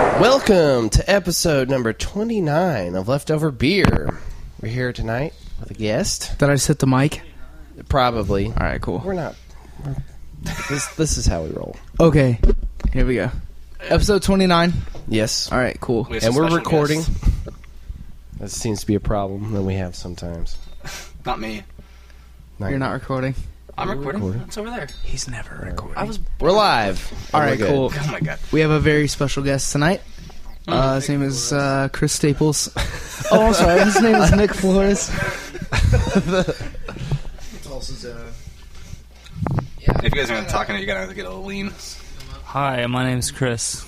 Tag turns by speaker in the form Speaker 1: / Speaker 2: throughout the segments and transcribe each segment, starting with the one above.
Speaker 1: Welcome to episode number 29 of Leftover Beer. We're here tonight with a guest.
Speaker 2: Did I just hit the mic?
Speaker 1: Probably.
Speaker 2: All right, cool.
Speaker 1: We're not. we're- this, this is how we roll.
Speaker 2: Okay, here we go. Episode 29.
Speaker 1: Yes.
Speaker 2: All right, cool.
Speaker 3: We have
Speaker 1: And
Speaker 3: some
Speaker 1: we're
Speaker 3: special
Speaker 1: recording.
Speaker 3: guests.
Speaker 1: That seems to be a problem that we have sometimes.
Speaker 3: Not me.
Speaker 2: You're not recording.
Speaker 3: I'm recording.
Speaker 1: recording.
Speaker 3: It's over there.
Speaker 2: He's never recording.
Speaker 3: I was.
Speaker 1: We're live.
Speaker 2: All right,
Speaker 1: We're good.
Speaker 2: cool.
Speaker 3: Oh my god.
Speaker 2: We have a very special guest tonight.
Speaker 3: Mm.
Speaker 2: Uh, his name is uh, Chris Staples. oh, I'm sorry. His name is Nick Flores.
Speaker 3: If you guys aren't talking, you gotta get a little lean.
Speaker 4: Hi, my name's Chris.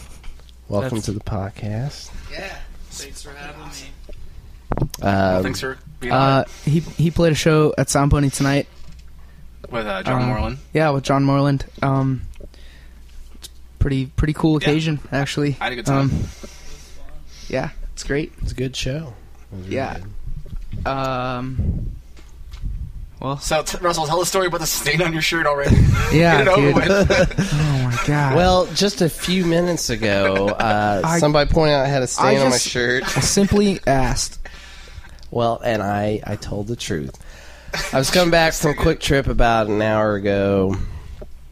Speaker 1: Welcome
Speaker 4: That's-
Speaker 1: to the podcast.
Speaker 2: Yeah. Thanks for having me.
Speaker 1: Um,
Speaker 3: Thanks for being on
Speaker 2: Uh, he he played a show at Sound Pony tonight.
Speaker 3: it with uh, John
Speaker 2: uh,
Speaker 3: Moreland.
Speaker 2: Yeah, with John Moreland. Um, it's pretty pretty cool
Speaker 3: Yeah.
Speaker 2: occasion actually.
Speaker 3: I had a good time.
Speaker 2: Um, yeah, it's great.
Speaker 1: it's a good show. It was really
Speaker 2: Yeah.
Speaker 1: good.
Speaker 2: Um, well,
Speaker 3: So t- Russell, tell the story about the stain on your shirt already.
Speaker 2: yeah,
Speaker 3: get it over
Speaker 2: dude.
Speaker 3: with.
Speaker 2: Oh my god.
Speaker 1: Well, just a few minutes ago, uh,
Speaker 2: I-
Speaker 1: somebody pointed out I had a stain
Speaker 2: I
Speaker 1: on my
Speaker 2: just-
Speaker 1: shirt.
Speaker 2: I simply asked.
Speaker 1: Well, and I, I told the truth. I was coming back from Quick Trip about an hour ago.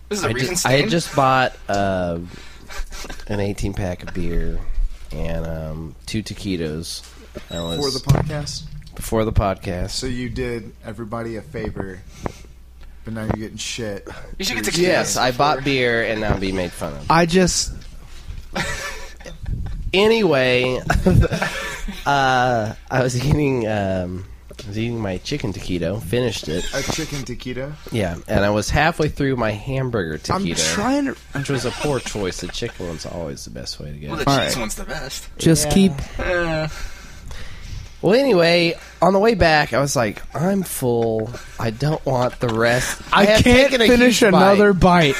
Speaker 3: this is a
Speaker 1: I
Speaker 3: recent
Speaker 1: just, I
Speaker 3: stain.
Speaker 1: had just bought uh, an 18 pack of beer and um, two taquitos. I was,
Speaker 5: for the podcast.
Speaker 1: before the podcast.
Speaker 5: So you did everybody a favor, but now you're getting shit.
Speaker 3: you should get to
Speaker 1: yes, I bought beer and now I'm being made fun of.
Speaker 2: I just.
Speaker 1: Anyway, uh, I was eating um, I was eating my chicken taquito, finished it.
Speaker 5: A chicken taquito.
Speaker 1: Yeah, and I was halfway through my hamburger
Speaker 2: I'm
Speaker 1: taquito.
Speaker 2: trying to
Speaker 1: Which was a poor choice. The chicken one's always the best way to
Speaker 3: Well,
Speaker 1: go.
Speaker 3: the
Speaker 2: All
Speaker 3: cheese
Speaker 2: right.
Speaker 3: one's the best.
Speaker 2: just
Speaker 1: Yeah.
Speaker 2: keep.
Speaker 3: Uh,
Speaker 1: Well, anyway, on the way back, I was like, I'm full. I don't want the rest.
Speaker 2: I,
Speaker 1: had
Speaker 2: can't
Speaker 1: taken a
Speaker 2: finish
Speaker 1: huge bite.
Speaker 2: another bite.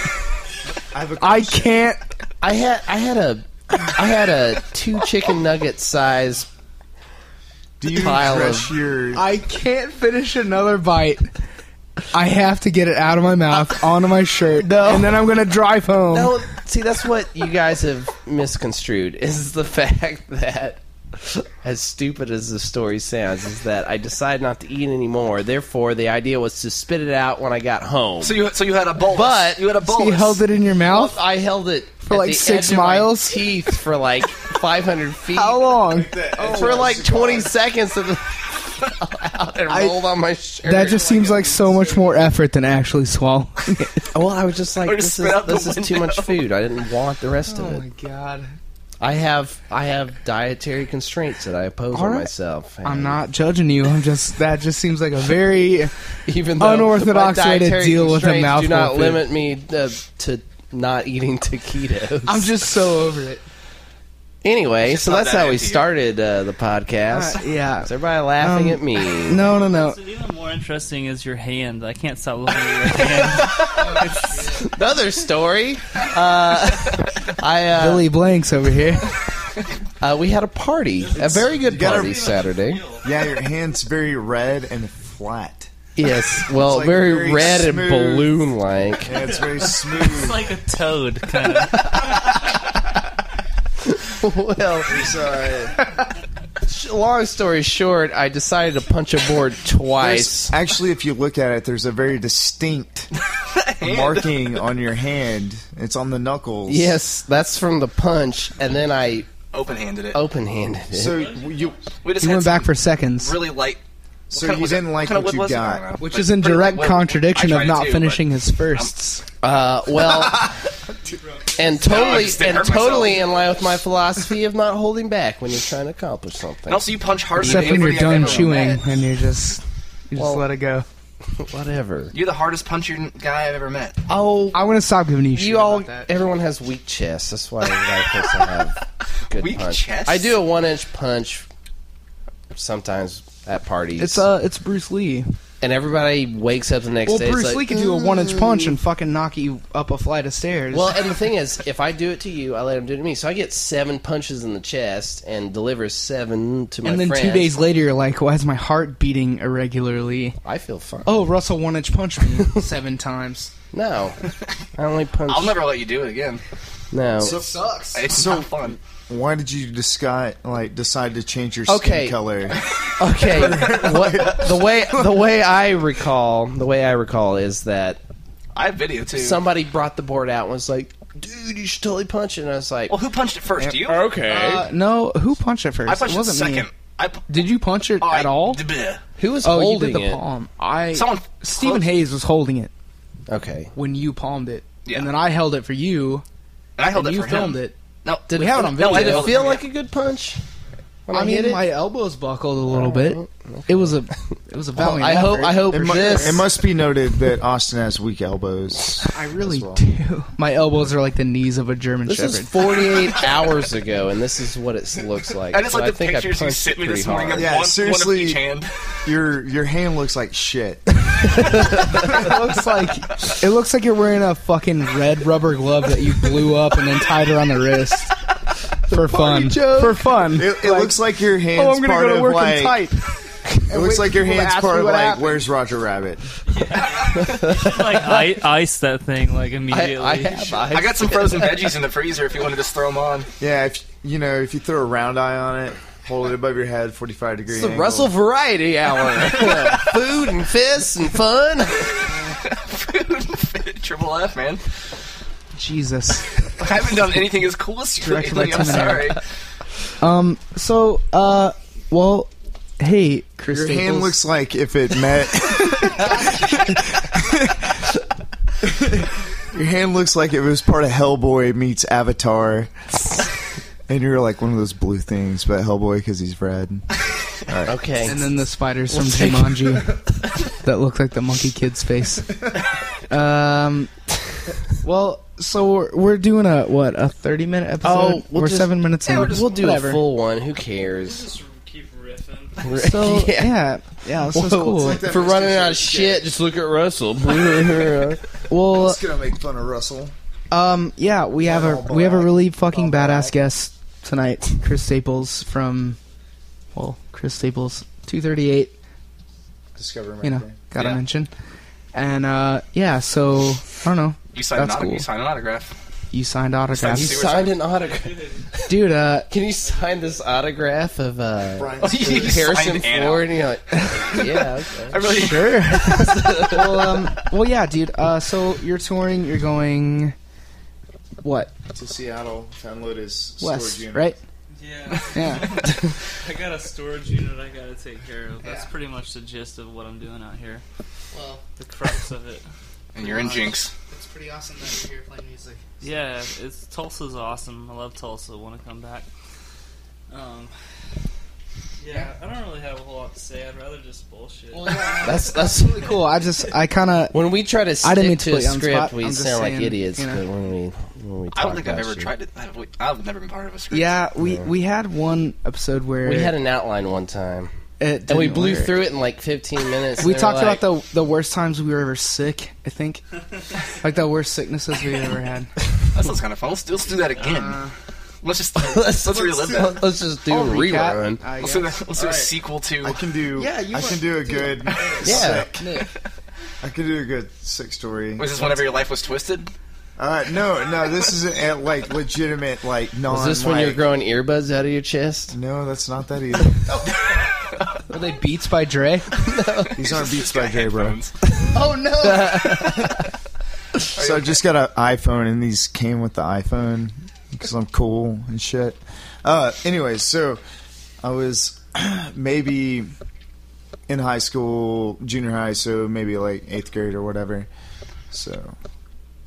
Speaker 5: I have a
Speaker 2: I
Speaker 5: question.
Speaker 2: can't.
Speaker 1: I had I had a I had a two chicken nugget size.
Speaker 5: Do you
Speaker 1: pile
Speaker 5: crush
Speaker 1: of-
Speaker 5: your?
Speaker 2: I can't finish another bite. I have to get it out of my mouth, onto my shirt, and then I'm gonna drive home.
Speaker 1: No, see, that's what you guys have misconstrued is the fact that. As stupid as the story sounds, is that I decided not to eat anymore. Therefore, the idea was to spit it out when I got home.
Speaker 3: so you so you had a bolus.
Speaker 1: But-
Speaker 3: you had a
Speaker 2: So
Speaker 3: bolus.
Speaker 2: you held it in your
Speaker 1: Well,
Speaker 2: mouth.
Speaker 1: I held it for
Speaker 2: like six miles?
Speaker 1: teeth for like 500 feet.
Speaker 2: How long?
Speaker 1: for like 20 seconds of out and
Speaker 2: I-
Speaker 1: rolled on my shirt.
Speaker 2: That just seems like so much more effort than actually swallowing.
Speaker 1: well, I was just like,
Speaker 3: Or just
Speaker 1: this is
Speaker 3: spit out the
Speaker 1: this is too
Speaker 3: window.
Speaker 1: much food. I didn't want the rest of it.
Speaker 2: god.
Speaker 1: I have I have dietary constraints that I impose on
Speaker 2: Alright.
Speaker 1: myself.
Speaker 2: I'm
Speaker 1: and
Speaker 2: not judging you. I'm just that just seems like a very
Speaker 1: even though
Speaker 2: unorthodox
Speaker 1: my
Speaker 2: way to
Speaker 1: dietary
Speaker 2: deal with a
Speaker 1: constraints Do
Speaker 2: mouthful
Speaker 1: not
Speaker 2: of food.
Speaker 1: limit me uh, to not eating taquitos.
Speaker 2: I'm just so over it.
Speaker 1: anyway.
Speaker 3: It's
Speaker 1: So
Speaker 3: not
Speaker 1: that's
Speaker 3: that
Speaker 1: how we
Speaker 3: into you.
Speaker 1: started uh, the podcast.
Speaker 2: Uh, yeah.
Speaker 1: Is everybody laughing
Speaker 2: Um,
Speaker 1: at me?
Speaker 2: No, no,
Speaker 1: Oh.
Speaker 2: no.
Speaker 4: Even more interesting is your hand. I can't stop looking at your hand.
Speaker 1: Another story. Uh, I uh,
Speaker 2: Billy Blanks over here.
Speaker 1: Uh, we had a party, a very good
Speaker 5: you gotta-
Speaker 1: party Saturday.
Speaker 5: Yeah, your hands very red and flat.
Speaker 1: Yes, well,
Speaker 5: It's like
Speaker 1: very,
Speaker 5: very
Speaker 1: red and
Speaker 5: smooth.
Speaker 1: balloon like.
Speaker 5: Yeah, it's very smooth.
Speaker 4: It's like a toad, kind of.
Speaker 1: well, sh- long story short, I decided to punch a board twice.
Speaker 5: There's- Actually, if you look at it, there's a very distinct marking on your hand. It's on the knuckles.
Speaker 1: Yes, that's from the punch, and then I
Speaker 3: Open-handed it.
Speaker 1: open handed it.
Speaker 5: So you,
Speaker 3: we just
Speaker 2: He
Speaker 3: had
Speaker 2: Oh, went
Speaker 3: some
Speaker 2: back for seconds,
Speaker 3: really light.
Speaker 5: so
Speaker 3: What kind
Speaker 5: you
Speaker 3: of-
Speaker 5: didn't like
Speaker 3: kind of
Speaker 5: what you
Speaker 3: was it? I don't
Speaker 5: got.
Speaker 3: know.
Speaker 2: which is in
Speaker 3: Pretty-
Speaker 2: direct
Speaker 3: well,
Speaker 2: contradiction
Speaker 3: I
Speaker 2: of
Speaker 3: tried
Speaker 2: not
Speaker 3: to,
Speaker 2: finishing his firsts.
Speaker 1: uh, well, and totally,
Speaker 3: just
Speaker 1: and
Speaker 3: hurt
Speaker 1: totally
Speaker 3: myself.
Speaker 1: in line with my philosophy of not holding back when you're trying to accomplish something.
Speaker 3: And also, you punch harder
Speaker 2: Except when
Speaker 3: than
Speaker 2: you're
Speaker 3: anybody I've
Speaker 2: done
Speaker 3: ever
Speaker 2: chewing
Speaker 3: met.
Speaker 2: and you're just you just
Speaker 1: Well-
Speaker 2: let it go.
Speaker 1: Whatever.
Speaker 3: You're the hardest punching guy I've ever met.
Speaker 1: Oh,
Speaker 2: I want to stop giving you shit.
Speaker 1: You all,
Speaker 2: about that.
Speaker 1: everyone has weak chests. That's why everybody thinks I have good
Speaker 3: Weak
Speaker 1: punch.
Speaker 3: chests?
Speaker 1: I do a one inch punch sometimes at parties.
Speaker 2: It's uh, it's Bruce Lee.
Speaker 1: and everybody wakes up the next
Speaker 2: Well,
Speaker 1: day. it's
Speaker 2: Bruce
Speaker 1: like,
Speaker 2: Lee could do a one-inch punch and fucking knock you up a flight of stairs.
Speaker 1: Well, and the thing is, if I do it to you, I let him do it to me. So I get seven punches in the chest and deliver seven to my
Speaker 2: and then two
Speaker 1: friends.
Speaker 2: days later, you're like, "Why is my heart beating irregularly?"
Speaker 1: I feel fine.
Speaker 2: Oh, Russell one inch punched me seven times.
Speaker 1: no, I only punch.
Speaker 3: I'll never let you do it again.
Speaker 1: No.
Speaker 3: It sucks. It's
Speaker 5: So-
Speaker 3: not fun.
Speaker 5: Why did you decide like decide to change your
Speaker 1: Okay.
Speaker 5: skin color?
Speaker 1: Okay. what, the way the way I recall the way I recall is that
Speaker 3: I have video too.
Speaker 1: somebody brought the board out and was like, "Dude, you should totally punch it." And I was like,
Speaker 3: well, who punched it first? Oh, You?
Speaker 1: "Okay."
Speaker 2: Uh, no, who punched it first?
Speaker 3: I punched
Speaker 2: it
Speaker 3: it
Speaker 2: wasn't
Speaker 3: second.
Speaker 2: me.
Speaker 3: I pu- Oh,
Speaker 2: Did you punch it
Speaker 3: I-
Speaker 2: at all?
Speaker 3: bleh.
Speaker 1: who was
Speaker 2: oh, you
Speaker 1: holding
Speaker 2: did the
Speaker 1: it?
Speaker 2: palm. I
Speaker 3: Someone-
Speaker 2: Stephen Hayes was holding it
Speaker 1: Okay.
Speaker 2: when you palmed it,
Speaker 3: Yeah.
Speaker 2: and then I held it for you,
Speaker 3: And I held
Speaker 2: and
Speaker 3: it
Speaker 2: you
Speaker 3: for
Speaker 2: filmed
Speaker 3: him.
Speaker 2: it.
Speaker 3: No,
Speaker 1: Did
Speaker 2: We
Speaker 1: it,
Speaker 2: have it on
Speaker 1: no,
Speaker 2: video.
Speaker 1: Did it feel
Speaker 3: Yeah.
Speaker 1: like a good punch? When I,
Speaker 2: I mean,
Speaker 1: hit it?
Speaker 2: my elbows buckled a little bit. It was a, it was a valiant
Speaker 1: I hope.
Speaker 2: effort.
Speaker 1: I hope
Speaker 5: It, mu-
Speaker 1: this.
Speaker 5: it must be noted that Austin has weak elbows.
Speaker 2: I really
Speaker 5: as well.
Speaker 2: do. My elbows are like the knees of a German
Speaker 1: This
Speaker 2: Shepherd.
Speaker 1: is 48 hours ago, and this is what it looks like.
Speaker 3: I just
Speaker 1: So
Speaker 3: like the
Speaker 1: think I
Speaker 3: pictures you
Speaker 1: punched
Speaker 3: sent me
Speaker 1: it
Speaker 3: this
Speaker 1: pretty
Speaker 3: morning.
Speaker 1: hard.
Speaker 3: of
Speaker 5: Yeah,
Speaker 3: one, One
Speaker 5: seriously.
Speaker 3: of each hand.
Speaker 5: Your your hand looks like shit.
Speaker 2: it looks like it looks like you're wearing a fucking red rubber glove that you blew up and then tied around the wrist for fun.
Speaker 5: joke.
Speaker 2: For fun.
Speaker 5: It, it looks like your hands
Speaker 2: oh, I'm gonna
Speaker 5: part
Speaker 2: go to
Speaker 5: of
Speaker 2: work
Speaker 5: like
Speaker 2: in tight.
Speaker 5: it
Speaker 2: wait
Speaker 5: looks like your
Speaker 2: for people to
Speaker 5: hands
Speaker 2: ask
Speaker 5: part
Speaker 2: me
Speaker 5: of
Speaker 2: what
Speaker 5: like
Speaker 2: happened.
Speaker 5: where's Roger Rabbit?
Speaker 4: like I ice that thing like
Speaker 1: I,
Speaker 4: immediately.
Speaker 1: I have. I,
Speaker 3: I got some frozen veggies in the freezer if you want to just throw them on.
Speaker 5: Yeah, if you know if you throw a round eye on it, hold it above your head, forty five degree.
Speaker 1: It's the
Speaker 5: angle.
Speaker 1: Russell Variety Hour. Food and fists and fun.
Speaker 3: Triple F, man.
Speaker 2: Jesus.
Speaker 3: I haven't done anything as cool as you
Speaker 2: Directed by
Speaker 3: lately. I'm
Speaker 2: Tim and
Speaker 3: sorry.
Speaker 2: Eric. Um. So. Uh. Well. Hey, Chris.
Speaker 5: Your
Speaker 2: Staples.
Speaker 5: hand looks like if it met. your hand looks like it was part of Hellboy meets Avatar. And you're like one of those blue things, but Hellboy because he's red.
Speaker 1: Okay.
Speaker 2: And then the spiders from Jumanji that look like the monkey kid's face. Um. Well, so we're, we're doing a what a thirty minute episode.
Speaker 1: Oh, we'll
Speaker 2: we're
Speaker 1: just-
Speaker 2: seven minutes in.
Speaker 1: we'll do
Speaker 2: Whatever.
Speaker 1: a full one. Who cares?
Speaker 4: just keep riffing.
Speaker 2: So yeah, yeah, this is
Speaker 1: Whoa,
Speaker 2: cool.
Speaker 5: like that
Speaker 1: If we're
Speaker 5: Mr.
Speaker 1: running out of
Speaker 5: Show
Speaker 1: shit, just look at Russell. yeah,
Speaker 2: well,
Speaker 5: gonna make fun of Russell.
Speaker 2: um, yeah, we have a
Speaker 5: all
Speaker 2: we have a
Speaker 5: black,
Speaker 2: really fucking
Speaker 5: all black.
Speaker 2: badass guest tonight, Chris Staples from, well, Chris Staples, two thirty eight.
Speaker 5: Discover America.
Speaker 2: You know, gotta
Speaker 3: Yeah.
Speaker 2: mention, and uh, yeah, so I don't know.
Speaker 3: You signed, an
Speaker 2: That's
Speaker 3: autog-
Speaker 2: cool.
Speaker 3: you signed an autograph.
Speaker 2: You signed
Speaker 1: you
Speaker 2: autographs,
Speaker 3: Suicide.
Speaker 1: signed an autograph.
Speaker 2: dude. Uh,
Speaker 1: Can you sign this autograph of uh,
Speaker 2: Oh,
Speaker 5: Brian,
Speaker 3: You
Speaker 1: Harrison
Speaker 3: signed an
Speaker 1: Ford? And you're like, yeah, okay.
Speaker 3: I really
Speaker 2: sure. well, um, well, yeah, dude. Uh, so you're touring. You're going, what
Speaker 5: to Seattle, download his
Speaker 2: west, right?
Speaker 4: Yeah,
Speaker 2: Yeah.
Speaker 4: I got a storage unit I gotta take care of. That's pretty much the gist of what I'm doing out here.
Speaker 2: well,
Speaker 4: The crux of it.
Speaker 3: And you're in Jinx.
Speaker 2: it's pretty awesome that you're here playing music.
Speaker 4: Yeah, it's Tulsa's awesome. I love Tulsa. Want to come back? Um, yeah, I don't really have a whole lot to say. I'd rather just bullshit.
Speaker 1: that's that's really
Speaker 2: Cool. I just I kind of
Speaker 1: When we try to stick
Speaker 2: I didn't mean to
Speaker 1: to, a
Speaker 2: put you on the
Speaker 1: script,
Speaker 2: spot.
Speaker 1: we
Speaker 2: I'm just
Speaker 1: sound
Speaker 2: saying,
Speaker 1: like idiots.
Speaker 2: you know.
Speaker 1: But when we when we talk
Speaker 3: I don't think I've
Speaker 1: about
Speaker 3: ever
Speaker 1: shit-
Speaker 3: tried it. I've, I've never been part of a script.
Speaker 2: yeah we we had one episode where
Speaker 1: We had an outline one time,
Speaker 2: it
Speaker 1: and we
Speaker 2: didn't
Speaker 1: blew
Speaker 2: work.
Speaker 1: through it in like 15 minutes.
Speaker 2: We
Speaker 1: and
Speaker 2: talked
Speaker 1: we're like,
Speaker 2: about the the worst times we were ever sick. I think like the worst sicknesses we ever had.
Speaker 3: That sounds kind of fun. Let's, let's do that again.
Speaker 5: Uh,
Speaker 3: let's just let's, relive that.
Speaker 1: Let's, let's just do
Speaker 2: I'll
Speaker 1: a
Speaker 2: recap,
Speaker 1: rerun.
Speaker 2: I
Speaker 3: Let's do,
Speaker 2: guess.
Speaker 3: that. let's do a sequel to.
Speaker 5: I can do.
Speaker 2: Yeah, you
Speaker 5: I can
Speaker 2: want-
Speaker 5: do a good.
Speaker 1: Yeah.
Speaker 5: sick- I can do a good sick story.
Speaker 3: Was this whenever your life was twisted?
Speaker 5: Uh, no, no, this is a, like legitimate, like non.
Speaker 1: Was this when you were
Speaker 5: like-
Speaker 1: growing earbuds out of your chest?
Speaker 5: No, that's not that either.
Speaker 2: Were they Beats by Dre?
Speaker 5: These aren't Beats by Dre, bro.
Speaker 3: Headphones.
Speaker 2: oh no!
Speaker 5: So I just got an iPhone, and these came with the iPhone because I'm cool and shit. Uh, anyways, so I was maybe in high school, junior high, so maybe like eighth grade or whatever. So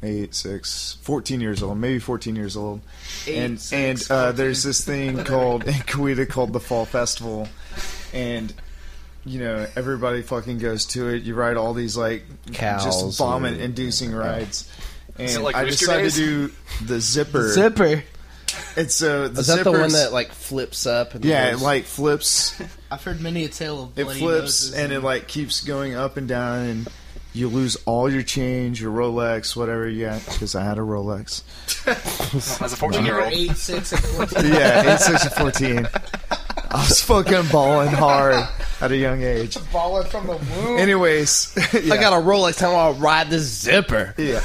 Speaker 5: eight, six, 14 years old, maybe 14 years old. and and uh, there's this thing called in Coweta called the Fall Festival, and you know everybody fucking goes to it. You ride all these like
Speaker 1: Cows
Speaker 5: just vomit
Speaker 1: and-
Speaker 5: inducing rides. And
Speaker 3: Is it like
Speaker 5: I
Speaker 3: Rooster
Speaker 5: decided
Speaker 3: Days?
Speaker 5: to do the zipper.
Speaker 2: Zipper.
Speaker 5: And so the
Speaker 1: Is that the one
Speaker 5: zippers-
Speaker 1: that like flips up? And
Speaker 5: yeah, it
Speaker 1: goes-
Speaker 5: like flips.
Speaker 2: I've heard many a tale of
Speaker 5: It flips and it like keeps going up and down, and you lose all your change, your Rolex, whatever you got. Because I had a Rolex.
Speaker 3: Oh, As a 14 year old.
Speaker 2: eight, six, and fourteen.
Speaker 5: yeah, eight, six, and fourteen. I was fucking balling hard at a young age.
Speaker 2: Falling from the womb.
Speaker 5: Anyways, yeah,
Speaker 1: I got a Rolex. Time I'll ride this zipper.
Speaker 5: yeah.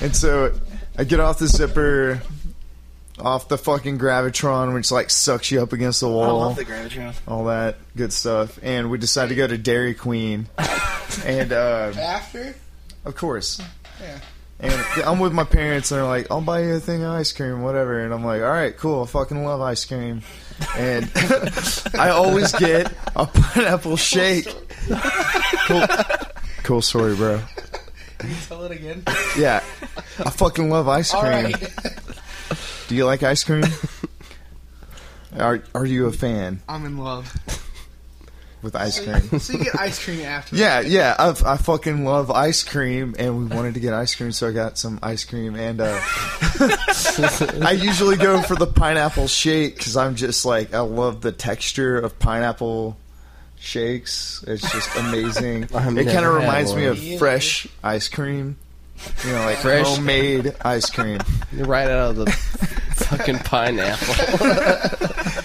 Speaker 5: And so I get off the zipper, off the fucking gravitron, which like sucks you up against the
Speaker 3: I
Speaker 5: wall
Speaker 3: love the Gravitron.
Speaker 5: all that good stuff. And we decided to go to Dairy Queen. and uh,
Speaker 6: After?
Speaker 5: of course,
Speaker 6: Yeah.
Speaker 5: and I'm with my parents, and they're like, "I'll buy you a thing of ice cream, whatever." And I'm like, "All right, cool. I fucking love ice cream." And I always get a pineapple shake. Cool, cool story, bro.
Speaker 6: Tell it again.
Speaker 5: Yeah, I fucking love ice
Speaker 6: All
Speaker 5: cream.
Speaker 6: right.
Speaker 5: Do you like ice cream? Are Are you a fan
Speaker 6: I'm in love.
Speaker 5: with ice
Speaker 6: So
Speaker 5: cream?
Speaker 6: you, so you get ice cream after.
Speaker 5: Yeah, yeah. I, I fucking love ice cream, and we wanted to get ice cream, so I got some ice cream. And uh, I usually go for the pineapple shake because I'm just like, I love the texture of pineapple shakes. It's just amazing. it
Speaker 1: I've
Speaker 5: kind
Speaker 1: never had
Speaker 5: of reminds me
Speaker 1: one.
Speaker 5: of fresh ice cream. You know, like
Speaker 1: Fresh.
Speaker 5: homemade ice cream.
Speaker 1: You're right out of the fucking pineapple.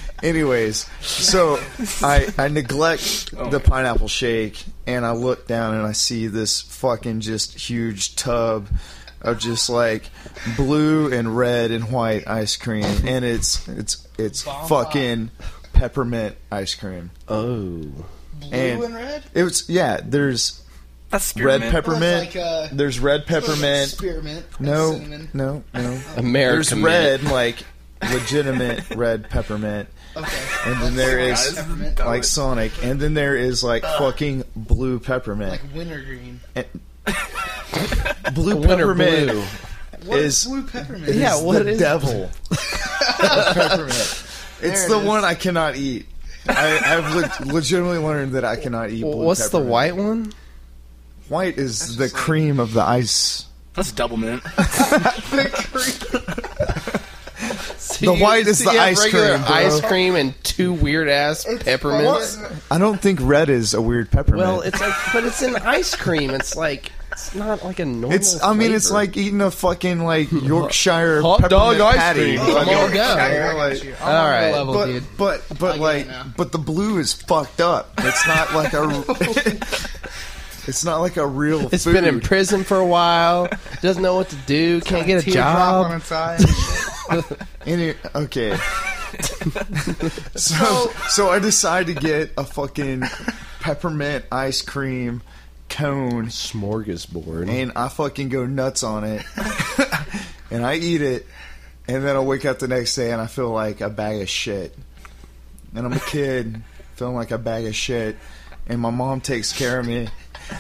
Speaker 5: Anyways, so I I neglect
Speaker 3: Oh
Speaker 5: the pineapple shake and I look down and I see this fucking just huge tub of just like blue and red and white ice cream and it's it's it's fucking peppermint ice cream.
Speaker 1: Oh.
Speaker 6: Blue
Speaker 5: And-
Speaker 6: and red?
Speaker 5: It was yeah, there's
Speaker 3: That's
Speaker 5: red
Speaker 3: spearmint.
Speaker 5: peppermint.
Speaker 6: That's like, uh,
Speaker 5: There's red peppermint.
Speaker 6: Spearmint. and
Speaker 5: No,
Speaker 6: Cinnamon.
Speaker 5: no, no. There's
Speaker 1: American.
Speaker 5: red like legitimate red peppermint
Speaker 6: Okay.
Speaker 5: and then there is
Speaker 6: Peppermint.
Speaker 5: like Sonic, and then there is like fucking blue peppermint.
Speaker 6: Like wintergreen.
Speaker 5: blue
Speaker 1: Winter blue.
Speaker 6: What is
Speaker 5: Is-
Speaker 6: blue peppermint?
Speaker 5: Is
Speaker 1: Yeah, what
Speaker 5: the
Speaker 1: is-
Speaker 5: devil? of peppermint. It's
Speaker 6: it
Speaker 5: the
Speaker 6: is.
Speaker 5: one I cannot eat. I, I've le- legitimately learned that I cannot eat.
Speaker 1: Well,
Speaker 5: blue
Speaker 1: what's the
Speaker 5: peppermint.
Speaker 1: white one?
Speaker 5: White is the
Speaker 6: just like-
Speaker 5: cream of the ice.
Speaker 3: That's double mint.
Speaker 5: The white is the
Speaker 1: you have
Speaker 5: ice
Speaker 1: regular
Speaker 5: cream, bro.
Speaker 1: Ice cream and two weird ass peppermints.
Speaker 5: I don't think red is a weird peppermint.
Speaker 1: Well, it's like, but it's an ice cream. It's like, it's not like a normal.
Speaker 5: It's. I mean, it's
Speaker 1: flavor.
Speaker 5: like eating a fucking like Yorkshire
Speaker 1: Hot
Speaker 5: peppermint
Speaker 1: dog ice
Speaker 5: patty.
Speaker 1: cream. Come on,
Speaker 5: Like,
Speaker 1: go.
Speaker 5: Yorkshire,
Speaker 6: I
Speaker 5: like-
Speaker 6: got you.
Speaker 1: all right.
Speaker 2: level,
Speaker 5: but,
Speaker 2: dude.
Speaker 5: But but
Speaker 6: it
Speaker 5: like
Speaker 6: now.
Speaker 5: but the blue is fucked up. It's not like a It's not like a real
Speaker 1: It's
Speaker 5: food.
Speaker 1: been in prison for a while. Doesn't know what to do. Can't get a
Speaker 6: Teardrop on
Speaker 1: job.
Speaker 6: its eye.
Speaker 5: Any- okay. so so I decide to get a fucking peppermint ice cream cone
Speaker 1: Smorgasbord.
Speaker 5: and I fucking go nuts on it. and I eat it and then I wake up the next day and I feel like a bag of shit. And I'm a kid feeling like a bag of shit and my mom takes care of me.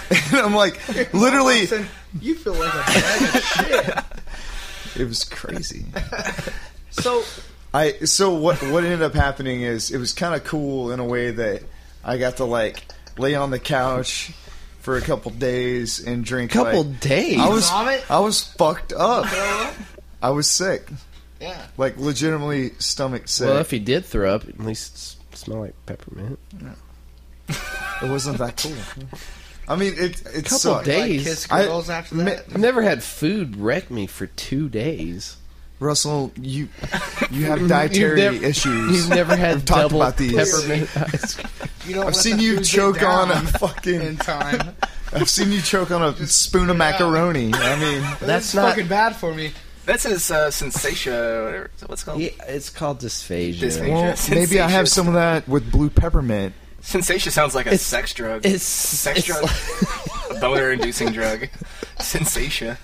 Speaker 5: And I'm like literally
Speaker 6: Listen, you feel like a bag of shit.
Speaker 5: it was crazy.
Speaker 6: So
Speaker 5: I so what what ended up happening is it was kind of cool in a way that I got to like lay on the couch for a couple days and drink.
Speaker 1: Couple
Speaker 5: like-
Speaker 1: days.
Speaker 5: I was
Speaker 6: Vomit?
Speaker 5: I was fucked up. I was sick,
Speaker 6: yeah,
Speaker 5: like legitimately stomach sick.
Speaker 1: well, if he did throw up, at least s- smell like peppermint.
Speaker 5: it wasn't that cool. I mean, it it
Speaker 1: Couple
Speaker 5: sucked.
Speaker 1: days.
Speaker 6: like kiss
Speaker 5: I-
Speaker 6: girls after that.
Speaker 1: I've never had food wreck me for two days.
Speaker 5: Russell, you you have dietary
Speaker 1: never-
Speaker 5: issues.
Speaker 1: You've never had
Speaker 5: We've talked
Speaker 1: double
Speaker 5: about these.
Speaker 1: peppermint ice cream.
Speaker 6: you don't
Speaker 5: I've
Speaker 6: let
Speaker 5: seen
Speaker 6: the
Speaker 5: you
Speaker 6: food get
Speaker 5: choke on a
Speaker 6: down in
Speaker 5: fucking.
Speaker 6: time.
Speaker 5: I've seen you choke on a spoon of
Speaker 6: spit it out.
Speaker 5: macaroni. I mean,
Speaker 1: That's
Speaker 6: It's
Speaker 1: not.
Speaker 6: fucking bad for me.
Speaker 3: That's his uh, sensation. Whatever. Is that What's it called?
Speaker 1: Yeah, it's called dysphagia.
Speaker 3: Dysphagia.
Speaker 5: well, maybe I have some of that with blue peppermint.
Speaker 3: Sensation sounds like a
Speaker 1: It's-
Speaker 3: sex drug.
Speaker 1: It's
Speaker 3: sex
Speaker 1: it's
Speaker 3: drug.
Speaker 1: like-
Speaker 3: a boner-inducing drug. Sensation.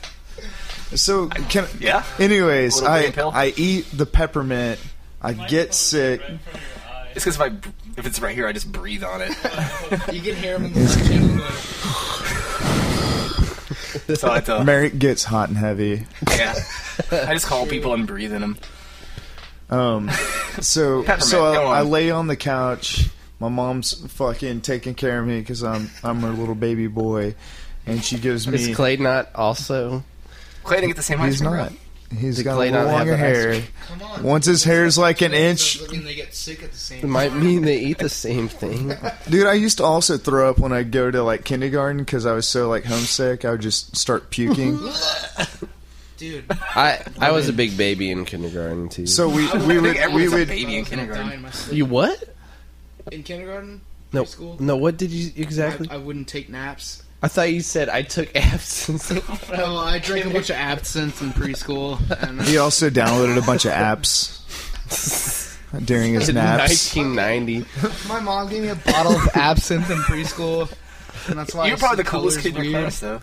Speaker 5: So can
Speaker 3: Yeah.
Speaker 5: anyways,
Speaker 3: Little
Speaker 5: I
Speaker 3: green pill?
Speaker 5: I eat the peppermint. I get sick.
Speaker 3: It's because if I br- if it's right here, I just breathe on it.
Speaker 6: You can hear him in the gym. like,
Speaker 3: So I have to-
Speaker 5: Merrick gets hot and heavy.
Speaker 3: yeah. I just call people and breathe in them.
Speaker 5: Um, so
Speaker 3: Peppermint,
Speaker 5: so
Speaker 3: go on.
Speaker 5: I, I lay on the couch. My mom's fucking taking care of me because I'm I'm her little baby boy, and she gives me.
Speaker 1: Is Clay not also?
Speaker 3: Clay didn't get the same ice
Speaker 5: he's
Speaker 3: cream,
Speaker 5: not.
Speaker 3: bro.
Speaker 5: He's
Speaker 1: Did
Speaker 5: got
Speaker 1: Clay not have
Speaker 5: longer
Speaker 1: the ice
Speaker 5: hair.
Speaker 6: Come on.
Speaker 5: Once his hair's like an inch
Speaker 6: Doesn't mean they get sick at the same
Speaker 1: It might mean they eat the same thing.
Speaker 5: Dude, I used to also throw up when I go to like kindergarten because I was so like homesick. I would just start puking.
Speaker 6: dude.
Speaker 1: I I was a big baby in kindergarten too.
Speaker 5: so we
Speaker 3: I
Speaker 5: we
Speaker 3: think
Speaker 5: would we
Speaker 3: everyone's a
Speaker 5: would
Speaker 3: baby
Speaker 6: I
Speaker 3: in
Speaker 6: was gonna die
Speaker 3: kindergarten.
Speaker 6: in my sleep.
Speaker 1: you what?
Speaker 6: in kindergarten,
Speaker 1: No,
Speaker 6: Preschool?
Speaker 1: no. What did you exactly?
Speaker 6: I, I wouldn't take naps.
Speaker 1: I thought you said I took absinthe.
Speaker 6: No, I drank a bunch of absinthe in preschool. And uh,
Speaker 5: He also downloaded a bunch of apps during his
Speaker 1: in
Speaker 5: naps.
Speaker 1: 1990.
Speaker 6: my mom gave me a bottle of absinthe in preschool. And that's why
Speaker 3: You're
Speaker 6: I
Speaker 3: probably the
Speaker 6: see
Speaker 3: coolest
Speaker 6: colors
Speaker 3: kid in your
Speaker 6: weird.
Speaker 3: class, though.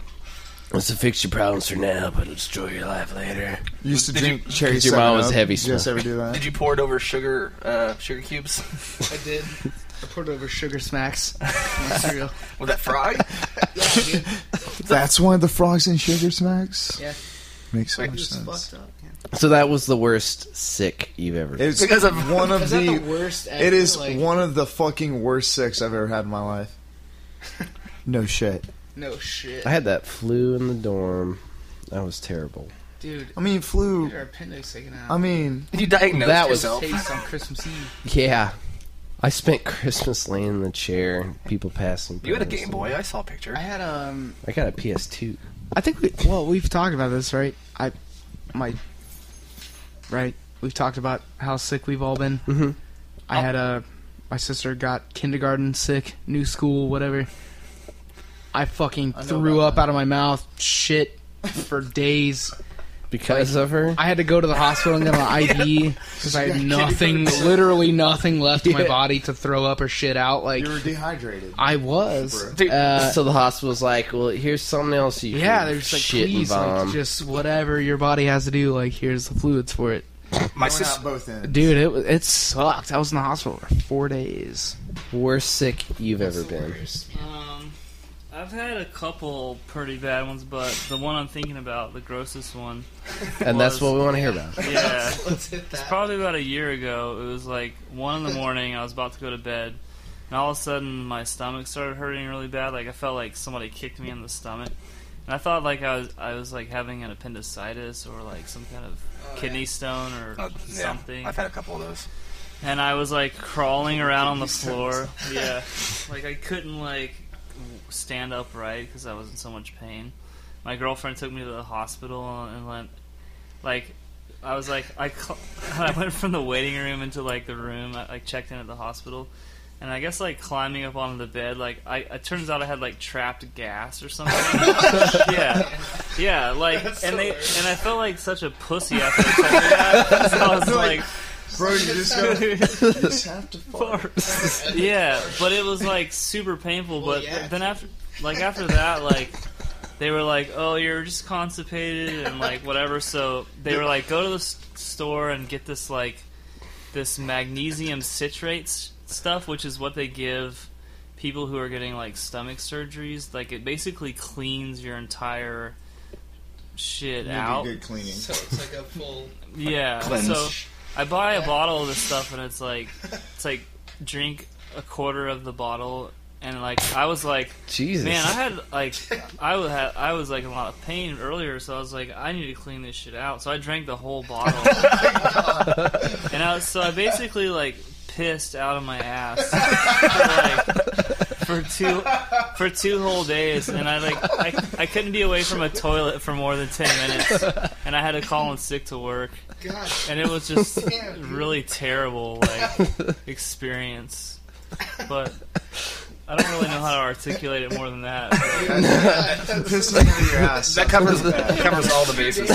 Speaker 1: Let's fix your problems for now, but it'll destroy your life later.
Speaker 5: You used to drink cherry.
Speaker 1: 'Cause your mom
Speaker 5: 7
Speaker 1: was
Speaker 5: Up.
Speaker 1: heavy
Speaker 5: Did you guys ever do
Speaker 3: Did
Speaker 5: that?
Speaker 3: you pour it over sugar uh, sugar cubes
Speaker 6: I did. I poured over sugar smacks. in My cereal.
Speaker 3: with that fry?
Speaker 6: Yeah,
Speaker 5: That's one of the frogs in Sugar Smacks.
Speaker 6: Yeah.
Speaker 5: makes so
Speaker 3: Wait,
Speaker 5: much
Speaker 6: It's
Speaker 5: sense.
Speaker 6: fucked up. yeah.
Speaker 1: So that was the worst sick you've ever.
Speaker 5: It's
Speaker 3: Because of-
Speaker 5: one of
Speaker 6: Is
Speaker 5: the.
Speaker 6: that the worst? Ever?
Speaker 5: it is
Speaker 6: like,
Speaker 5: one of the fucking worst sex I've ever had in my life. No shit.
Speaker 6: No shit,
Speaker 1: I had that flu in the dorm. That was terrible.
Speaker 6: dude.
Speaker 5: I mean, flu.
Speaker 6: Your appendix taken out.
Speaker 5: I mean,
Speaker 3: You diagnosed
Speaker 1: That was-
Speaker 3: yourself.
Speaker 6: taste on Christmas Eve.
Speaker 1: Yeah, I spent Christmas laying in the chair, people passing.
Speaker 3: you had a
Speaker 1: by us.
Speaker 3: Game Boy. I saw a picture.
Speaker 6: I had um.
Speaker 1: I got a PS2.
Speaker 2: I think we well we've talked about this right. I my right. We've talked about how sick we've all been.
Speaker 1: Mhm.
Speaker 2: I had a my sister got kindergarten sick, new school, whatever. I fucking
Speaker 6: know
Speaker 2: threw
Speaker 6: about
Speaker 2: up out of my mouth, shit for days.
Speaker 1: Because of her,
Speaker 2: I had to go to the hospital and get my IV because I had nothing, literally nothing left in my
Speaker 1: Yeah.
Speaker 2: body to throw up or shit out. Like
Speaker 5: you were dehydrated.
Speaker 6: Oh,
Speaker 2: I was.
Speaker 3: Dude,
Speaker 2: Uh,
Speaker 1: so the hospital's like, "Well, here's something else you
Speaker 2: yeah,
Speaker 1: can
Speaker 2: they're just like,
Speaker 1: shit and
Speaker 2: please,
Speaker 1: bomb."
Speaker 2: like, just whatever your body has to do. Like, here's the fluids for it.
Speaker 3: my
Speaker 5: We're not
Speaker 3: sister.
Speaker 5: both in.
Speaker 2: Dude, it wa- it sucked. I was in the hospital for four days.
Speaker 1: worst sick you've ever been.
Speaker 4: Um, I've had a couple pretty bad ones, but the one I'm thinking about, the grossest one,
Speaker 1: And that's
Speaker 4: was-
Speaker 1: what we want to hear about.
Speaker 4: yeah.
Speaker 6: Let's hit that.
Speaker 4: Probably about a year ago, it was like one in the morning. I was about to go to bed, and all of a sudden, my stomach started hurting really bad. Like I felt like somebody kicked me in the stomach, and I thought like I was I was like having an appendicitis or like some kind of kidney stone or
Speaker 3: Oh, Uh, yeah,
Speaker 4: something.
Speaker 3: I've had a couple of those.
Speaker 4: and I was like crawling around on the floor. Yeah, like I couldn't like w- stand upright because I was in so much pain. My girlfriend took me to the hospital and went like I was like I cl- I went from the waiting room into like the room. I like checked in at the hospital. And I guess like climbing up onto the bed, like I it turns out I had like trapped gas or something. yeah, yeah, like and they and I felt like such a pussy after I told her that. So I was like,
Speaker 5: Bro, you just go.
Speaker 4: yeah, but it was like super painful. But
Speaker 6: yeah.
Speaker 4: then after, like after that, like they were like, "Oh, you're just constipated and like whatever." So they were like, "Go to the s- store and get this like this magnesium citrate s- stuff, which is what they give people who are getting like stomach surgeries. Like it basically cleans your entire shit out.
Speaker 5: Good cleaning.
Speaker 6: So it's like a full.
Speaker 4: Yeah.
Speaker 3: Cleanse.
Speaker 4: So I buy a bottle of this stuff and it's like it's like drink a quarter of the bottle and like I was like
Speaker 1: Jesus,
Speaker 4: man I had like I was had, I was like in a lot of pain earlier so I was like I need to clean this shit out so I drank the whole bottle and I was, so I basically like pissed out of my ass for, like, for two for two whole days and I like I, I couldn't be away from a toilet for more than 10 minutes and I had to call in sick to work
Speaker 6: God
Speaker 4: and it was just
Speaker 6: Yeah, dude.
Speaker 4: really terrible like experience but i don't really know how to articulate it more than that but-
Speaker 5: Piss out of your ass.
Speaker 3: That covers covers all the bases.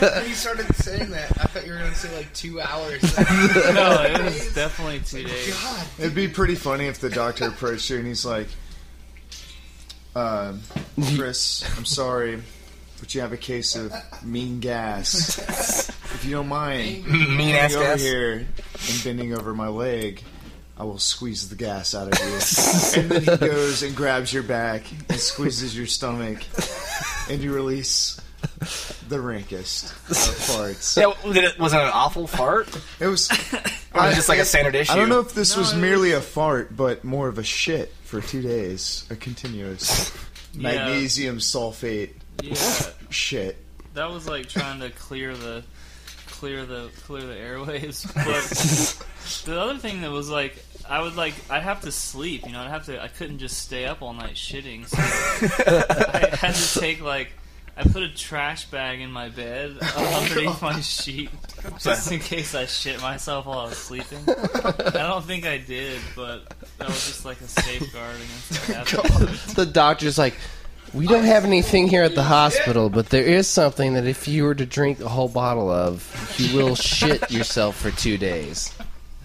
Speaker 6: when you started saying that, I thought you were going to say like two hours.
Speaker 4: no it was definitely two days
Speaker 6: God,
Speaker 5: It'd be pretty funny if the doctor approached you and he's like, uh, Chris, I'm sorry, but you have a case of mean gas. If you don't mind
Speaker 3: Mean ass
Speaker 5: coming over
Speaker 3: gas.
Speaker 5: here and bending over my leg, I will squeeze the gas out of you. and then he goes and grabs your back and squeezes your stomach, and you release the rankest of farts.
Speaker 3: Yeah, w- did it, was it an awful fart?
Speaker 5: It was.
Speaker 3: Or was it just like a standard issue?
Speaker 5: I don't know if this was merely a fart, but more of a shit for two days. A continuous magnesium sulfate
Speaker 4: yeah
Speaker 5: shit.
Speaker 4: that was like trying to clear the clear the clear the airwaves but the other thing that was like i would like i'd have to sleep you know i'd have to i couldn't just stay up all night shitting so i had to take like I put a trash bag in my bed underneath my sheet just in case I shit myself while I was sleeping. I don't think I did, but that was just like a safeguard against that happening.
Speaker 1: the doctor's like, We don't have anything here at the hospital, but there is something that if you were to drink a whole bottle of, you will shit yourself for two days.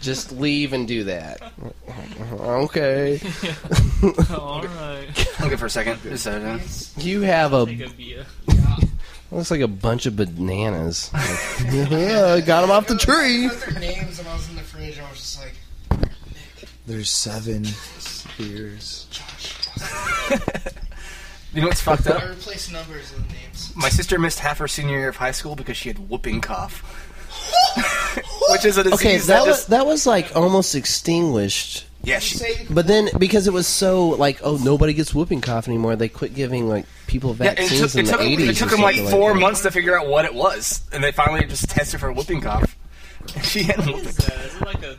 Speaker 1: Just leave and do that. Okay.
Speaker 4: Oh, All right.
Speaker 3: Looking for a second. Just, uh,
Speaker 1: You have
Speaker 4: Take
Speaker 1: a
Speaker 4: a uh, beer.
Speaker 1: looks like a bunch of bananas. yeah, got them off the tree.
Speaker 6: their names when I was in the fridge. I was just like,
Speaker 5: There's seven beers.
Speaker 3: you know what's fucked up?
Speaker 6: I replaced numbers with names.
Speaker 3: My sister missed half her senior year of high school because she had whooping cough, which is a disease
Speaker 1: Okay, that was
Speaker 3: just-
Speaker 1: that was like almost extinguished.
Speaker 3: yeah.
Speaker 6: You
Speaker 3: She,
Speaker 6: say
Speaker 1: But then because it was so like, oh, nobody gets whooping cough anymore. They quit giving like people
Speaker 3: yeah, and it
Speaker 1: vaccines
Speaker 3: took, it
Speaker 1: in
Speaker 3: took,
Speaker 1: the
Speaker 3: 'em-
Speaker 1: eighties.
Speaker 3: it took them like four months to figure out what it was, and they finally just tested for whooping cough. She had
Speaker 4: What
Speaker 3: whooping.
Speaker 4: is that? Is it like a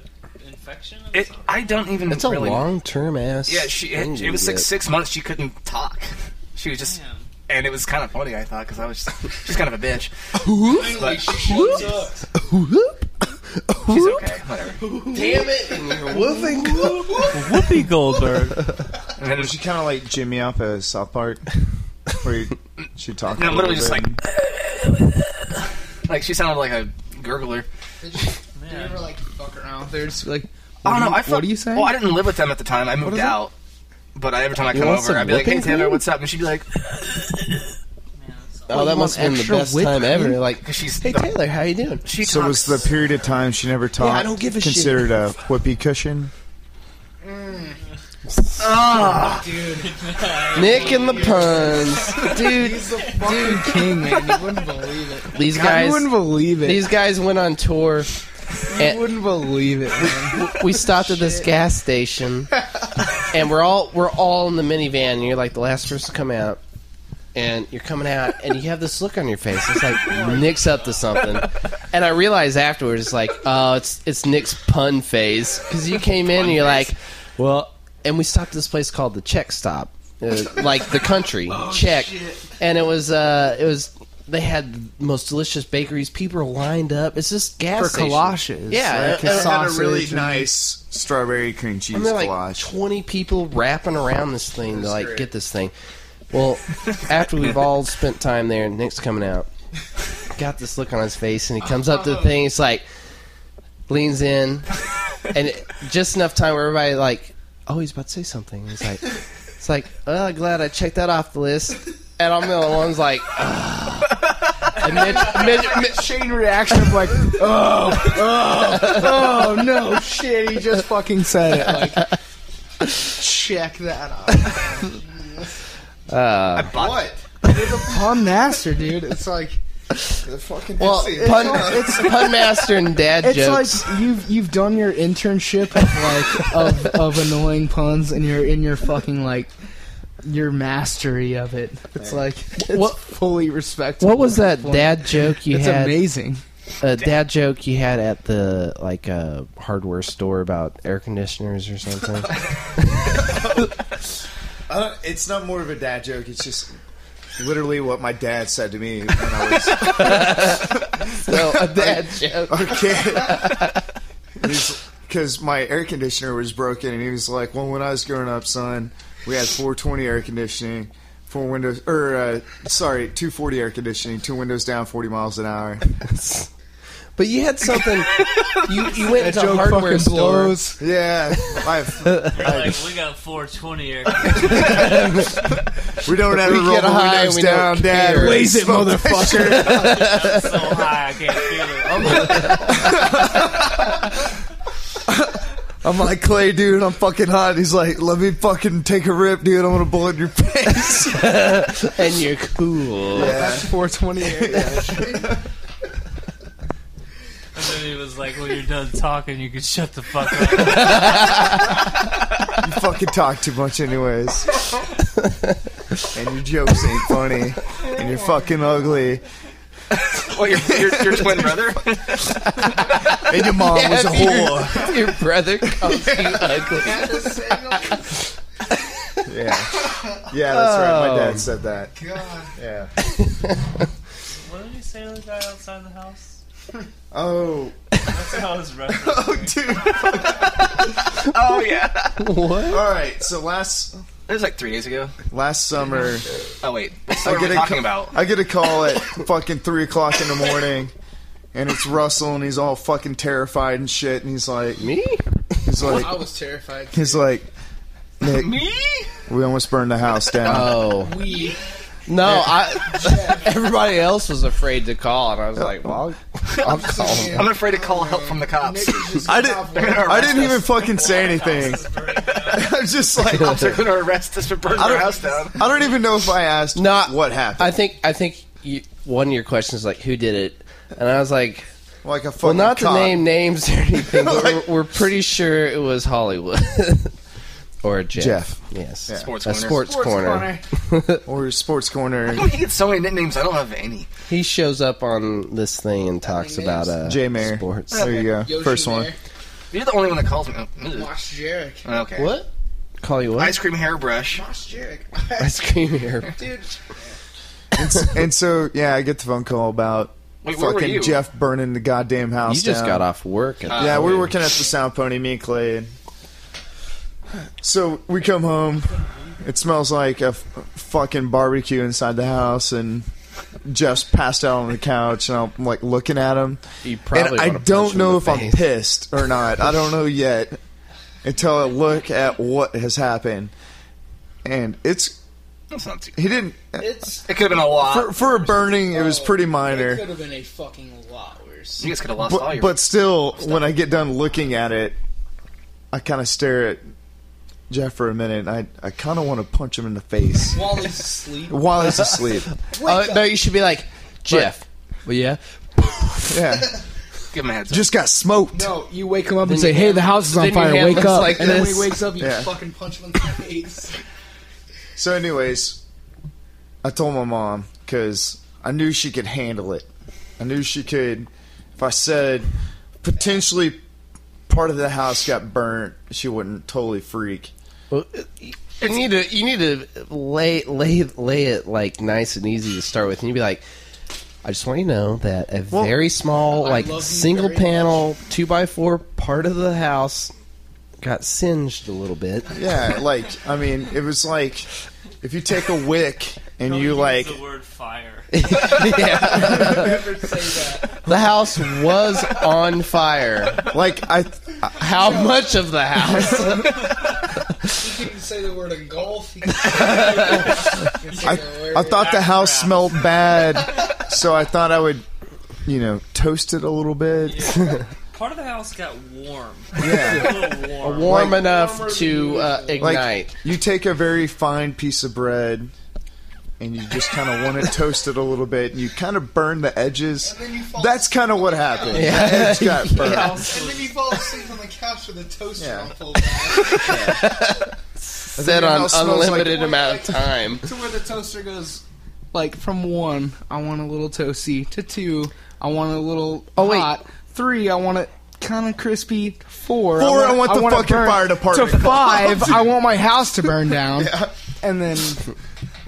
Speaker 4: infection? Or
Speaker 3: It,
Speaker 4: something?
Speaker 3: I don't even.
Speaker 1: It's a
Speaker 3: really,
Speaker 1: long term ass.
Speaker 3: Yeah, she.
Speaker 1: thing
Speaker 3: It,
Speaker 1: you
Speaker 3: it was like
Speaker 1: get.
Speaker 3: six months. She couldn't talk. She was just,
Speaker 4: Damn.
Speaker 3: and it was kind of funny. I thought because I was just, she's kind of a bitch.
Speaker 6: finally, she shows up.
Speaker 3: She's okay, whatever.
Speaker 1: Damn it! And you're whooping
Speaker 4: Whoopi Goldberg.
Speaker 3: And then
Speaker 5: Was she kind of like Jimmy off of South Park? Where you- she talked.
Speaker 3: No,
Speaker 5: a
Speaker 3: literally
Speaker 5: little
Speaker 3: just
Speaker 5: bit.
Speaker 3: like she sounded like a gurgler.
Speaker 6: They just, they never like fuck around. They're just like,
Speaker 3: I don't know. I
Speaker 2: What
Speaker 3: felt-
Speaker 2: are you saying?
Speaker 3: Well, I didn't live with them at the time. I moved
Speaker 2: is it?
Speaker 3: out. But I, every time I come
Speaker 1: want
Speaker 3: over,
Speaker 1: some
Speaker 3: I'd be like, "Hey
Speaker 1: whipping
Speaker 3: Taylor,
Speaker 1: cream?"
Speaker 3: what's up?" And she'd be like,
Speaker 1: Oh, that must have been the
Speaker 2: extra
Speaker 1: best
Speaker 2: whipped
Speaker 1: time ever.
Speaker 2: cream?
Speaker 1: Like,
Speaker 3: "Cause she's
Speaker 1: hey
Speaker 3: the-
Speaker 1: Taylor, how you doing?
Speaker 3: She
Speaker 5: So was the
Speaker 3: talks-
Speaker 5: period of time she never talked
Speaker 1: I don't give a shit.
Speaker 5: considered a whoopee cushion?
Speaker 3: Ah.
Speaker 1: Nick and the puns, dude.
Speaker 6: he's the fucking king, man. You wouldn't believe it.
Speaker 1: These
Speaker 2: I
Speaker 1: guys,
Speaker 2: wouldn't believe it.
Speaker 1: these guys went on tour.
Speaker 2: I
Speaker 1: And
Speaker 2: wouldn't believe it. Man.
Speaker 1: we stopped at this gas station, and we're all we're all in the minivan. And you're like the last person to come out, and you're coming out, and you have this look on your face. It's like Nick's up to something, and I realize afterwards, it's like, oh, it's it's Nick's pun phase because you came in and you're like, well, and we stopped at this place called the Check Stop, uh, like the country check, and it was uh it was. They had the most delicious bakeries. People are lined up. It's just gas
Speaker 2: For
Speaker 1: station.
Speaker 2: kolaches,
Speaker 1: Yeah,
Speaker 2: like
Speaker 1: and- and-
Speaker 2: a
Speaker 5: had a
Speaker 2: sausage
Speaker 5: really
Speaker 2: and-
Speaker 5: nice strawberry cream cheese
Speaker 1: I mean, like
Speaker 5: goulash.
Speaker 1: 20 people wrapping around this thing to like get this thing. Well, after we've all spent time there, Nick's coming out. Got this look on his face, and he comes up to the thing. It's like leans in, and it, just enough time where everybody like, oh, he's about to say something. He's like, it's like, oh, glad I checked that off the list. And I'm the only one's like, "Ugh." and Mitch, Mitch, Mitch,
Speaker 2: chain reaction of like, oh, oh, oh no, shit, he just fucking said it. Like,
Speaker 6: Check that out.
Speaker 1: uh,
Speaker 6: what?
Speaker 2: pun master, dude. It's like,
Speaker 5: The fucking
Speaker 1: well,
Speaker 5: Pepsi.
Speaker 1: pun, it's pun master and dad
Speaker 2: it's
Speaker 1: jokes.
Speaker 2: like you've you've done your internship of like of, of annoying puns, and you're in your fucking like your mastery of it. It's like it's
Speaker 1: What-
Speaker 2: fully respectable.
Speaker 1: what was that
Speaker 2: Fully-
Speaker 1: dad joke you
Speaker 2: It's
Speaker 1: had?
Speaker 2: amazing.
Speaker 1: a dad joke you had at the like uh, hardware store about air conditioners or something.
Speaker 5: I don't, it's not more of a dad joke. It's just literally what my dad said to me when I was
Speaker 1: so a dad joke.
Speaker 5: Okay. Because my air conditioner was broken, and he was like, "Well, when I was growing up, son, we had 420 air conditioning, four windows, or uh, sorry, 240 air conditioning, two windows down, 40 miles an hour."
Speaker 1: But you had something. You you went to a
Speaker 2: Joke
Speaker 1: hardware
Speaker 2: fucking
Speaker 1: store.
Speaker 2: blows.
Speaker 5: Yeah, I've,
Speaker 4: They're like, we got 420 here.
Speaker 5: we don't ever
Speaker 1: We
Speaker 5: roll
Speaker 1: get
Speaker 5: the
Speaker 1: high,
Speaker 5: windows
Speaker 1: we don't
Speaker 5: down, Dad.
Speaker 1: care.
Speaker 5: We're
Speaker 2: Blaze it,
Speaker 5: smoke that
Speaker 2: motherfucker.
Speaker 5: shit.
Speaker 4: I'm so high, I can't
Speaker 5: Oh
Speaker 4: feel it.
Speaker 5: I'm like Clay, dude. I'm fucking hot. He's like, "Let me fucking take a rip, dude. I'm gonna bullet your face."
Speaker 1: And you're cool.
Speaker 5: yeah.
Speaker 2: 420
Speaker 4: And then he was like, when you're done talking, you can shut the fuck up.
Speaker 5: You fucking talk too much, anyways. and your jokes ain't funny. And you're fucking ugly.
Speaker 3: Well, your, your, your twin brother.
Speaker 5: And your mom was a whore.
Speaker 1: Your, your brother calls you ugly.
Speaker 5: Yeah. Yeah, that's right. My dad said that.
Speaker 6: God.
Speaker 5: Yeah.
Speaker 4: what did he say to the guy outside the house?
Speaker 5: Oh.
Speaker 4: That's how I was referencing.
Speaker 5: Dude.
Speaker 3: oh yeah.
Speaker 5: All right. So last
Speaker 3: It was like three days ago.
Speaker 5: Last summer,
Speaker 3: Oh wait, that's
Speaker 5: I
Speaker 3: what
Speaker 5: get
Speaker 3: we're
Speaker 5: a
Speaker 3: talking
Speaker 5: ca-
Speaker 3: about.
Speaker 5: I get a call at fucking three o'clock in the morning, and it's Russell, and he's all fucking terrified and shit, and he's like,
Speaker 1: Me?
Speaker 5: he's
Speaker 6: I
Speaker 5: like,
Speaker 6: was terrified.
Speaker 5: he's like, Nick,
Speaker 3: Me?
Speaker 5: we almost burned the house down.
Speaker 1: Oh
Speaker 6: We
Speaker 1: no! I everybody else was afraid to call, and I was like, "Well, I'll, I'll call." him.
Speaker 3: I'm afraid to call help from the cops.
Speaker 5: I didn't.
Speaker 6: Uh,
Speaker 5: I didn't even fucking say anything. I'm just like,
Speaker 3: Cops are going to arrest us for burning
Speaker 5: I
Speaker 3: our
Speaker 5: don't-
Speaker 3: house down.
Speaker 5: I don't even know if I asked
Speaker 1: No,
Speaker 5: what happened.
Speaker 1: I think I think you, one of your questions like, "Who did it?" And I was like,
Speaker 5: like a fucking
Speaker 1: "Well, not
Speaker 5: cop.
Speaker 1: to name names or anything, but
Speaker 5: Like-
Speaker 1: we're, we're pretty sure it was Hollywood or Jeff."
Speaker 5: Jeff.
Speaker 1: yes,
Speaker 5: Yeah.
Speaker 1: a
Speaker 3: Sports corner.
Speaker 1: sports, corner.
Speaker 5: or sports corner.
Speaker 3: He gets so many nicknames. I don't have any.
Speaker 1: He shows up on this thing and talks about uh,
Speaker 5: J. Mayer.
Speaker 1: sports.
Speaker 5: There you go.
Speaker 6: Yoshi
Speaker 5: First
Speaker 6: there.
Speaker 5: one.
Speaker 3: You're the only one that calls me. Oh, ugh.
Speaker 6: Mosh Jarek.
Speaker 3: Okay.
Speaker 1: What? Call you what?
Speaker 3: Ice cream hairbrush.
Speaker 6: Mosh Jarek.
Speaker 1: Ice cream here.
Speaker 6: Dude,
Speaker 5: and so yeah, I get the phone call about
Speaker 3: Wait, where were
Speaker 5: fucking
Speaker 3: you? Ah,
Speaker 5: Jeff burning the goddamn
Speaker 1: You
Speaker 5: house.
Speaker 1: just
Speaker 5: down.
Speaker 1: got off work. At
Speaker 5: Yeah, we were working at the Sound Pony, me and Clay. And so we come home. It smells like a f- fucking barbecue inside the house, and Jeff's passed out on the couch, and I'm like looking at him.
Speaker 1: You
Speaker 5: And
Speaker 1: probably
Speaker 5: I
Speaker 1: wanna punch
Speaker 5: don't
Speaker 1: him in
Speaker 5: know
Speaker 1: the
Speaker 5: if I'm
Speaker 1: face.
Speaker 5: pissed or not. I don't know yet until I look at what has happened. And it's
Speaker 3: That's not too.
Speaker 5: he didn't
Speaker 6: it's
Speaker 3: It could have been a lot.
Speaker 5: for for a burning. It was pretty
Speaker 6: It
Speaker 5: minor.
Speaker 6: could have been a fucking lot worse.
Speaker 3: you guys could have lost all
Speaker 5: but,
Speaker 3: your.
Speaker 5: but still, when I get done looking at it, I kind of stare at Jeff for a minute. And I I kind of want to punch him in the face
Speaker 6: While he's asleep.
Speaker 5: while he's asleep.
Speaker 1: Oh no, you should be like Jeff. well, yeah.
Speaker 5: Yeah,
Speaker 3: give him a heads up.
Speaker 5: just got smoked.
Speaker 6: No, you wake him up and
Speaker 1: Then
Speaker 6: say,
Speaker 1: you
Speaker 6: "Hey,
Speaker 1: hand-
Speaker 6: the house is on
Speaker 1: then your
Speaker 6: fire.
Speaker 1: hand
Speaker 6: Wake
Speaker 1: looks
Speaker 6: up!"
Speaker 1: like
Speaker 6: and then when
Speaker 1: this.
Speaker 6: he wakes up, you
Speaker 5: Yeah.
Speaker 6: fucking punch him in the face.
Speaker 5: So, anyways, I told my mom because I knew she could handle it. I knew she could. If I said potentially part of the house got burnt, she wouldn't totally freak.
Speaker 1: Well, you need to you need to lay lay lay it like nice and easy to start with, and you'd be like, I just want you to know that a
Speaker 5: Well,
Speaker 1: very small
Speaker 6: I
Speaker 1: like
Speaker 6: love you
Speaker 1: single
Speaker 6: very
Speaker 1: panel two by four part of the house got singed a little bit.
Speaker 5: Yeah, like I mean, it was like if you take a wick and you like
Speaker 4: the word fire.
Speaker 1: The house was on fire.
Speaker 5: like I
Speaker 1: How much of the house?
Speaker 6: He couldn't say the word engulf. "Oh, He
Speaker 5: I, I thought the house smelled bad, so I thought I would, you know, toast it a little bit.
Speaker 4: Part of the house got warm.
Speaker 5: Yeah.
Speaker 4: A little warm.
Speaker 1: Warm
Speaker 5: Like-
Speaker 1: enough to uh,
Speaker 5: Like
Speaker 1: ignite.
Speaker 5: you take a very fine piece of bread and you just kind of want it toasted a little bit and you kind of burn the edges.
Speaker 6: And then you fall
Speaker 5: That's kind of what happened. The edge got burned.
Speaker 6: And then you fall asleep on the couch with a toaster
Speaker 5: Yeah.
Speaker 6: on full blast
Speaker 1: Said
Speaker 5: your
Speaker 1: on
Speaker 5: house smells like-
Speaker 1: unlimited amount of time.
Speaker 6: to where the toaster goes.
Speaker 2: Like from one, I want a little toasty. To two, I want a little
Speaker 1: Oh, wait.
Speaker 2: hot. Three, I want it kind of crispy. Four,
Speaker 5: Four, I want the
Speaker 2: it
Speaker 5: fucking
Speaker 2: burnt.
Speaker 5: fire department
Speaker 2: To
Speaker 5: called.
Speaker 2: five, I want my house to burn down. And then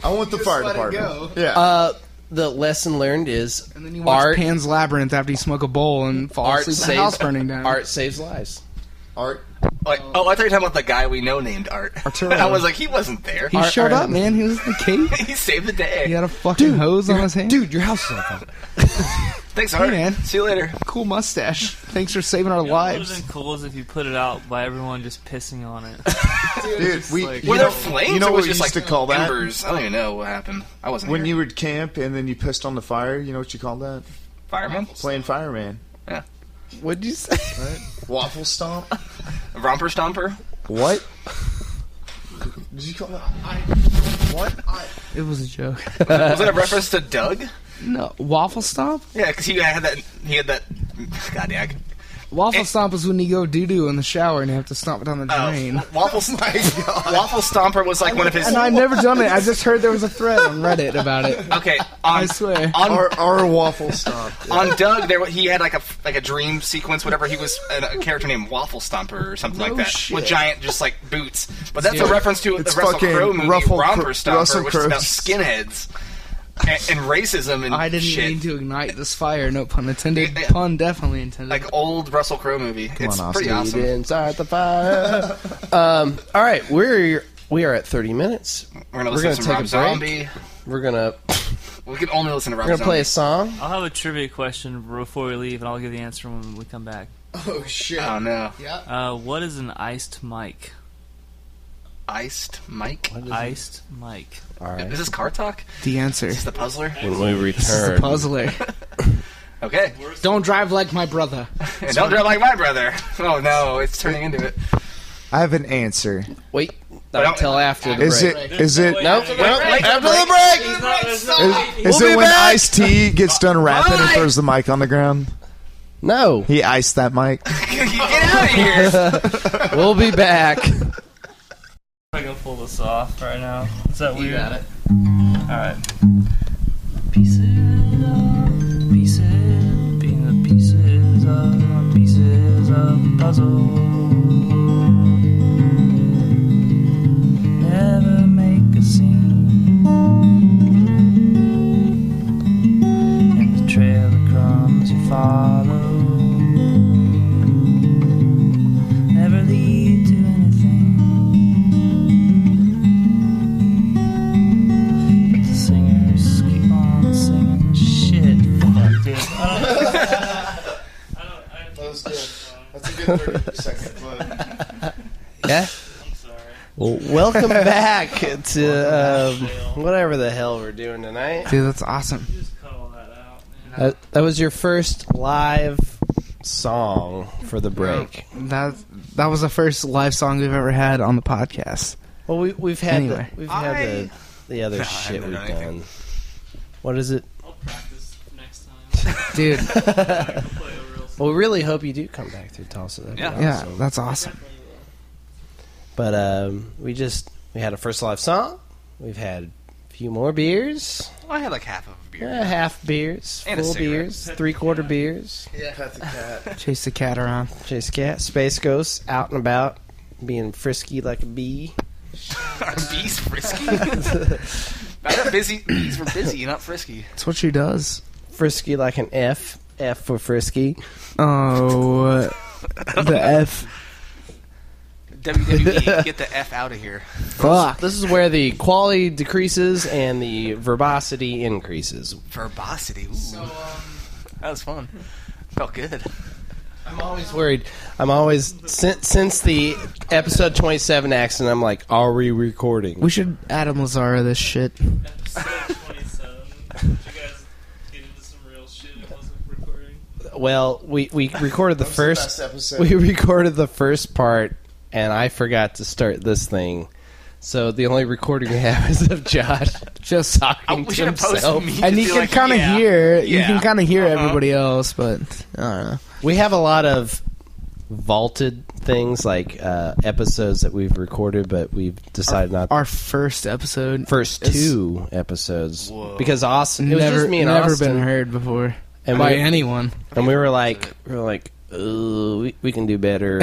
Speaker 5: I want the fire
Speaker 6: let it
Speaker 5: department.
Speaker 6: go.
Speaker 5: Yeah.
Speaker 1: Uh, the lesson learned is
Speaker 2: and then you watch
Speaker 1: art
Speaker 2: Pan's Labyrinth after you smoke a bowl and fall
Speaker 1: art
Speaker 2: asleep with
Speaker 1: saves
Speaker 2: the house burning down.
Speaker 1: Art saves lives.
Speaker 5: Art.
Speaker 3: Like, oh, I thought you were talking about the guy we know named Art.
Speaker 2: Arturo.
Speaker 3: I was like, he wasn't there.
Speaker 2: He
Speaker 1: Art-
Speaker 2: showed
Speaker 1: Art-
Speaker 2: up, man. He was in the cave.
Speaker 3: He saved the day.
Speaker 2: He had a fucking hose on his hand. Dude,
Speaker 1: your house is on fire.
Speaker 3: Thanks, Art.
Speaker 2: man.
Speaker 3: See you later.
Speaker 2: cool mustache. Thanks for saving our
Speaker 4: What would
Speaker 2: lives.
Speaker 4: have been cool is if you put it out by everyone just pissing on it.
Speaker 5: Dude, we
Speaker 3: Were
Speaker 5: you
Speaker 3: there
Speaker 5: know,
Speaker 3: flames?
Speaker 5: you know
Speaker 3: or
Speaker 5: what
Speaker 3: was
Speaker 5: we
Speaker 3: it just
Speaker 5: used
Speaker 3: like
Speaker 5: to call that?
Speaker 3: embers. I don't even know what happened. I wasn't
Speaker 5: When
Speaker 3: here.
Speaker 5: you would camp and then you pissed on the fire, you know what you call that?
Speaker 3: fireman
Speaker 5: Playing fireman.
Speaker 1: What'd you say?
Speaker 5: Waffle stomp.
Speaker 3: romper stomper.
Speaker 5: What? Did you call that? what?
Speaker 2: It was a joke.
Speaker 5: Uh,
Speaker 3: Was that a reference to Doug?
Speaker 2: No, waffle stomp.
Speaker 3: Yeah, because he had that. He had that. God dang.
Speaker 2: Waffle
Speaker 3: Eh.
Speaker 2: stomp is when you go doo doo in the shower and you have to stomp down the
Speaker 3: Uh,
Speaker 2: drain.
Speaker 3: waffle.
Speaker 5: Oh
Speaker 3: Waffle stomper was like one of his.
Speaker 2: and I've never done it. I just heard there was a thread on Reddit about it.
Speaker 3: Okay, on,
Speaker 2: I swear.
Speaker 3: on
Speaker 5: Our, our waffle stomp.
Speaker 3: on Doug, there wa- he had like a like a dream sequence, whatever. He was a, a character named Waffle Stomper or something like that, with giant just like boots. But that's a reference to
Speaker 5: It's
Speaker 3: the Russell
Speaker 5: fucking
Speaker 3: Crowe movie
Speaker 5: Russell Cro-
Speaker 3: Romper Stomper,
Speaker 5: Russell
Speaker 3: which is about
Speaker 5: Crowe's-
Speaker 3: skinheads and, and racism and
Speaker 2: I didn't
Speaker 3: shit.
Speaker 2: mean to ignite this fire. No pun intended.
Speaker 3: Yeah.
Speaker 2: Pun definitely intended.
Speaker 3: Like old Russell Crowe movie. it's
Speaker 5: on,
Speaker 3: pretty
Speaker 5: Austin.
Speaker 3: awesome.
Speaker 1: Inside the fire. um, all right, we're We are at 30 minutes.
Speaker 3: We're gonna
Speaker 1: We're
Speaker 3: listen
Speaker 1: gonna
Speaker 3: to
Speaker 1: take
Speaker 3: some Rob
Speaker 1: a
Speaker 3: Zombie.
Speaker 1: break. We're gonna
Speaker 3: We can only listen to Rob
Speaker 1: we're gonna play a
Speaker 3: Zombie.
Speaker 1: song.
Speaker 4: I'll have a trivia question before we leave, and I'll give the answer when we come back.
Speaker 6: Oh shit.
Speaker 3: Oh no,
Speaker 6: yeah.
Speaker 4: Uh, what is an iced mic?
Speaker 3: iced Mike.
Speaker 4: Iced mic.
Speaker 1: All right.
Speaker 3: Is this car talk?
Speaker 2: The answer.
Speaker 3: Is this the puzzler?
Speaker 1: When we
Speaker 2: It's
Speaker 1: return,
Speaker 2: the puzzler.
Speaker 3: Okay.
Speaker 2: Don't drive like my brother.
Speaker 3: And don't drive like my brother. Oh no, it's turning into it.
Speaker 5: I have an answer.
Speaker 1: wait,
Speaker 3: don't-
Speaker 1: not till after the
Speaker 5: Is
Speaker 1: break.
Speaker 5: it? Is it?
Speaker 1: Nope. nope, After the break.
Speaker 5: Is, is
Speaker 1: We'll
Speaker 5: it
Speaker 1: be
Speaker 5: when
Speaker 1: back.
Speaker 5: Ice T gets done rapping and throws the mic on the ground?
Speaker 1: No,
Speaker 5: He iced that mic.
Speaker 3: Get out of here!
Speaker 1: we'll be back.
Speaker 4: I go pull this off right now. Is that weird?
Speaker 1: it.
Speaker 4: All right. Pieces of pieces, being the pieces of pieces of puzzle. Never make a scene. In the trail of crumbs you follow. Never lead to anything. The singers keep on singing shit. Fuck, dude. I don't. I don't. I,
Speaker 6: That was good. That's a good 30 second clip.
Speaker 1: Yeah.
Speaker 4: I'm sorry.
Speaker 1: Well, welcome back to um, whatever the hell we're doing tonight.
Speaker 2: Dude, that's awesome.
Speaker 4: You just cut all that out, man.
Speaker 1: That, that was your first live song for the break.
Speaker 2: That that was the first live song we've ever had on the podcast.
Speaker 1: Well, we, we've had
Speaker 2: Anyway.
Speaker 1: the, we've had the, the other shit
Speaker 3: done
Speaker 1: we've
Speaker 3: anything.
Speaker 1: done. What is it?
Speaker 4: I'll practice next time.
Speaker 2: Dude,
Speaker 4: I'll play a real
Speaker 1: Well, we really hope you do come back through Tulsa. That'd be
Speaker 3: Yeah.
Speaker 2: yeah,
Speaker 1: awesome.
Speaker 2: that's awesome.
Speaker 1: But um, we just we had a first live song. We've had a few more beers,
Speaker 3: Well, I had like half of a beer.
Speaker 1: uh, half beers,
Speaker 3: And a
Speaker 1: full
Speaker 3: cigarette.
Speaker 1: beers, three quarter beers.
Speaker 6: Yeah. Pat the cat.
Speaker 2: Chase the cat around.
Speaker 1: Chase Cat, Space Ghost, out and about, being frisky like a bee.
Speaker 3: Our bees frisky. Not that busy. Bees were busy, not frisky.
Speaker 2: That's what she does.
Speaker 1: Frisky like an F. F for frisky.
Speaker 2: Oh, uh, the F.
Speaker 3: WWE, E, get the f out of here.
Speaker 2: Fuck.
Speaker 1: This is where the quality decreases and the verbosity increases.
Speaker 3: Verbosity. Ooh,
Speaker 6: So, um,
Speaker 3: that was fun. Felt good.
Speaker 1: I'm always worried. I'm always since since the episode 27 accident. I'm like, are we recording?
Speaker 2: We should Adam Lazara this shit.
Speaker 4: episode 27. Did you guys get into some real shit I wasn't recording?
Speaker 1: Well, we we recorded the
Speaker 6: that was
Speaker 1: first.
Speaker 6: the best episode.
Speaker 1: we recorded the first part and I forgot to start this thing. So the only recording we have is of Josh just talking
Speaker 3: Oh, we
Speaker 1: to
Speaker 3: should have posted
Speaker 1: himself.
Speaker 3: me.
Speaker 2: And
Speaker 3: to
Speaker 2: you
Speaker 3: be
Speaker 2: can
Speaker 3: like,
Speaker 2: kind of
Speaker 3: yeah.
Speaker 2: hear, you
Speaker 3: yeah.
Speaker 2: can kind of hear
Speaker 3: Uh-huh.
Speaker 2: everybody else, but uh, I don't know.
Speaker 1: We have a lot of vaulted things like uh, episodes that we've recorded, but we've decided not.
Speaker 2: Our first episode
Speaker 1: first
Speaker 2: is
Speaker 1: two episodes
Speaker 3: Whoa.
Speaker 1: because Austin, it was
Speaker 2: never,
Speaker 1: just me and
Speaker 2: never
Speaker 1: Austin,
Speaker 2: been heard before
Speaker 1: and
Speaker 2: by
Speaker 1: we
Speaker 2: anyone.
Speaker 1: and we were like, we were like, "Ooh, we, we can do better.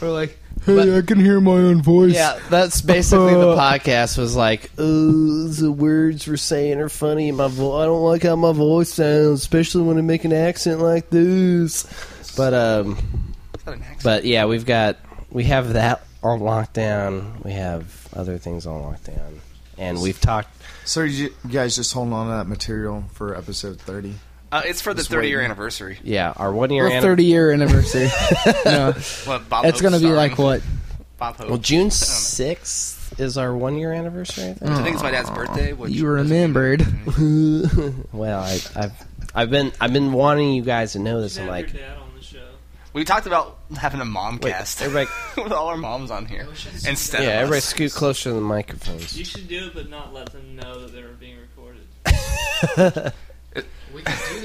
Speaker 2: We're like, hey, I can hear my own voice.
Speaker 1: Yeah, that's basically the podcast was like, oh, the words we're saying are funny. and My vo- I don't like how my voice sounds, especially when I make an accent like this. But um,
Speaker 3: Is that an accent?
Speaker 1: but yeah, we've got we have that on lockdown. We have other things on lockdown, and we've talked.
Speaker 5: So you you guys just holding on to that material for episode thirty.
Speaker 3: Uh, it's for the
Speaker 5: Just
Speaker 3: 30 year
Speaker 5: waiting.
Speaker 3: anniversary.
Speaker 1: Yeah, our one year
Speaker 2: Our 30 year anniversary. no,
Speaker 3: Well, Bob
Speaker 2: it's
Speaker 3: Hope's
Speaker 2: going to be
Speaker 3: starring.
Speaker 2: like what?
Speaker 3: Bob Hope.
Speaker 1: Well, June sixth is our one year anniversary. I think.
Speaker 3: I think it's my dad's birthday. Which
Speaker 2: You remembered.
Speaker 1: well, I, I've I've been I've been wanting you guys to know this. I'm like,
Speaker 4: your dad on the show.
Speaker 3: We talked about having a mom
Speaker 1: Wait,
Speaker 3: cast
Speaker 1: everybody-
Speaker 3: with all our moms on here instead.
Speaker 1: yeah,
Speaker 3: of
Speaker 1: everybody
Speaker 3: us.
Speaker 1: scoot closer to the microphones.
Speaker 4: You should do it, but not let them know that they were being recorded.
Speaker 6: we can do
Speaker 4: I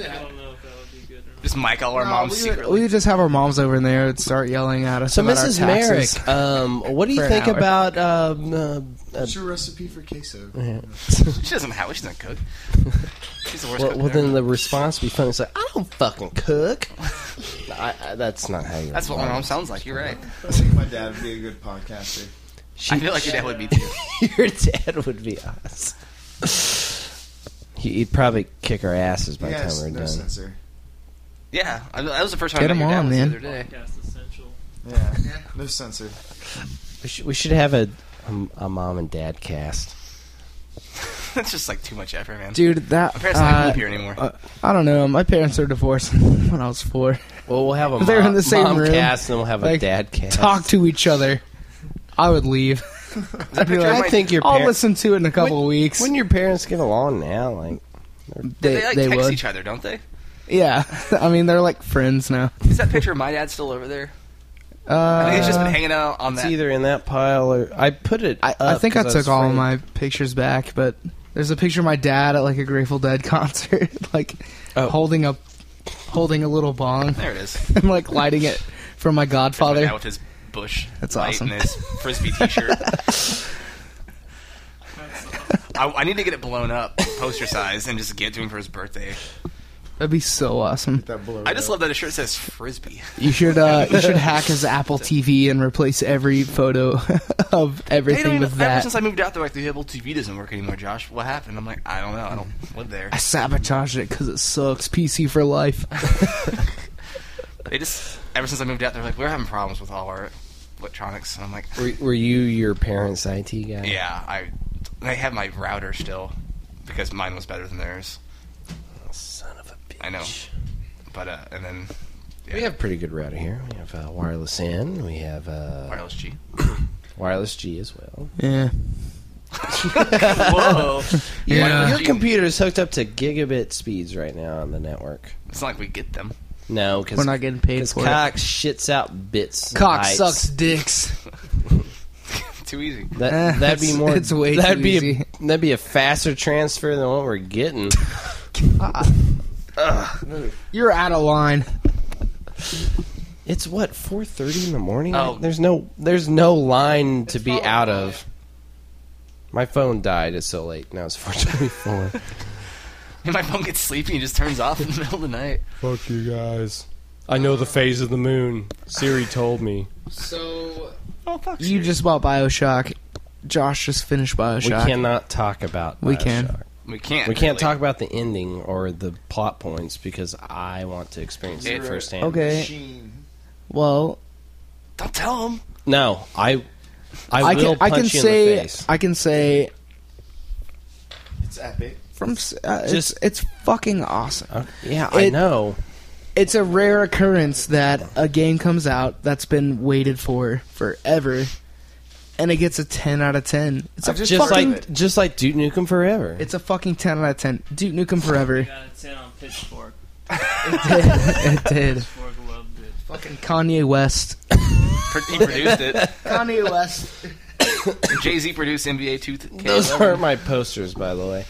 Speaker 6: that.
Speaker 4: don't know if that would be good or not.
Speaker 3: Just mic all our
Speaker 2: No,
Speaker 3: moms
Speaker 2: we, would,
Speaker 3: secretly.
Speaker 2: we would just have our moms over and there would start yelling at us.
Speaker 1: So,
Speaker 2: about
Speaker 1: Mrs.
Speaker 2: our taxes.
Speaker 1: Merrick, um, what do you
Speaker 2: For an
Speaker 1: think
Speaker 2: hour.
Speaker 1: about um, uh, uh,
Speaker 5: your recipe for queso?
Speaker 3: she doesn't have. She doesn't cook. She's the
Speaker 1: well,
Speaker 3: worst. cook
Speaker 1: well,
Speaker 3: there.
Speaker 1: then the response would be funny. It's like, I don't fucking cook. I, I, that's not how you.
Speaker 3: That's what my mom sounds like. You're right.
Speaker 5: I think my dad would be a good podcaster.
Speaker 1: She,
Speaker 3: I feel like your dad would be too.
Speaker 1: your dad would be awesome. He- He'd probably kick our asses by the time we were done.
Speaker 5: censor.
Speaker 3: Yeah, I, that was the first time
Speaker 2: Get
Speaker 3: I
Speaker 2: him
Speaker 3: met your dad
Speaker 2: on,
Speaker 3: was
Speaker 2: man.
Speaker 3: the other day.
Speaker 4: Podcast essential.
Speaker 5: Yeah, no censor.
Speaker 1: We should, we should have a um, a, a mom and dad cast.
Speaker 3: That's just like too much effort, man.
Speaker 2: Dude, that.
Speaker 3: My parents don't even
Speaker 2: uh,
Speaker 3: live here anymore.
Speaker 2: uh, I don't know. My parents are divorced when I was four.
Speaker 1: Well, we'll have a
Speaker 2: They're
Speaker 1: mom,
Speaker 2: in the same
Speaker 1: mom
Speaker 2: room.
Speaker 1: cast, and we'll have a
Speaker 2: Like,
Speaker 1: dad cast.
Speaker 2: Talk to each other. I would leave. I'd be
Speaker 3: picture
Speaker 2: like,
Speaker 1: I think your
Speaker 2: I'll
Speaker 1: parents.
Speaker 2: listen to it in a couple
Speaker 1: When-
Speaker 2: weeks.
Speaker 1: When your parents get along now, like
Speaker 2: they,
Speaker 3: they like
Speaker 2: they
Speaker 3: text
Speaker 2: would.
Speaker 3: each other, don't they?
Speaker 2: Yeah. I mean, they're like friends now.
Speaker 3: Is that picture of my dad still over there?
Speaker 2: Uh,
Speaker 3: I think he's just been hanging out on
Speaker 1: it's
Speaker 3: that.
Speaker 1: either in that pile or I put it.
Speaker 2: I, I
Speaker 1: up
Speaker 2: think I
Speaker 1: 'cause
Speaker 2: took
Speaker 1: was
Speaker 2: all
Speaker 1: afraid.
Speaker 2: my pictures back, but there's a picture of my dad at like a Grateful Dead concert, like
Speaker 1: Oh.
Speaker 2: holding a holding a little bong
Speaker 3: There it is.
Speaker 2: and like lighting it for my
Speaker 3: Now
Speaker 2: godfather.
Speaker 3: with his bush.
Speaker 2: That's
Speaker 3: light
Speaker 2: awesome.
Speaker 3: And his frisbee T-shirt. I, I need to get it blown up, poster size, and just get to him for his birthday.
Speaker 2: That'd be so awesome.
Speaker 5: That blow
Speaker 3: I just love that his shirt says frisbee.
Speaker 2: You should uh, you should hack his Apple TV and replace every photo of
Speaker 3: They don't
Speaker 2: everything
Speaker 3: even-
Speaker 2: with
Speaker 3: ever
Speaker 2: that.
Speaker 3: since I moved out there, like the Apple TV doesn't work anymore. Josh, what happened? I'm like, I don't know. I don't live there.
Speaker 2: I sabotaged it because it sucks. PC for life.
Speaker 3: They just ever since I moved out, they're like, we're having problems with all our electronics, and I'm like,
Speaker 1: Were, were you your parents' IT guy?
Speaker 3: yeah, I. They have my router still because mine was better than theirs.
Speaker 1: Son of a bitch.
Speaker 3: I know. But uh, and then
Speaker 1: We have pretty good router here. We have uh, wireless in. We have uh,
Speaker 3: wireless G.
Speaker 1: wireless G as well.
Speaker 2: Yeah.
Speaker 3: Whoa.
Speaker 2: Yeah.
Speaker 1: Your computer is hooked up to gigabit speeds right now on the network.
Speaker 3: It's not like we get them.
Speaker 1: No, because
Speaker 2: We're not getting paid for it.
Speaker 1: Cox shits out bits. and
Speaker 2: Cock
Speaker 1: bytes.
Speaker 2: sucks dicks.
Speaker 3: Too easy.
Speaker 1: That,
Speaker 2: Eh,
Speaker 1: that'd be
Speaker 2: it's-
Speaker 1: more.
Speaker 2: it's way
Speaker 1: that'd
Speaker 2: too
Speaker 1: be
Speaker 2: easy.
Speaker 1: A, that'd be a faster transfer than what we're getting.
Speaker 2: You're out of line.
Speaker 1: It's what four thirty in the morning.
Speaker 3: Oh.
Speaker 1: There's no there's no line to be out of. My phone died. It's so late. Now it's four twenty four.
Speaker 3: And my phone gets sleepy and just turns off in the middle of the night.
Speaker 1: Fuck you guys. I know the phase of the moon. Siri told me.
Speaker 2: So
Speaker 3: Oh fuck.
Speaker 2: you just bought Bioshock. Josh just finished
Speaker 1: We
Speaker 2: Bioshock.
Speaker 1: cannot talk about.
Speaker 2: We can.
Speaker 1: Bioshock.
Speaker 3: we can't.
Speaker 1: We can't
Speaker 3: really.
Speaker 1: talk about the ending or the plot points because I want to experience it
Speaker 3: Right.
Speaker 1: firsthand.
Speaker 2: okay. Well,
Speaker 3: Don't tell him.
Speaker 1: No, I. I,
Speaker 2: I
Speaker 1: will
Speaker 2: can
Speaker 1: punch
Speaker 2: I can
Speaker 1: you in the
Speaker 2: say
Speaker 1: face.
Speaker 2: I can say
Speaker 5: It's epic.
Speaker 2: from s- uh,
Speaker 1: Just-
Speaker 2: it's, it's fucking awesome.
Speaker 1: yeah, I
Speaker 2: it-
Speaker 1: know.
Speaker 2: It's a rare occurrence that a game comes out that's been waited for forever, and it gets a ten out of ten. It's a
Speaker 5: just
Speaker 1: Just
Speaker 2: fucking
Speaker 1: like just like Duke Nukem Forever.
Speaker 2: it's a fucking ten out of ten. Duke Nukem Forever.
Speaker 4: Got a 10 on Pitchfork.
Speaker 2: it did.
Speaker 4: Pitchfork loved it.
Speaker 2: Fucking Kanye West.
Speaker 3: Pro- He produced it.
Speaker 2: Kanye West.
Speaker 3: Jay Z produced NBA two. Th-
Speaker 1: Those are my posters, by the way.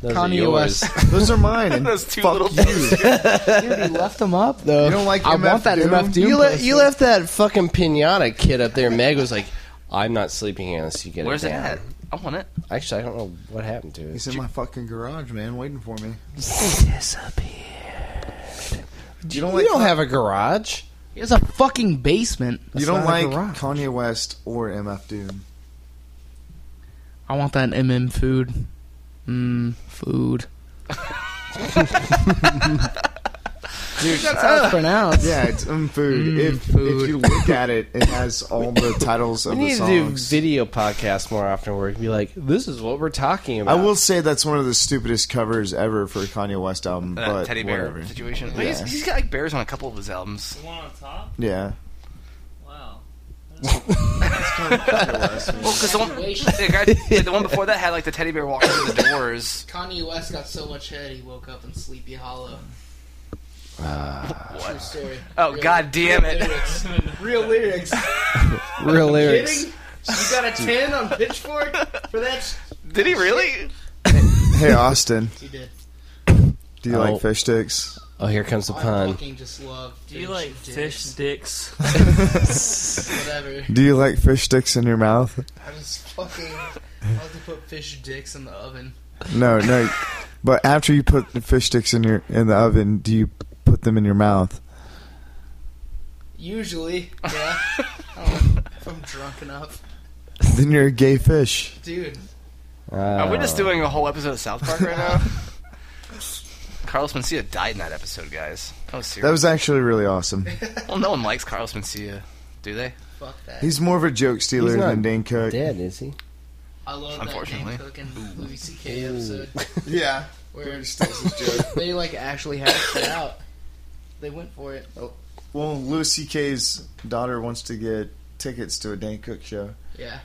Speaker 1: Those are
Speaker 2: Kanye
Speaker 1: yours.
Speaker 2: West.
Speaker 5: Those are mine. And
Speaker 3: Those two
Speaker 5: fuck
Speaker 3: little
Speaker 5: you.
Speaker 2: Dude, he left them up though.
Speaker 5: You don't like
Speaker 2: I
Speaker 5: MF
Speaker 2: want that
Speaker 5: Doom?
Speaker 2: MF Doom.
Speaker 1: You, le-
Speaker 2: poster.
Speaker 1: you left that fucking pinata kid up there. Meg was like, "I'm not sleeping unless you get
Speaker 3: Where's
Speaker 1: it
Speaker 3: it
Speaker 1: down."
Speaker 3: at? I want it.
Speaker 1: Actually, I don't know what happened to it.
Speaker 5: He's in my fucking garage, man, waiting for me.
Speaker 1: You
Speaker 5: don't
Speaker 1: don't,
Speaker 5: like Con-
Speaker 1: have a garage.
Speaker 2: He has a fucking basement.
Speaker 5: you don't
Speaker 1: not a
Speaker 5: like
Speaker 1: garage.
Speaker 5: Kanye West or MF Doom.
Speaker 2: I want that MM food. Mmm, food. Dude, that's how it's pronounced.
Speaker 5: Yeah, it's um food.
Speaker 2: Mm,
Speaker 5: if
Speaker 2: food.
Speaker 5: if you look at it, it has all the titles
Speaker 1: We
Speaker 5: of the
Speaker 1: need to do
Speaker 5: songs.
Speaker 1: video podcasts more often, where we can be like, "This is what we're talking
Speaker 5: I
Speaker 1: about."
Speaker 5: will say that's one of the stupidest covers ever for a Kanye West album,
Speaker 3: That
Speaker 5: but
Speaker 3: Uh, teddy bear
Speaker 5: whatever.
Speaker 3: situation. But he's-
Speaker 5: Yeah.
Speaker 3: he's got like bears on a couple of his albums.
Speaker 4: The one on top?
Speaker 5: Yeah.
Speaker 4: Wow.
Speaker 3: Well, because the one, the, guy, the one before that had like the teddy bear walking through the doors.
Speaker 2: Kanye West got so much head he woke up in Sleepy Hollow. True story.
Speaker 3: Oh god Uh, damn it!
Speaker 2: Lyrics. Real lyrics.
Speaker 1: real lyrics.
Speaker 2: Kidding? You got a 10 on Pitchfork for that?
Speaker 3: Did he really?
Speaker 5: Hey Austin,
Speaker 2: You did.
Speaker 5: do you
Speaker 1: Oh.
Speaker 5: like fish sticks?
Speaker 1: Oh, here comes the pun.
Speaker 2: just love.
Speaker 4: Do you like fish dicks?
Speaker 2: Whatever.
Speaker 5: Do you like fish sticks in your mouth?
Speaker 2: I just fucking. I like to put fish dicks in the oven.
Speaker 5: No, no. but after you put the fish sticks in your in the oven, do you put them in your mouth?
Speaker 2: Usually, yeah. I don't know if I'm drunk enough.
Speaker 5: Then you're a gay fish.
Speaker 2: Dude,
Speaker 3: Are we
Speaker 1: Oh.
Speaker 3: just doing a whole episode of South Park right now? Carlos Mencia died in that episode, guys. That was serious.
Speaker 5: That was actually really awesome.
Speaker 3: Well, no one likes Carlos Mencia, do they?
Speaker 6: Fuck that.
Speaker 5: He's more of a joke stealer
Speaker 1: He's not
Speaker 5: than Dane Cook.
Speaker 1: Dead is he?
Speaker 6: I love
Speaker 3: Unfortunately.
Speaker 6: that Dane Cook and Louis C.K. episode
Speaker 5: Yeah.
Speaker 6: where
Speaker 5: his joke.
Speaker 6: they like actually had it set out. They went for it. Oh,
Speaker 5: Well, Louis C.K.'s daughter wants to get tickets to a Dane Cook show,
Speaker 6: yeah.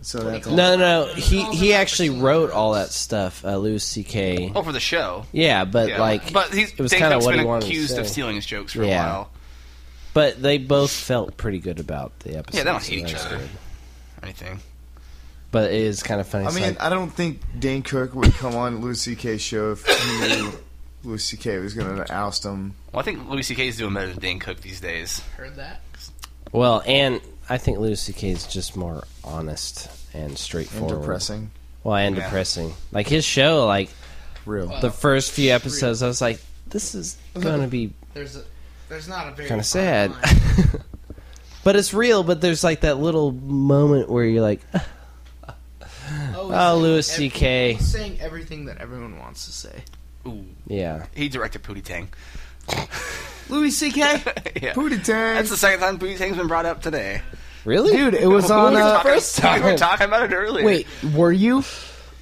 Speaker 5: so
Speaker 6: Well, they
Speaker 5: that's
Speaker 6: call-
Speaker 5: all.
Speaker 1: No, no, no. He he actually wrote all that stuff. Uh, Louis C.K.
Speaker 3: Over Oh, the show.
Speaker 1: Yeah, but
Speaker 3: Yeah.
Speaker 1: like,
Speaker 3: but he's
Speaker 1: it was
Speaker 3: Dane
Speaker 1: kind of
Speaker 3: Cook's
Speaker 1: what he
Speaker 3: been
Speaker 1: wanted
Speaker 3: accused
Speaker 1: to say.
Speaker 3: of stealing his jokes for
Speaker 1: Yeah.
Speaker 3: a while.
Speaker 1: But they both felt pretty good about the episode.
Speaker 3: Yeah, they don't
Speaker 1: so
Speaker 3: hate each
Speaker 1: that's
Speaker 3: other.
Speaker 1: good.
Speaker 3: Anything.
Speaker 1: But it is kind of funny.
Speaker 5: I
Speaker 1: It's
Speaker 5: mean,
Speaker 1: like,
Speaker 5: I don't think Dane Cook would come on Louis C.K.'s show if he knew Louis C.K. was going to oust him.
Speaker 3: Well, I think Louis C.K. is doing better than Dane Cook these days.
Speaker 6: Heard that?
Speaker 1: well, and I think Louis C.K. is just more honest and
Speaker 5: And
Speaker 1: straightforward.
Speaker 5: depressing,
Speaker 1: Well, and
Speaker 3: Yeah.
Speaker 1: depressing. Like his show, like
Speaker 5: real.
Speaker 6: Well,
Speaker 1: the first few episodes, I was like, this is gonna be
Speaker 6: There's a there's not a very
Speaker 1: kind of
Speaker 6: fine
Speaker 1: sad.
Speaker 6: line.
Speaker 1: but it's real. But there's like that little moment where you're like, oh,
Speaker 6: saying
Speaker 1: Louis
Speaker 6: ev-
Speaker 1: C.K.
Speaker 6: Saying everything that everyone wants to say.
Speaker 3: Ooh,
Speaker 1: Yeah,
Speaker 3: he directed Pootie Tang.
Speaker 6: Louis C.K.
Speaker 3: yeah.
Speaker 5: Pootie Tang.
Speaker 3: That's the second time Booty Tang's been brought up today.
Speaker 1: really,
Speaker 2: Dude, it was
Speaker 3: We
Speaker 2: on.
Speaker 3: were
Speaker 2: Uh,
Speaker 3: talking-
Speaker 1: first
Speaker 3: We were
Speaker 1: time.
Speaker 3: talking about it earlier.
Speaker 2: wait, were you?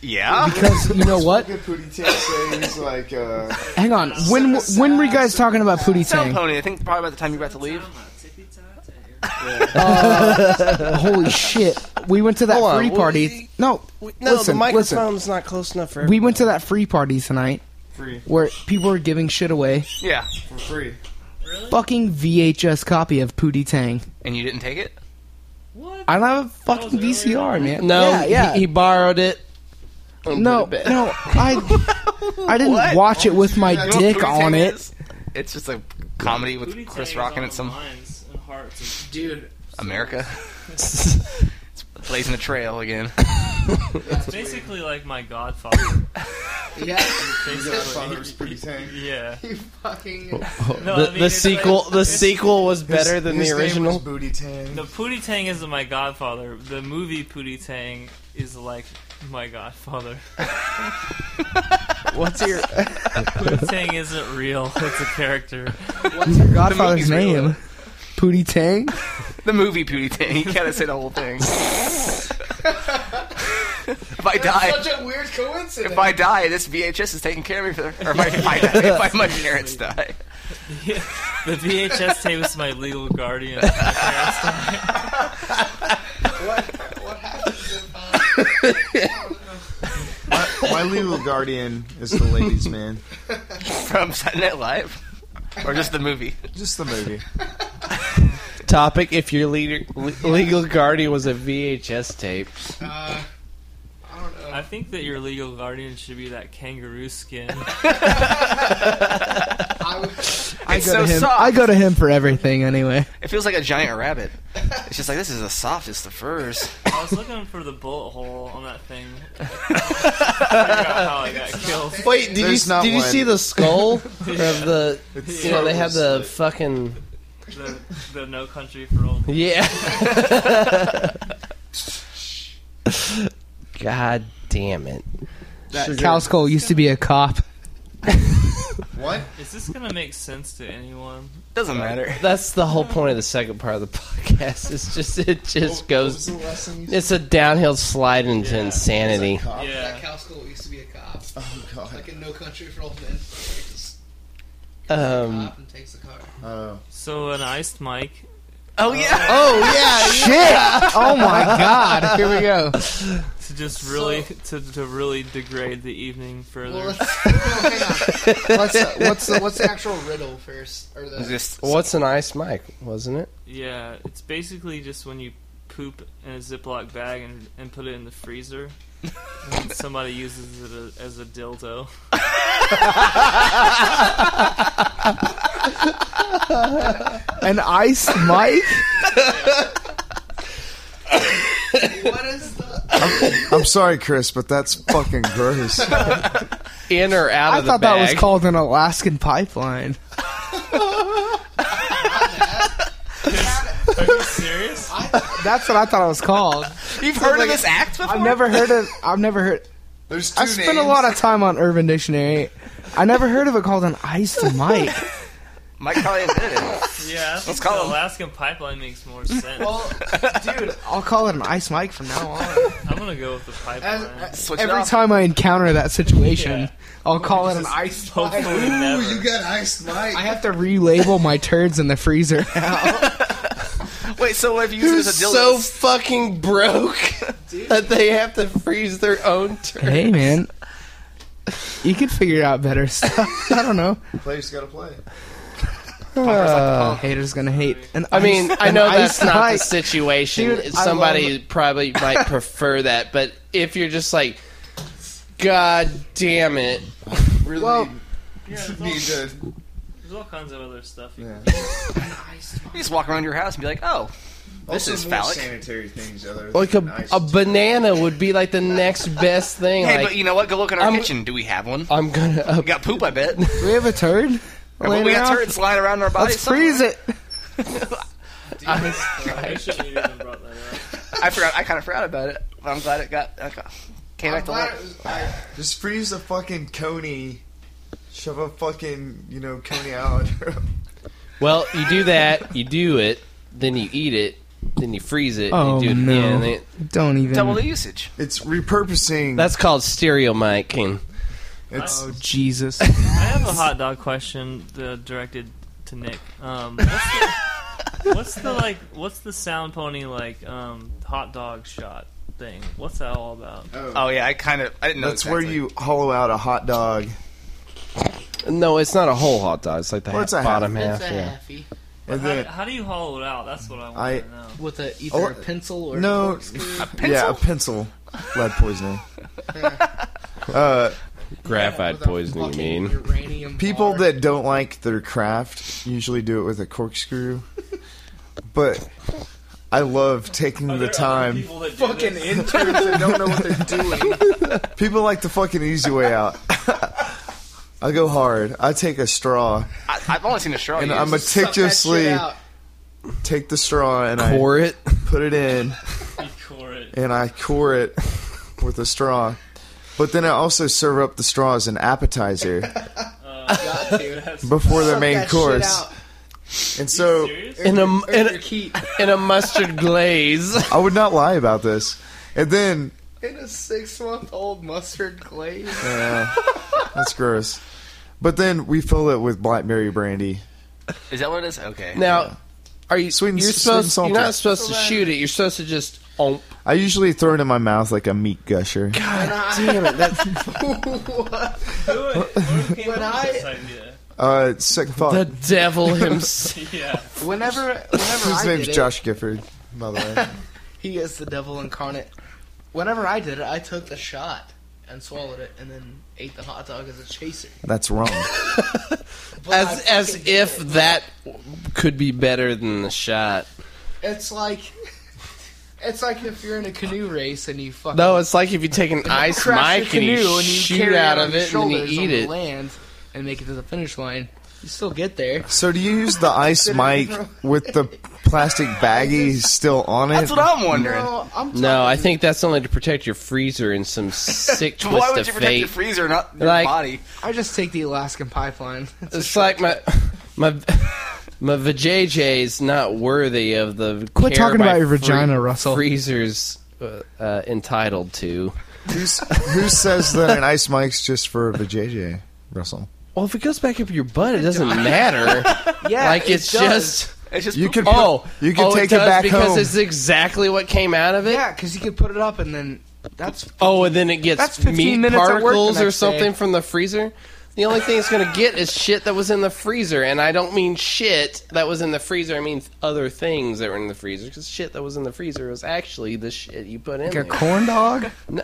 Speaker 3: Yeah?
Speaker 2: Because you know what?
Speaker 5: Look at Pootie Tang say he's like, uh,
Speaker 2: Hang on. When when were you guys talking about Pootie
Speaker 3: Sound
Speaker 2: Tang?
Speaker 3: Pony, I think probably about the time you were about to leave.
Speaker 2: Holy shit! We went to that
Speaker 1: Hold on,
Speaker 2: free
Speaker 1: we-
Speaker 2: party. no,
Speaker 1: no,
Speaker 2: listen,
Speaker 1: the
Speaker 2: listen.
Speaker 1: microphone's not close enough for.
Speaker 2: We went to that free party tonight
Speaker 5: free,
Speaker 2: where people were giving shit away.
Speaker 3: Yeah.
Speaker 5: for free.
Speaker 2: Fucking VHS copy of Pootie Tang.
Speaker 3: And you didn't take it?
Speaker 2: I don't have a fucking VCR, man.
Speaker 1: No,
Speaker 2: yeah, yeah.
Speaker 1: He, he borrowed it. and
Speaker 2: no,
Speaker 1: put it back.
Speaker 2: no. I I didn't
Speaker 3: What?
Speaker 2: watch it with my
Speaker 3: You know what
Speaker 2: dick
Speaker 3: Pootie
Speaker 2: on
Speaker 3: Tang
Speaker 2: it.
Speaker 3: is? It's just a comedy with Chris Rock in it. Some
Speaker 4: minds and hearts.
Speaker 6: Dude,
Speaker 3: America. it's blazing a trail again.
Speaker 4: It's basically like my Godfather.
Speaker 6: yeah,
Speaker 4: Basically,
Speaker 5: Pootie Tang.
Speaker 4: yeah.
Speaker 6: you fucking.
Speaker 4: No,
Speaker 1: Oh, the,
Speaker 4: I mean,
Speaker 1: the
Speaker 4: it's
Speaker 1: sequel,
Speaker 4: like-
Speaker 1: the
Speaker 4: it's-
Speaker 1: sequel was better
Speaker 5: His-
Speaker 1: than
Speaker 5: his
Speaker 1: the
Speaker 5: name
Speaker 1: original.
Speaker 5: was Booty Tang.
Speaker 4: The Pootie Tang isn't my Godfather. The movie Pootie Tang is like my Godfather.
Speaker 1: What's your?
Speaker 4: Pootie Tang isn't real. It's a character.
Speaker 2: What's your Godfather's
Speaker 3: movie's real.
Speaker 2: name? Pootie Tang.
Speaker 3: The movie Pootie Tang. You gotta say the whole thing. if I die,
Speaker 6: Such a weird coincidence.
Speaker 3: if I die, this VHS is taking care of me. For, the- or if I, if I die, if I, my parents die.
Speaker 4: the VHS tape is my legal guardian.
Speaker 6: what happens if uh,
Speaker 5: My legal guardian is the ladies' man.
Speaker 3: From Saturday Night Live. Or just the movie.
Speaker 5: Just the movie.
Speaker 1: topic if your leader, le- legal guardian was a VHS tape.
Speaker 6: uh, I don't know.
Speaker 4: I think that your legal guardian should be that kangaroo skin.
Speaker 6: I would.
Speaker 2: I
Speaker 3: It's
Speaker 2: go
Speaker 3: so
Speaker 2: to him.
Speaker 3: soft.
Speaker 2: I go to him for everything anyway.
Speaker 3: It feels like a giant rabbit. It's just like this is the softest of furs.
Speaker 4: I was looking for the bullet hole on that thing. I forgot how I got killed.
Speaker 1: Wait, did
Speaker 5: There's
Speaker 1: you
Speaker 5: not
Speaker 1: did you
Speaker 5: one.
Speaker 1: see the skull of the?
Speaker 5: It's
Speaker 1: You know they had the
Speaker 5: totally slick.
Speaker 1: fucking
Speaker 4: The, the No Country for Old Men.
Speaker 1: yeah. God damn it!
Speaker 2: That Cal Skull used to be a cop.
Speaker 5: What?
Speaker 4: Is this gonna make sense to anyone?
Speaker 3: Doesn't matter.
Speaker 1: That's the whole point of the second part of the podcast. It's just it
Speaker 2: Oh,
Speaker 1: just
Speaker 5: What was
Speaker 1: goes.
Speaker 5: the lesson you said?
Speaker 1: It's a downhill slide into
Speaker 4: Yeah.
Speaker 1: insanity.
Speaker 5: Cop?
Speaker 4: Oh, Yeah.
Speaker 6: That Cal School used to be a cop.
Speaker 5: Oh god.
Speaker 6: Like in No Country for Old Men. He just
Speaker 1: Um,
Speaker 6: cop and takes the car.
Speaker 5: Oh.
Speaker 4: So an iced mic.
Speaker 3: Oh yeah.
Speaker 1: oh yeah,
Speaker 2: Shit! Oh my god! Here we go.
Speaker 4: To just really to, to really degrade the evening further.
Speaker 6: Well, let's, well, hang on. Let's, uh, what's the what's the actual riddle first? Or the
Speaker 3: Just
Speaker 1: What's an ice mic? Wasn't it?
Speaker 4: Yeah, it's basically just when you poop in a Ziploc bag and, and put it in the freezer. and somebody uses it a- as a dildo.
Speaker 2: An ice mic?
Speaker 6: what is the
Speaker 5: I'm sorry, Chris, but that's fucking gross.
Speaker 1: In or out
Speaker 2: I
Speaker 1: of the
Speaker 2: thought
Speaker 1: bag?
Speaker 2: that was called an Alaskan pipeline.
Speaker 4: Are you serious?
Speaker 2: That's what I thought it was called.
Speaker 3: you've heard of this act before?
Speaker 2: I've never heard of. I've never heard.
Speaker 5: There's two
Speaker 2: I spent a lot of time on Urban Dictionary. I never heard of it called an iced mic.
Speaker 3: Mike probably invented it.
Speaker 4: Yeah, I think
Speaker 3: call
Speaker 4: the
Speaker 3: him.
Speaker 4: Alaskan pipeline makes more sense.
Speaker 6: Well, dude,
Speaker 2: I'll call it an ice mic from now on.
Speaker 4: I'm gonna go with the
Speaker 6: as,
Speaker 4: pipeline.
Speaker 6: as,
Speaker 3: Switch it
Speaker 2: Every
Speaker 3: up.
Speaker 2: time I encounter that situation,
Speaker 4: Yeah.
Speaker 2: I'll call it an
Speaker 6: Jesus.
Speaker 2: ice.
Speaker 4: Hopefully,
Speaker 6: Ooh,
Speaker 4: never.
Speaker 6: you got iced Mike.
Speaker 2: I have to relabel my turds in the freezer.
Speaker 3: Wait, so if you
Speaker 1: They're
Speaker 3: use it as a
Speaker 1: so
Speaker 3: dildo,
Speaker 1: fucking broke that they have to freeze their own turn.
Speaker 2: hey, man. You could figure out better stuff. I don't know.
Speaker 5: Players gotta play.
Speaker 2: Oh, haters gonna hate. And
Speaker 1: I mean, I know that's not the situation.
Speaker 2: Dude, I
Speaker 1: Somebody probably might prefer that, but if you're just like, God damn it,
Speaker 5: Really
Speaker 2: Well-
Speaker 4: Yeah, there's, all,
Speaker 5: need to.
Speaker 4: there's all kinds of other stuff. You
Speaker 5: Yeah.
Speaker 3: you just walk around your house and be like, oh, this
Speaker 5: Also
Speaker 3: is
Speaker 5: more
Speaker 3: phallic.
Speaker 5: Sanitary things other
Speaker 1: like
Speaker 5: than
Speaker 1: a,
Speaker 5: ice.
Speaker 1: a banana would be like the next best thing.
Speaker 3: Hey,
Speaker 1: like,
Speaker 3: but you know what? Go look in our
Speaker 1: I'm-
Speaker 3: kitchen. Do we have one?
Speaker 1: I'm gonna.
Speaker 3: We got poop, I bet.
Speaker 2: Do we have a turd?
Speaker 3: Well,
Speaker 2: laying
Speaker 3: we got
Speaker 2: around?
Speaker 3: turds lying around in our bodies.
Speaker 2: Let's freeze it.
Speaker 4: know? I shouldn't have even brought that up.
Speaker 3: I forgot. I kind of forgot about it. But I'm glad it got I got- came
Speaker 6: I'm
Speaker 3: back to
Speaker 6: glad it
Speaker 3: life.
Speaker 6: was Mike.
Speaker 5: Just freeze a fucking coney. Shove a fucking, you know, coney out.
Speaker 1: Well, you do that, you do it, then you eat it, then you freeze it,
Speaker 2: Oh
Speaker 1: and you do it
Speaker 2: no!
Speaker 1: again. and it-
Speaker 2: Don't even.
Speaker 3: Double
Speaker 6: E-
Speaker 3: the usage.
Speaker 5: it's repurposing.
Speaker 1: that's called stereo micing.
Speaker 5: it's
Speaker 2: oh Jesus!
Speaker 4: I have a hot dog question uh, directed to Nick. Um, what's, the, what's the like? What's the sound pony like? Um, hot dog shot thing. What's that all about?
Speaker 3: Oh yeah, I kind of I didn't know.
Speaker 5: that's
Speaker 3: exactly.
Speaker 5: where you hollow out a hot dog.
Speaker 1: No, it's not a whole hot dog. It's like the
Speaker 5: Well, it's
Speaker 1: ha-
Speaker 5: a half.
Speaker 1: bottom half.
Speaker 6: It's a
Speaker 1: yeah.
Speaker 6: halfie.
Speaker 5: And
Speaker 4: How,
Speaker 5: then,
Speaker 4: how do you hollow it out? That's what I want
Speaker 5: I-
Speaker 4: to know.
Speaker 6: With a, either
Speaker 5: Oh,
Speaker 6: a pencil or
Speaker 5: no,
Speaker 6: a corkscrew.
Speaker 5: yeah, a pencil. Lead poisoning. uh,
Speaker 1: Graphite
Speaker 6: With a
Speaker 1: poisoning, you
Speaker 6: fucking
Speaker 1: mean?
Speaker 6: uranium
Speaker 5: people
Speaker 6: bar.
Speaker 5: that don't like their craft usually do it with a corkscrew. But I love taking
Speaker 6: Oh,
Speaker 5: the time.
Speaker 6: fucking interns that don't know what they're doing.
Speaker 5: People like the fucking easy way out. I go hard. I take a straw
Speaker 3: I, I've only seen a straw.
Speaker 5: and
Speaker 3: used.
Speaker 5: I meticulously take the straw and
Speaker 1: Pour it.
Speaker 5: I put it in and I core it with a straw. But then I also serve up the straw as an appetizer
Speaker 6: Uh,
Speaker 5: before the main course. And so
Speaker 1: In a, in a,
Speaker 6: keep
Speaker 1: in a mustard glaze.
Speaker 5: I would not lie about this. And then
Speaker 6: in a six-month-old mustard glaze.
Speaker 5: uh, that's gross. But then we fill it with blackberry brandy.
Speaker 3: Is that what it is? Okay.
Speaker 1: Now, are you
Speaker 5: Sweet and-
Speaker 1: you're
Speaker 5: sweet and
Speaker 1: supposed
Speaker 5: salty.
Speaker 1: you're not supposed to
Speaker 6: So then-
Speaker 1: shoot it. You're supposed to just oh
Speaker 5: I usually throw it in my mouth like a meat gusher.
Speaker 6: When I,
Speaker 1: damn it. That,
Speaker 6: when I
Speaker 5: Uh, sick fuck.
Speaker 1: the devil himself.
Speaker 4: Yeah.
Speaker 6: whenever whenever I
Speaker 5: His name's
Speaker 6: did it,
Speaker 5: Josh Gifford, by the way.
Speaker 6: he is the devil incarnate. Whenever I did it, I took the shot and swallowed it, and then ate the hot dog as a chaser.
Speaker 5: That's wrong.
Speaker 6: But I
Speaker 1: as
Speaker 6: fucking
Speaker 1: as
Speaker 6: did
Speaker 1: if
Speaker 6: it.
Speaker 1: that could be better than the shot.
Speaker 6: it's like it's like if you're in a canoe race and you fucking
Speaker 1: No, it's like if you take an ice
Speaker 6: crash
Speaker 1: mic
Speaker 6: your
Speaker 1: and
Speaker 6: canoe
Speaker 1: you,
Speaker 6: and you
Speaker 1: shoot
Speaker 6: carry
Speaker 1: out
Speaker 6: on
Speaker 1: of
Speaker 6: your
Speaker 1: it and you
Speaker 6: shoulders on
Speaker 1: eat
Speaker 6: the
Speaker 1: it.
Speaker 6: land and make it to the finish line. You still get there.
Speaker 5: So do you use the ice mic with the plastic baggie still on it?
Speaker 3: that's what I'm wondering.
Speaker 6: No, I'm
Speaker 1: No, I think that's only to protect your freezer in some sick
Speaker 3: So
Speaker 1: twist
Speaker 3: Why would
Speaker 1: of
Speaker 3: you protect your
Speaker 1: fate.
Speaker 3: freezer, not your
Speaker 1: Like-
Speaker 3: body?
Speaker 6: I just take the Alaskan pipeline.
Speaker 1: it's like my my my vajayjay is not worthy of the
Speaker 2: Quit
Speaker 1: care
Speaker 2: talking
Speaker 1: my
Speaker 2: about your
Speaker 1: free-
Speaker 2: vagina, Russell.
Speaker 1: Freezers uh, uh, entitled to.
Speaker 5: Who's, who says that an ice mic's just for the JJ Russell?
Speaker 1: Well, if it goes back up your butt, it doesn't matter.
Speaker 6: yeah,
Speaker 1: like it's just
Speaker 3: It's just
Speaker 5: You could
Speaker 1: oh,
Speaker 5: you could
Speaker 1: oh,
Speaker 5: take it,
Speaker 1: it, does
Speaker 5: back
Speaker 1: because
Speaker 5: home.
Speaker 1: it's exactly what came out of it.
Speaker 6: yeah, because you could put it up and then that's
Speaker 1: Oh, and then it gets
Speaker 6: That's 15
Speaker 1: meat
Speaker 6: minutes at work the
Speaker 1: particles or
Speaker 6: next day.
Speaker 1: something from the freezer. The only thing it's going to get is shit that was in the freezer, and I don't mean shit that was in the freezer. I mean other things that were in the freezer because shit that was in the freezer was actually the shit you put in.
Speaker 2: Like a
Speaker 1: there.
Speaker 2: corn dog,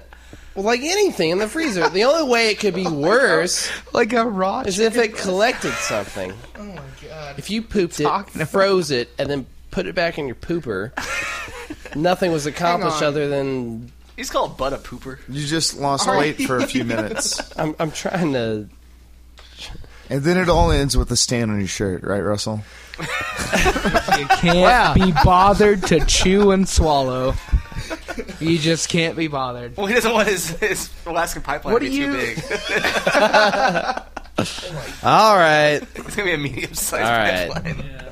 Speaker 1: Well, like anything in the freezer. The only way it could be worse
Speaker 2: like a raw.
Speaker 1: is if it collected something.
Speaker 6: oh my god.
Speaker 1: If you pooped
Speaker 2: Talking
Speaker 1: it,
Speaker 2: about-
Speaker 1: froze it, and then put it back in your pooper, nothing was accomplished
Speaker 6: on.
Speaker 1: other than
Speaker 3: He's called butt a pooper.
Speaker 5: you just lost
Speaker 6: Are
Speaker 5: weight
Speaker 6: you-
Speaker 5: for a few minutes,
Speaker 1: I'm, I'm trying to.
Speaker 5: and then it all ends with a stain on your shirt, right, Russell?
Speaker 2: You can't be bothered to chew and swallow. You just can't be bothered.
Speaker 3: Well, he doesn't want his, his Alaskan pipeline
Speaker 6: What
Speaker 3: to
Speaker 6: do
Speaker 3: be too
Speaker 6: you-
Speaker 3: big.
Speaker 1: All right.
Speaker 3: It's gonna be a medium sized
Speaker 1: All right.
Speaker 3: pipeline.
Speaker 4: Yeah.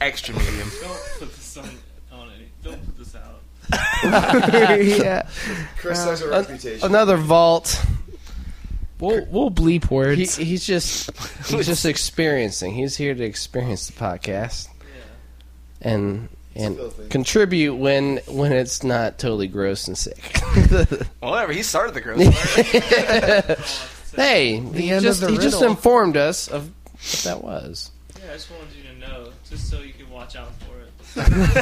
Speaker 3: Extra medium.
Speaker 4: Don't put this on, on any. Don't put this out.
Speaker 2: yeah.
Speaker 5: Chris has a
Speaker 1: Uh,
Speaker 5: reputation.
Speaker 1: Another vault.
Speaker 2: We'll we'll bleep
Speaker 1: He,
Speaker 2: words.
Speaker 1: he's just he's just experiencing. He's here to experience the podcast and and
Speaker 5: filthy.
Speaker 1: contribute when when it's not totally gross and sick.
Speaker 3: Well, whatever. He started the gross. part.
Speaker 1: hey,
Speaker 2: The
Speaker 1: he
Speaker 2: end
Speaker 1: just
Speaker 2: of the
Speaker 1: he just
Speaker 2: riddle.
Speaker 1: informed us of what that was.
Speaker 4: Yeah, I just wanted you to know, just so you can watch out for it.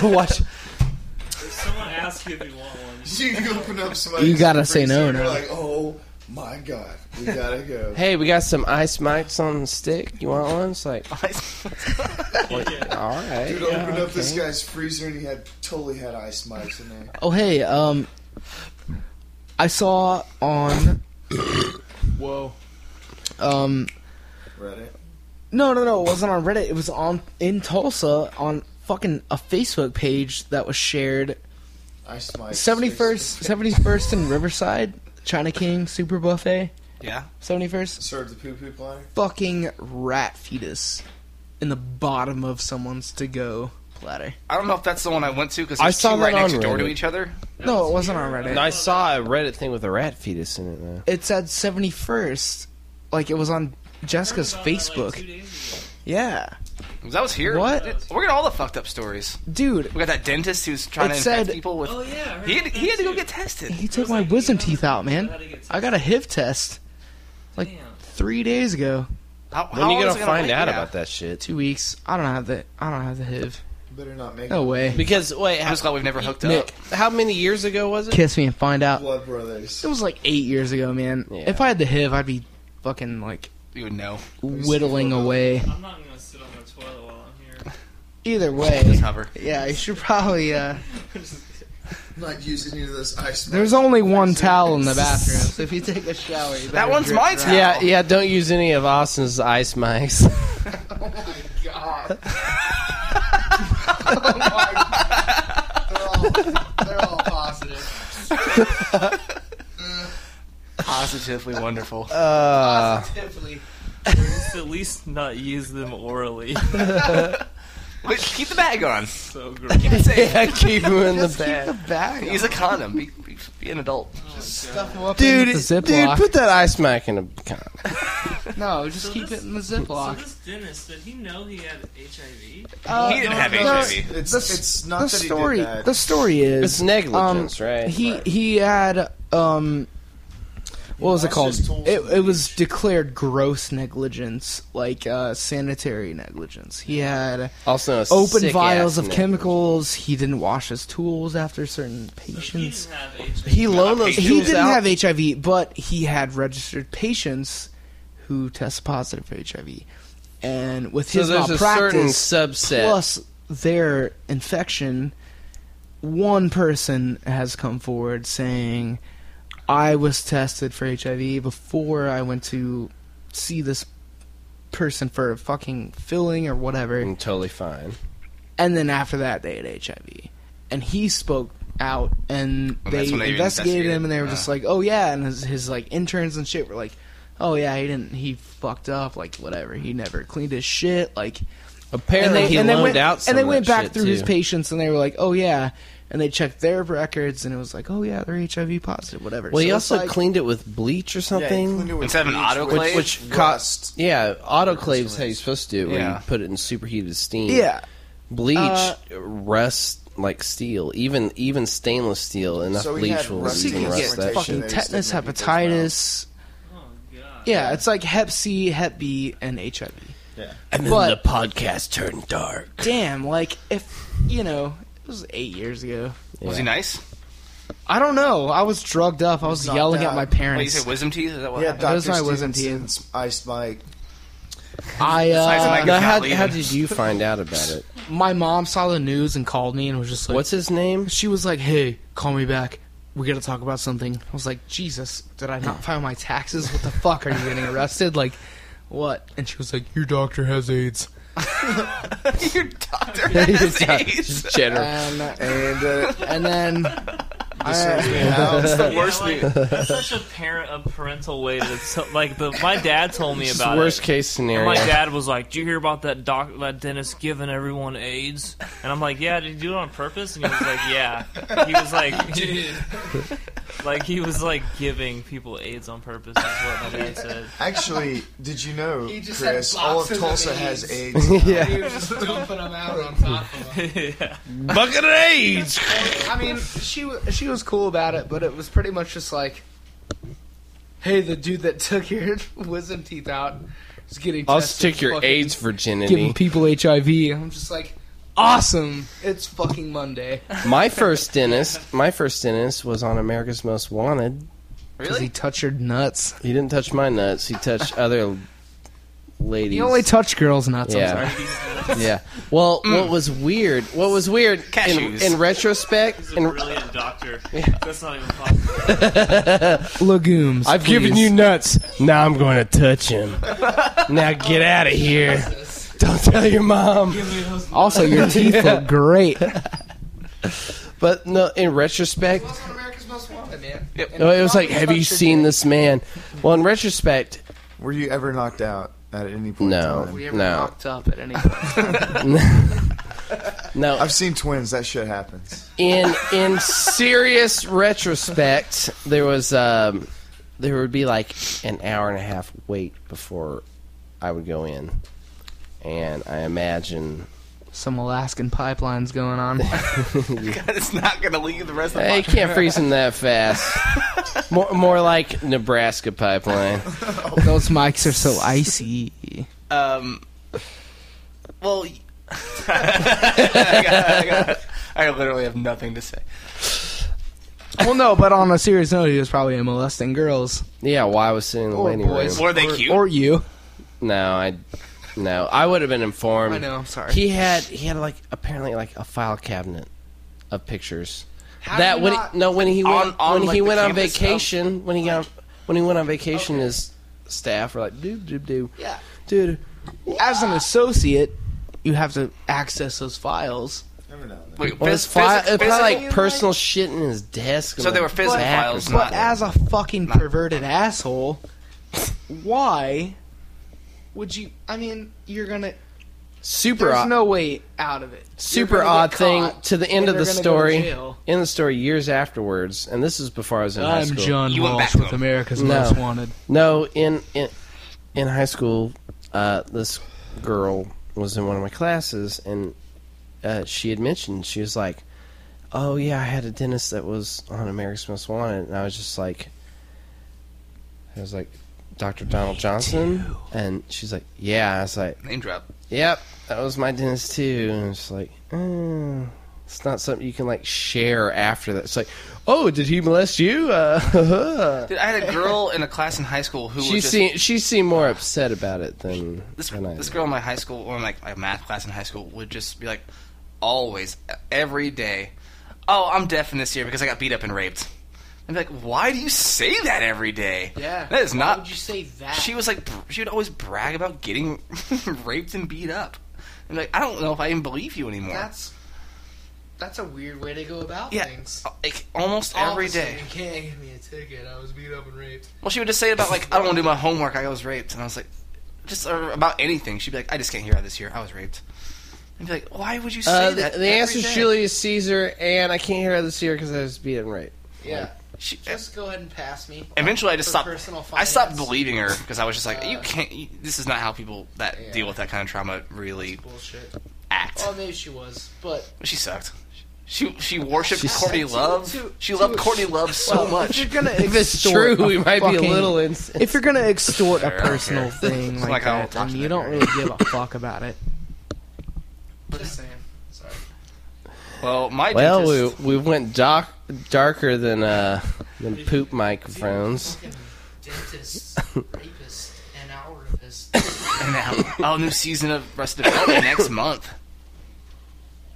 Speaker 1: Watch.
Speaker 4: If someone asks you if you want one,
Speaker 5: you open up
Speaker 2: You gotta say no freezer, now. you're like,
Speaker 5: oh my god, we gotta go.
Speaker 1: Hey, we got some ice mics on the stick. You want one? It's like, all right.
Speaker 5: Dude
Speaker 1: yeah,
Speaker 5: opened up this
Speaker 1: okay.
Speaker 5: guy's freezer and he had totally had ice mics in there.
Speaker 2: Oh hey, um, I saw on. Whoa. Um.
Speaker 5: Reddit.
Speaker 2: No, no, no. It wasn't on Reddit. It was on in Tulsa on fucking a Facebook page that was shared.
Speaker 5: Ice mics.
Speaker 2: Seventy first, seventy first in Riverside, China King Super Buffet.
Speaker 3: yeah.
Speaker 2: Seventy first,
Speaker 5: Served the poo poo platter.
Speaker 2: fucking rat fetus in the bottom of someone's to go platter.
Speaker 3: I don't know if that's the one I went to because
Speaker 1: I
Speaker 3: there's
Speaker 1: saw
Speaker 3: two right
Speaker 1: that
Speaker 3: next
Speaker 1: on
Speaker 3: door to
Speaker 1: Reddit.
Speaker 3: each other.
Speaker 2: No, it wasn't on Reddit.
Speaker 1: And I saw a Reddit thing with a rat fetus in it. Though.
Speaker 2: It said seventy first, like it was on Jessica's Facebook. Yeah,
Speaker 3: Because I was here.
Speaker 2: What?
Speaker 3: We're getting all the fucked up stories.
Speaker 2: dude,
Speaker 3: We got that dentist who's trying
Speaker 2: It
Speaker 3: to
Speaker 2: said-
Speaker 3: infect people with.
Speaker 4: Oh yeah, I heard
Speaker 3: He had,
Speaker 4: about
Speaker 3: he
Speaker 4: that
Speaker 3: had to go
Speaker 4: too.
Speaker 3: get tested.
Speaker 2: he took my wisdom teeth out, man.
Speaker 4: How to get-
Speaker 2: I got a HIV test like
Speaker 4: Damn.
Speaker 2: three days ago,
Speaker 3: How,
Speaker 1: When are you
Speaker 3: going
Speaker 1: gonna
Speaker 3: to
Speaker 1: find out about that shit?
Speaker 2: two weeks. I don't have the, I don't have the HIV.
Speaker 5: Better not
Speaker 1: Oh,
Speaker 5: make
Speaker 2: No way.
Speaker 1: Because wait,
Speaker 3: I'm
Speaker 1: how,
Speaker 3: just glad we've never hooked up.
Speaker 1: Nick, how many years ago was it?
Speaker 2: Kiss me and find out.
Speaker 5: blood brothers.
Speaker 2: It was like eight years ago, man.
Speaker 1: Yeah.
Speaker 2: If I had the HIV, I'd be fucking like
Speaker 3: You would know.
Speaker 2: whittling away.
Speaker 4: I'm not gonna sit on the toilet while I'm here.
Speaker 2: Either
Speaker 3: Just
Speaker 2: way,
Speaker 3: hover.
Speaker 2: yeah, you should probably. Uh,
Speaker 5: I'm not using any of this ice.
Speaker 2: there's only one towel in the bathroom, so if you take a shower, you
Speaker 3: That
Speaker 2: better
Speaker 3: one's
Speaker 2: drip
Speaker 3: my
Speaker 2: dry.
Speaker 3: towel.
Speaker 1: Yeah, yeah. Don't use any of Austin's ice mics.
Speaker 5: Oh God. oh my. They're all, they're all positive.
Speaker 3: Positively wonderful.
Speaker 1: Uh,
Speaker 6: Tiffany.
Speaker 4: Just at least not use them orally.
Speaker 3: Wait, keep the bag on.
Speaker 4: so gross.
Speaker 3: Keep it safe.
Speaker 1: yeah, keep him in the
Speaker 2: Keep
Speaker 1: bag.
Speaker 2: the bag.
Speaker 3: Use a condom. Be, be, be an adult.
Speaker 2: Stuff them up
Speaker 1: Dude,
Speaker 2: in the
Speaker 1: dude,
Speaker 2: Ziploc.
Speaker 1: put that ice mic in a con.
Speaker 2: no, just keep
Speaker 4: this-
Speaker 2: it in the
Speaker 4: So
Speaker 2: Ziploc.
Speaker 4: this dentist, did he know he had HIV?
Speaker 2: Uh,
Speaker 3: he didn't
Speaker 2: no,
Speaker 3: have
Speaker 2: no,
Speaker 3: HIV.
Speaker 5: It's,
Speaker 2: The s-
Speaker 5: it's not
Speaker 2: The
Speaker 5: that
Speaker 2: story.
Speaker 5: he did that.
Speaker 2: The story is um,
Speaker 1: It's um, negligence, right?
Speaker 2: He he had um what was it
Speaker 5: That's
Speaker 2: called?
Speaker 5: just tools
Speaker 2: It,
Speaker 5: on the
Speaker 2: it was declared gross negligence, like uh, sanitary negligence. He had
Speaker 1: Also, a
Speaker 2: open
Speaker 1: sick ass
Speaker 2: vials of
Speaker 1: Nick.
Speaker 2: chemicals. He didn't wash his tools after certain
Speaker 4: He
Speaker 2: patients.
Speaker 4: didn't have HIV.
Speaker 1: He loaned those
Speaker 3: He
Speaker 2: He
Speaker 1: tools
Speaker 2: didn't
Speaker 1: out.
Speaker 2: have HIV, but he had registered patients who test positive for HIV. And with
Speaker 1: so
Speaker 2: his
Speaker 1: there's a certain
Speaker 2: malpractice,
Speaker 1: subset.
Speaker 2: plus their infection, one person has come forward saying, I was tested for HIV before I went to see this person for a fucking filling or whatever.
Speaker 1: I'm totally fine.
Speaker 2: And then after that, they had HIV. And he spoke out and
Speaker 3: And
Speaker 2: they
Speaker 3: that's when they
Speaker 2: investigated,
Speaker 3: investigated,
Speaker 2: him and they were
Speaker 3: uh.
Speaker 2: just like, oh yeah. And his, his like interns and shit were like, oh yeah, he didn't, he fucked up, like whatever. He never cleaned his shit. Like, and
Speaker 1: Apparently,
Speaker 2: they,
Speaker 1: he
Speaker 2: and they
Speaker 1: loaned
Speaker 2: went,
Speaker 1: out. Some
Speaker 2: and they
Speaker 1: of
Speaker 2: went
Speaker 1: that
Speaker 2: back
Speaker 1: shit,
Speaker 2: through his
Speaker 1: too.
Speaker 2: patients and they were like, oh yeah, and they checked their records and it was like, oh yeah, they're HIV positive, whatever.
Speaker 1: Well, he
Speaker 2: So it's
Speaker 1: also
Speaker 2: like-
Speaker 1: cleaned it with bleach or
Speaker 5: Yeah, he
Speaker 1: something.
Speaker 5: cleaned it with
Speaker 3: Instead of an
Speaker 5: bleach,
Speaker 3: autoclave?
Speaker 1: which
Speaker 5: rust.
Speaker 1: cost yeah autoclave is how you're supposed to do it, where
Speaker 3: Yeah.
Speaker 1: you put it in superheated steam
Speaker 2: yeah,
Speaker 1: bleach
Speaker 2: Uh,
Speaker 1: rust like steel even even stainless steel enough
Speaker 5: So we
Speaker 1: bleach
Speaker 5: had
Speaker 1: will
Speaker 5: rust-
Speaker 1: even
Speaker 2: you
Speaker 5: you can
Speaker 1: rust
Speaker 2: get
Speaker 1: that
Speaker 5: rust-
Speaker 1: shit.
Speaker 2: fucking
Speaker 5: shit.
Speaker 2: tetanus,
Speaker 5: They used to make people's
Speaker 2: hepatitis.
Speaker 4: Oh god.
Speaker 2: Yeah, it's like Hep C, Hep B, and HIV.
Speaker 1: and
Speaker 2: then but-
Speaker 1: the podcast turned dark
Speaker 2: Damn, like if you know, it was eight years ago.
Speaker 3: Was he nice?
Speaker 2: I don't know. I was drugged up. I was
Speaker 5: knocked
Speaker 2: yelling at
Speaker 5: out.
Speaker 2: my
Speaker 3: Wait, you
Speaker 2: parents.
Speaker 3: said wisdom teeth? Is that what
Speaker 5: Yeah,
Speaker 3: happened?
Speaker 5: Dr.
Speaker 2: was my wisdom
Speaker 5: Stevenson's Ice mic.
Speaker 2: I
Speaker 3: Besides the
Speaker 2: uh,
Speaker 3: microphone.
Speaker 1: now how,
Speaker 3: Leaving.
Speaker 1: how did you find out about it
Speaker 2: my mom saw the news and called me and was just like,
Speaker 1: what's his name
Speaker 2: She was like, "Hey, call me back. We gotta talk about something." I was like, "Jesus, did I not file my taxes? What the fuck? Are you getting arrested? Like, what?" And she was like, "Your doctor has AIDS."
Speaker 3: Your doctor
Speaker 1: He's
Speaker 3: has
Speaker 1: not-
Speaker 3: AIDS.
Speaker 1: just general
Speaker 2: Um, And
Speaker 5: And uh,
Speaker 2: and then
Speaker 5: Just sends me out.
Speaker 4: Yeah, like, that's such a parent, a parental way to so, like the. My dad told me
Speaker 1: It's
Speaker 4: about
Speaker 1: worst
Speaker 4: it.
Speaker 1: case
Speaker 4: And
Speaker 1: scenario.
Speaker 4: my dad was like, "Do you hear about that doc, that dentist giving everyone AIDS?" And I'm like, "Yeah, did he do it on purpose?" And he was like, "Yeah." He was like, like he was like giving people AIDS on purpose." Is what my dad said.
Speaker 5: Actually, did you know,
Speaker 2: He just had
Speaker 5: Chris? All of
Speaker 2: boxes of
Speaker 5: Tulsa
Speaker 2: AIDS.
Speaker 5: has AIDS.
Speaker 1: yeah.
Speaker 2: He was just dumping them out on top of them.
Speaker 4: yeah.
Speaker 1: Bucket of AIDS.
Speaker 2: I mean, she wa- she was cool about it, but it was pretty much just like, "Hey, the dude that took your wisdom teeth out is getting
Speaker 1: I'll
Speaker 2: tested
Speaker 1: stick your
Speaker 2: fucking-
Speaker 1: AIDS
Speaker 2: giving
Speaker 1: virginity.
Speaker 2: people HIV." I'm just like, "Awesome! It's fucking Monday."
Speaker 1: My first dentist, my first dentist was on America's Most Wanted.
Speaker 2: Because he touched your nuts.
Speaker 1: He didn't touch my nuts. He touched other ladies.
Speaker 2: You only touch girls' nuts. I'm sorry.
Speaker 1: yeah, yeah. Well, what was weird? What was weird in,
Speaker 3: Cashews.
Speaker 1: in retrospect?
Speaker 4: He's a
Speaker 1: In,
Speaker 4: brilliant doctor. That's not even possible.
Speaker 2: Legumes.
Speaker 1: I've given you nuts. Now I'm going to touch him. now get out of here. Don't tell your mom.
Speaker 2: Also, your teeth look great.
Speaker 1: But no, in retrospect,
Speaker 2: America's Most Wanted, man.
Speaker 1: no, it was like, have you seen this man? Well, in retrospect,
Speaker 5: Were you ever knocked out at any point?
Speaker 1: no,
Speaker 5: In time?
Speaker 1: no,
Speaker 2: up at any point.
Speaker 1: no.
Speaker 5: I've seen twins. That shit happens.
Speaker 1: In in serious retrospect, there was um, there would be like an hour and a half wait before I would go in, and I imagine
Speaker 2: Some Alaskan pipelines going on.
Speaker 3: it's not going to leave the rest of the
Speaker 1: Hey, you
Speaker 3: podcast.
Speaker 1: can't freeze them that fast. More, more like Nebraska pipeline.
Speaker 2: Those mics are so icy.
Speaker 3: Um, well, y- I, got, I, got, I literally have nothing to say.
Speaker 2: Well, no, but on a serious note, he was probably molesting girls
Speaker 1: Yeah, while I was sitting in the
Speaker 2: or
Speaker 1: waiting
Speaker 2: boys.
Speaker 1: room.
Speaker 3: Were they
Speaker 2: or,
Speaker 3: cute?
Speaker 2: Or you?
Speaker 1: No, I, no, I would have been informed.
Speaker 2: I know. I'm sorry.
Speaker 1: He had he had like apparently like a file cabinet of pictures. that when he, no when he
Speaker 3: On-
Speaker 1: went
Speaker 3: on,
Speaker 1: when
Speaker 3: like,
Speaker 1: he
Speaker 3: the
Speaker 1: went on
Speaker 3: canvas of-
Speaker 1: vacation when he got when he went on vacation his staff were like doop doop doop
Speaker 2: Yeah.
Speaker 1: dude
Speaker 2: As an associate, you have to access those files.
Speaker 5: Every now and then.
Speaker 3: Wait,
Speaker 1: well,
Speaker 3: phys-
Speaker 1: his file,
Speaker 3: physic-
Speaker 1: it's probably
Speaker 3: physical-
Speaker 1: like personal shit in his desk
Speaker 3: So
Speaker 1: on
Speaker 3: they
Speaker 1: the
Speaker 3: were physical
Speaker 1: back or
Speaker 3: files,
Speaker 1: something.
Speaker 2: But
Speaker 3: Not-
Speaker 2: as a fucking perverted asshole, why would you? I mean, you're gonna.
Speaker 1: super
Speaker 2: There's
Speaker 1: odd.
Speaker 2: no way out of it. You're
Speaker 1: super
Speaker 2: gonna get
Speaker 1: odd thing
Speaker 2: caught,
Speaker 1: to the end
Speaker 2: and
Speaker 1: of the
Speaker 2: they're gonna go to
Speaker 1: story.
Speaker 2: jail.
Speaker 1: In the story, years afterwards, and this is before I was in high
Speaker 2: I'm
Speaker 1: school.
Speaker 2: John
Speaker 3: You went
Speaker 2: Walsh
Speaker 3: back to
Speaker 2: with
Speaker 3: him.
Speaker 2: America's
Speaker 1: No.
Speaker 2: Most Wanted.
Speaker 1: No, in in in high school, uh, this girl was in one of my classes, and uh, she had mentioned she was like, "Oh yeah, I had a dentist that was on America's Most Wanted," and I was just like, "I was like." Dr. Donald Johnson, and she's like, "Yeah." I was like,
Speaker 3: Name drop.
Speaker 1: Yep, that was my dentist too. And it's like, oh, it's not something you can like share after that. It's like, oh, did he molest you? Uh,
Speaker 3: Dude, I had a girl in a class in high school who
Speaker 1: she
Speaker 3: was just,
Speaker 1: seemed she seemed more upset about it than
Speaker 3: this,
Speaker 1: than I
Speaker 3: this
Speaker 1: did.
Speaker 3: girl in my high school or in like my math class in high school would just be like always every day oh i'm deaf in this year because i got beat up and raped and be like why do you say that every day
Speaker 2: Yeah.
Speaker 3: that is not
Speaker 2: Why would you say that?
Speaker 3: she was like br- she would always brag about getting raped and beat up and like i don't know if i even believe you anymore
Speaker 2: That's that's a weird way to go about
Speaker 3: yeah
Speaker 2: things.
Speaker 3: like almost
Speaker 2: All of
Speaker 3: every
Speaker 2: a sudden,
Speaker 3: day
Speaker 2: You can't give me a ticket. I was beat up and raped.
Speaker 3: well she would just say about like i don't want to do my homework i was raped and i was like just uh, about anything she'd be like i just can't hear out this year i was raped and be like why would you say
Speaker 1: Uh, the
Speaker 3: that
Speaker 1: the answer is
Speaker 3: every day?
Speaker 1: Julius Caesar, and I can't hear this year because I was beaten right.
Speaker 2: Yeah.
Speaker 3: She, e,
Speaker 2: Just go ahead and pass me.
Speaker 3: eventually, I just
Speaker 2: For
Speaker 3: stopped.
Speaker 2: personal
Speaker 3: I stopped
Speaker 2: finance.
Speaker 3: believing her because I was just like,
Speaker 2: Uh,
Speaker 3: "You can't. You, this is not how people that
Speaker 2: Yeah.
Speaker 3: deal with that kind of trauma really
Speaker 2: Bullshit.
Speaker 3: act."
Speaker 2: Well, maybe she was, but
Speaker 3: she sucked. She she worshipped Courtney
Speaker 2: sucked.
Speaker 3: Love.
Speaker 2: To- to-
Speaker 3: she
Speaker 2: to-
Speaker 3: loved Courtney Love so
Speaker 2: If
Speaker 3: much.
Speaker 2: you're gonna
Speaker 1: If it's
Speaker 2: extort
Speaker 1: true, we might be a
Speaker 2: fucking-
Speaker 1: little ins-
Speaker 2: If you're gonna extort a
Speaker 3: I don't care.
Speaker 2: personal thing
Speaker 3: It's
Speaker 2: like,
Speaker 3: like I
Speaker 2: that,
Speaker 3: don't talk
Speaker 2: then
Speaker 3: to
Speaker 2: you
Speaker 3: that
Speaker 2: don't
Speaker 3: guy.
Speaker 2: really give a fuck about it. Just saying. Sorry.
Speaker 3: Well, my
Speaker 1: Well, we
Speaker 3: dentist,
Speaker 1: we went doc- darker than uh than poop microphones.
Speaker 2: Dentist, rapist, and our
Speaker 3: and now, oh, new season of Arrested Development next month,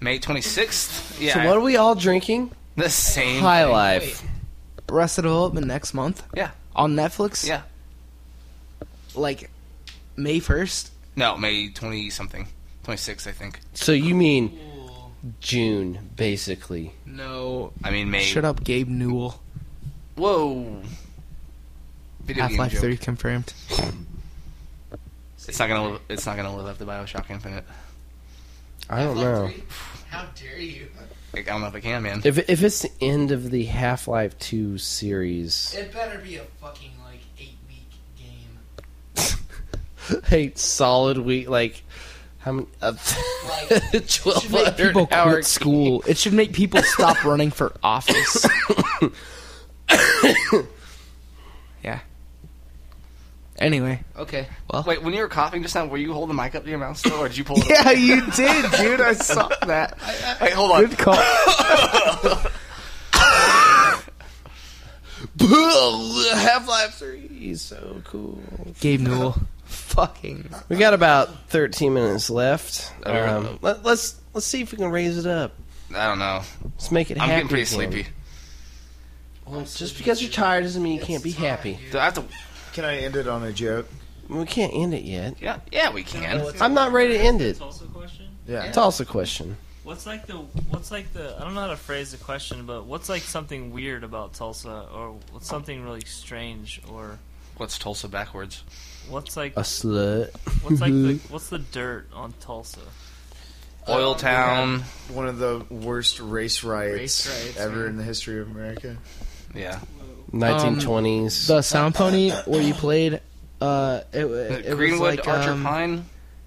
Speaker 3: May twenty sixth. Yeah,
Speaker 1: So what are we all drinking?
Speaker 3: the same.
Speaker 1: High life.
Speaker 2: Arrested Development next month
Speaker 3: Yeah,
Speaker 2: on Netflix.
Speaker 3: yeah.
Speaker 2: Like May first.
Speaker 3: No, May twenty something, twenty sixth, I think.
Speaker 1: So you mean June, basically.
Speaker 6: No.
Speaker 3: I mean, maybe.
Speaker 2: Shut up, Gabe Newell.
Speaker 3: Whoa. Video
Speaker 2: Half Life
Speaker 3: game joke.
Speaker 2: 3 confirmed.
Speaker 3: It's not gonna. Live, it's not gonna live up to Bioshock Infinite.
Speaker 1: I don't know
Speaker 6: How dare you?
Speaker 3: Like, I don't know if it can, man.
Speaker 1: if if it's the end of the Half Life Two series.
Speaker 6: It better be a fucking like eight week game.
Speaker 1: Hey, solid week like how many? Uh,
Speaker 6: Like,
Speaker 1: Twelve
Speaker 2: Make people
Speaker 1: hundred hour
Speaker 2: quit school. It should make people stop running for office. yeah. Anyway.
Speaker 6: Okay.
Speaker 3: Wait, when you were coughing just now, were you holding the mic up to your mouth still, or did you pull it?
Speaker 2: Yeah, you did, dude. I saw that.
Speaker 3: Up? Wait, hold on.
Speaker 2: Good call.
Speaker 1: Half Life Three, is so cool.
Speaker 2: Gabe Newell. Fucking.
Speaker 1: We got about thirteen minutes left.
Speaker 3: Okay.
Speaker 1: Um, let, let's let's see if we can raise it up.
Speaker 3: I don't know.
Speaker 1: Let's make it.
Speaker 3: I'm
Speaker 1: happy
Speaker 3: getting pretty
Speaker 1: again.
Speaker 3: sleepy.
Speaker 1: Well, just because you're tired doesn't mean you can't be happy.
Speaker 3: Do I have to?
Speaker 5: Can I end it on a joke?
Speaker 1: We can't end it yet.
Speaker 3: Yeah, yeah, we can.
Speaker 1: I'm not ready to end it.
Speaker 4: It's also a question.
Speaker 5: Yeah.
Speaker 1: It's also a question.
Speaker 4: What's like the what's like the I don't know how to phrase the question, but what's like something weird about Tulsa, or what's something really strange, or
Speaker 3: What's Tulsa backwards?
Speaker 4: what's like
Speaker 1: A slut.
Speaker 4: what's like the what's the dirt on Tulsa?
Speaker 2: Uh,
Speaker 3: Oil Town.
Speaker 5: One of the worst race riots,
Speaker 6: Race riots,
Speaker 5: ever
Speaker 6: man.
Speaker 5: in the history of America.
Speaker 3: Yeah.
Speaker 1: 1920s.
Speaker 2: The Sound Pony where you played. Uh, it, it, it was
Speaker 3: Greenwood,
Speaker 2: like
Speaker 3: Archer
Speaker 2: um,
Speaker 3: Pine.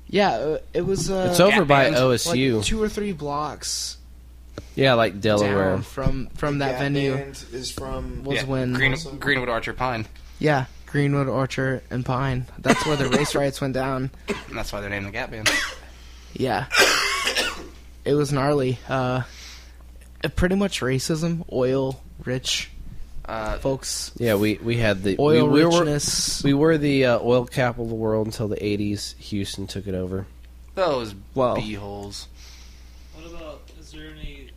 Speaker 2: Yeah, uh, it was. Uh,
Speaker 1: it's over by
Speaker 3: Gap band.
Speaker 2: like
Speaker 1: OSU.
Speaker 2: two or three blocks
Speaker 1: yeah, like Delaware.
Speaker 2: down from from that
Speaker 5: Gap
Speaker 2: venue
Speaker 5: Band is from.
Speaker 2: was
Speaker 3: yeah.
Speaker 2: when
Speaker 3: Green, Greenwood, Archer Pine.
Speaker 2: yeah Greenwood Orchard and Pine. That's where the race riots went down.
Speaker 3: And that's why they're named the Gap Band.
Speaker 2: Yeah, it was gnarly. Uh, uh, pretty much racism, oil rich
Speaker 3: Uh,
Speaker 2: folks,
Speaker 1: Yeah, we, we had the
Speaker 2: oil
Speaker 1: we, we were
Speaker 2: richness.
Speaker 1: we were the uh, oil capital of the world until the 80s. Houston took it over.
Speaker 3: those
Speaker 2: Well.
Speaker 3: beeholes.
Speaker 4: What about is there any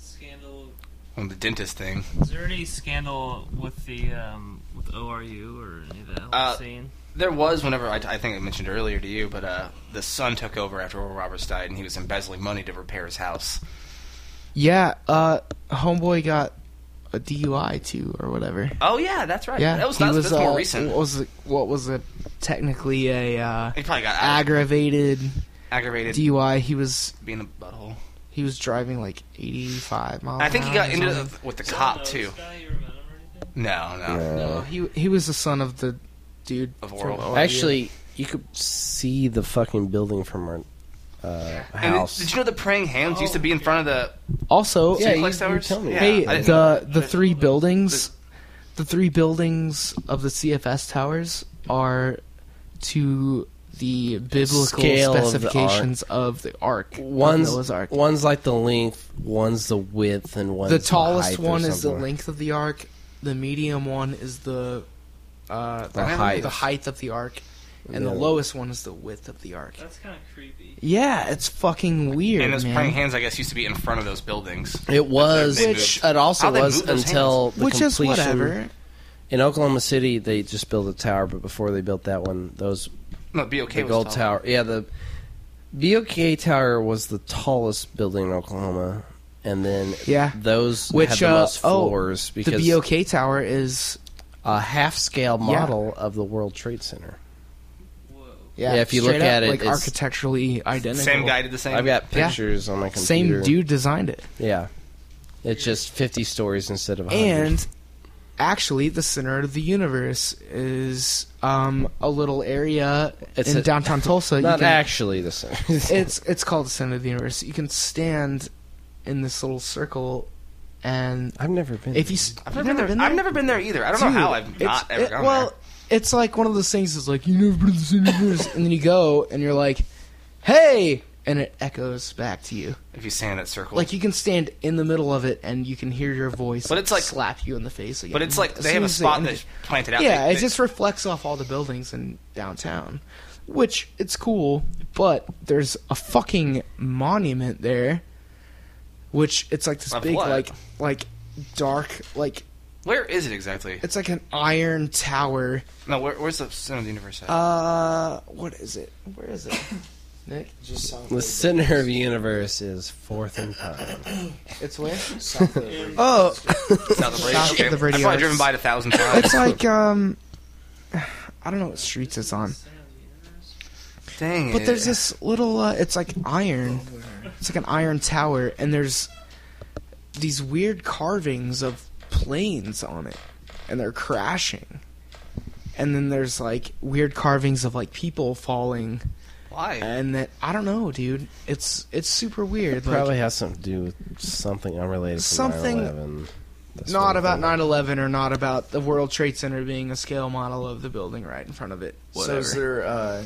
Speaker 4: scandal?
Speaker 3: On the dentist thing.
Speaker 4: Is there any scandal with the um, with ORU or any of that whole
Speaker 3: Uh,
Speaker 4: scene?
Speaker 3: There was whenever I, I think I mentioned earlier to you, but uh, the son took over after Oral Roberts died, and he was embezzling money to repair his house.
Speaker 2: yeah, uh, homeboy got a DUI too or whatever.
Speaker 3: Oh yeah, that's right.
Speaker 2: Yeah,
Speaker 3: that was
Speaker 2: he
Speaker 3: not,
Speaker 2: was
Speaker 3: that's more
Speaker 2: uh,
Speaker 3: recent.
Speaker 2: What was it, what was it? Technically a uh,
Speaker 3: he probably got ag-
Speaker 2: aggravated
Speaker 3: aggravated
Speaker 2: DUI. He was
Speaker 3: being a butthole.
Speaker 2: he was driving like 85 miles.
Speaker 3: I think he
Speaker 2: an
Speaker 3: got
Speaker 2: hour or
Speaker 3: into
Speaker 2: something.
Speaker 3: the, with the cop
Speaker 4: Knows
Speaker 3: too.
Speaker 4: guy, you remember anything?
Speaker 3: No, no,
Speaker 2: No, he he was the son of the dude
Speaker 3: Of
Speaker 2: from
Speaker 3: Oral.
Speaker 2: ORU.
Speaker 1: Actually, you could see the fucking building from our uh,
Speaker 3: And did-
Speaker 1: house.
Speaker 3: did you know the praying hands used to be in front of the?
Speaker 2: also
Speaker 1: yeah, you,
Speaker 3: Suplex
Speaker 1: you were
Speaker 3: towers?
Speaker 1: telling me.
Speaker 3: Yeah.
Speaker 2: hey
Speaker 3: I didn't
Speaker 2: the the three buildings the three buildings of the CFS towers are to the biblical
Speaker 1: Scale of the
Speaker 2: specifications of the ark. of
Speaker 1: One's
Speaker 2: Noah's ark.
Speaker 1: one's like the length, one's the width, and one's
Speaker 2: the tallest
Speaker 1: height or
Speaker 2: one is the
Speaker 1: something.
Speaker 2: length of the arc. The medium one is the uh,
Speaker 1: The height.
Speaker 2: the height of the arc, and the
Speaker 1: Yeah.
Speaker 2: lowest one is the width of the arc.
Speaker 4: That's kind of creepy.
Speaker 2: Yeah, it's fucking weird,
Speaker 3: And those
Speaker 2: man.
Speaker 3: praying hands, I guess, used to be in front of those buildings.
Speaker 1: It was,
Speaker 3: They moved.
Speaker 1: which it also
Speaker 3: How'd they
Speaker 1: was
Speaker 3: move those
Speaker 1: until the
Speaker 2: Which is
Speaker 1: completion.
Speaker 2: whatever.
Speaker 1: In Oklahoma City, they just built a tower, but before they built that one, those
Speaker 3: No, be okay.
Speaker 1: the gold tower, yeah, the BOK tower was the tallest building in Oklahoma, and then
Speaker 2: Yeah.
Speaker 1: those
Speaker 2: Which
Speaker 1: had the
Speaker 2: uh,
Speaker 1: most floors
Speaker 2: oh,
Speaker 1: because
Speaker 2: the BOK tower is
Speaker 1: a half scale
Speaker 2: Yeah.
Speaker 1: model of the World Trade Center.
Speaker 4: Whoa.
Speaker 2: yeah.
Speaker 1: Yeah, if you look
Speaker 2: straight up,
Speaker 1: at it,
Speaker 2: like
Speaker 1: it's-
Speaker 2: architecturally identical.
Speaker 3: Same guy did the same.
Speaker 1: I've got
Speaker 2: Yeah.
Speaker 1: pictures on my computer.
Speaker 2: Same dude designed it,
Speaker 1: Yeah. It's just 50 stories instead of 100.
Speaker 2: and actually, the center of the universe is um, a little area
Speaker 1: It's
Speaker 2: in
Speaker 1: a-
Speaker 2: downtown Tulsa.
Speaker 1: not
Speaker 2: you can,
Speaker 1: actually the same.
Speaker 2: it's it's called the center of the universe. You can stand in this little circle, and
Speaker 1: I've never been.
Speaker 2: if you s-
Speaker 3: I've
Speaker 2: you've
Speaker 3: never, been, there. I've never been there either. I don't know how
Speaker 2: Dude,
Speaker 3: I've
Speaker 2: it's-
Speaker 3: not ever
Speaker 2: it-
Speaker 3: gone
Speaker 2: well,
Speaker 3: there.
Speaker 2: it's like one of those things. It's like you never been to the center of the universe, and then you go and you're like, "Hey," and it echoes back to you.
Speaker 3: If you stand in that circle,
Speaker 2: Like you can stand in the middle of it and you can hear your voice.
Speaker 3: But it's like-
Speaker 2: slap you in the face again.
Speaker 3: but it's like
Speaker 2: As
Speaker 3: they have
Speaker 2: soon
Speaker 3: a
Speaker 2: as
Speaker 3: spot
Speaker 2: enter-
Speaker 3: that's planted out.
Speaker 2: yeah,
Speaker 3: They-
Speaker 2: it
Speaker 3: they-
Speaker 2: just reflects off all the buildings in downtown, which it's cool. But there's a fucking monument there, which it's like this
Speaker 3: Of
Speaker 2: big,
Speaker 3: what?
Speaker 2: like like dark, like
Speaker 3: Where is it exactly?
Speaker 2: it's like an iron tower.
Speaker 3: No, where, where's the center of the universe at?
Speaker 2: Uh, what is it? Where is it?
Speaker 6: Nick,
Speaker 5: Just south
Speaker 1: The center of the universe is fourth and pine.
Speaker 6: it's where?
Speaker 1: Oh,
Speaker 3: South of Brady.
Speaker 2: South
Speaker 3: Okay.
Speaker 2: of the Brady
Speaker 3: I've probably
Speaker 2: Arts.
Speaker 3: driven by it a thousand times.
Speaker 2: It's like um, I don't know what streets it's on,
Speaker 3: Dang
Speaker 2: but
Speaker 3: it.
Speaker 2: there's this little. Uh, it's like iron. It's like an iron tower, and there's these weird carvings of planes on it, and they're crashing. And then there's like weird carvings of like people falling,
Speaker 3: Why?
Speaker 2: and that I don't know, dude. It's it's super weird. like-
Speaker 1: probably has something to do with something unrelated to
Speaker 2: Something
Speaker 1: 9/11. That's
Speaker 2: not
Speaker 1: one
Speaker 2: about
Speaker 1: thing.
Speaker 2: 9/11 or not about the World Trade Center being a scale model of the building right in front of it.
Speaker 5: So
Speaker 2: Whatever.
Speaker 5: is there uh,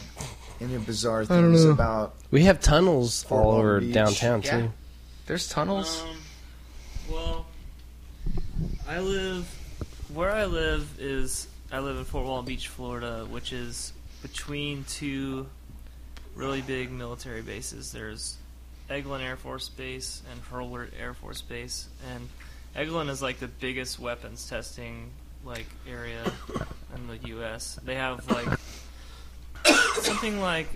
Speaker 5: any bizarre
Speaker 2: don't
Speaker 5: things
Speaker 2: know.
Speaker 5: about?
Speaker 1: We have tunnels
Speaker 5: Fort
Speaker 1: all
Speaker 5: Long
Speaker 1: over
Speaker 5: Beach.
Speaker 1: downtown
Speaker 6: Yeah.
Speaker 1: too.
Speaker 6: There's tunnels.
Speaker 4: Um, well, I live where I live is I live in Fort Walton Beach, Florida, which is between two really big military bases. There's Eglin Air Force Base and Hurlburt Air Force Base, and Eglin is like the biggest weapons testing like area in the U.S. They have like something like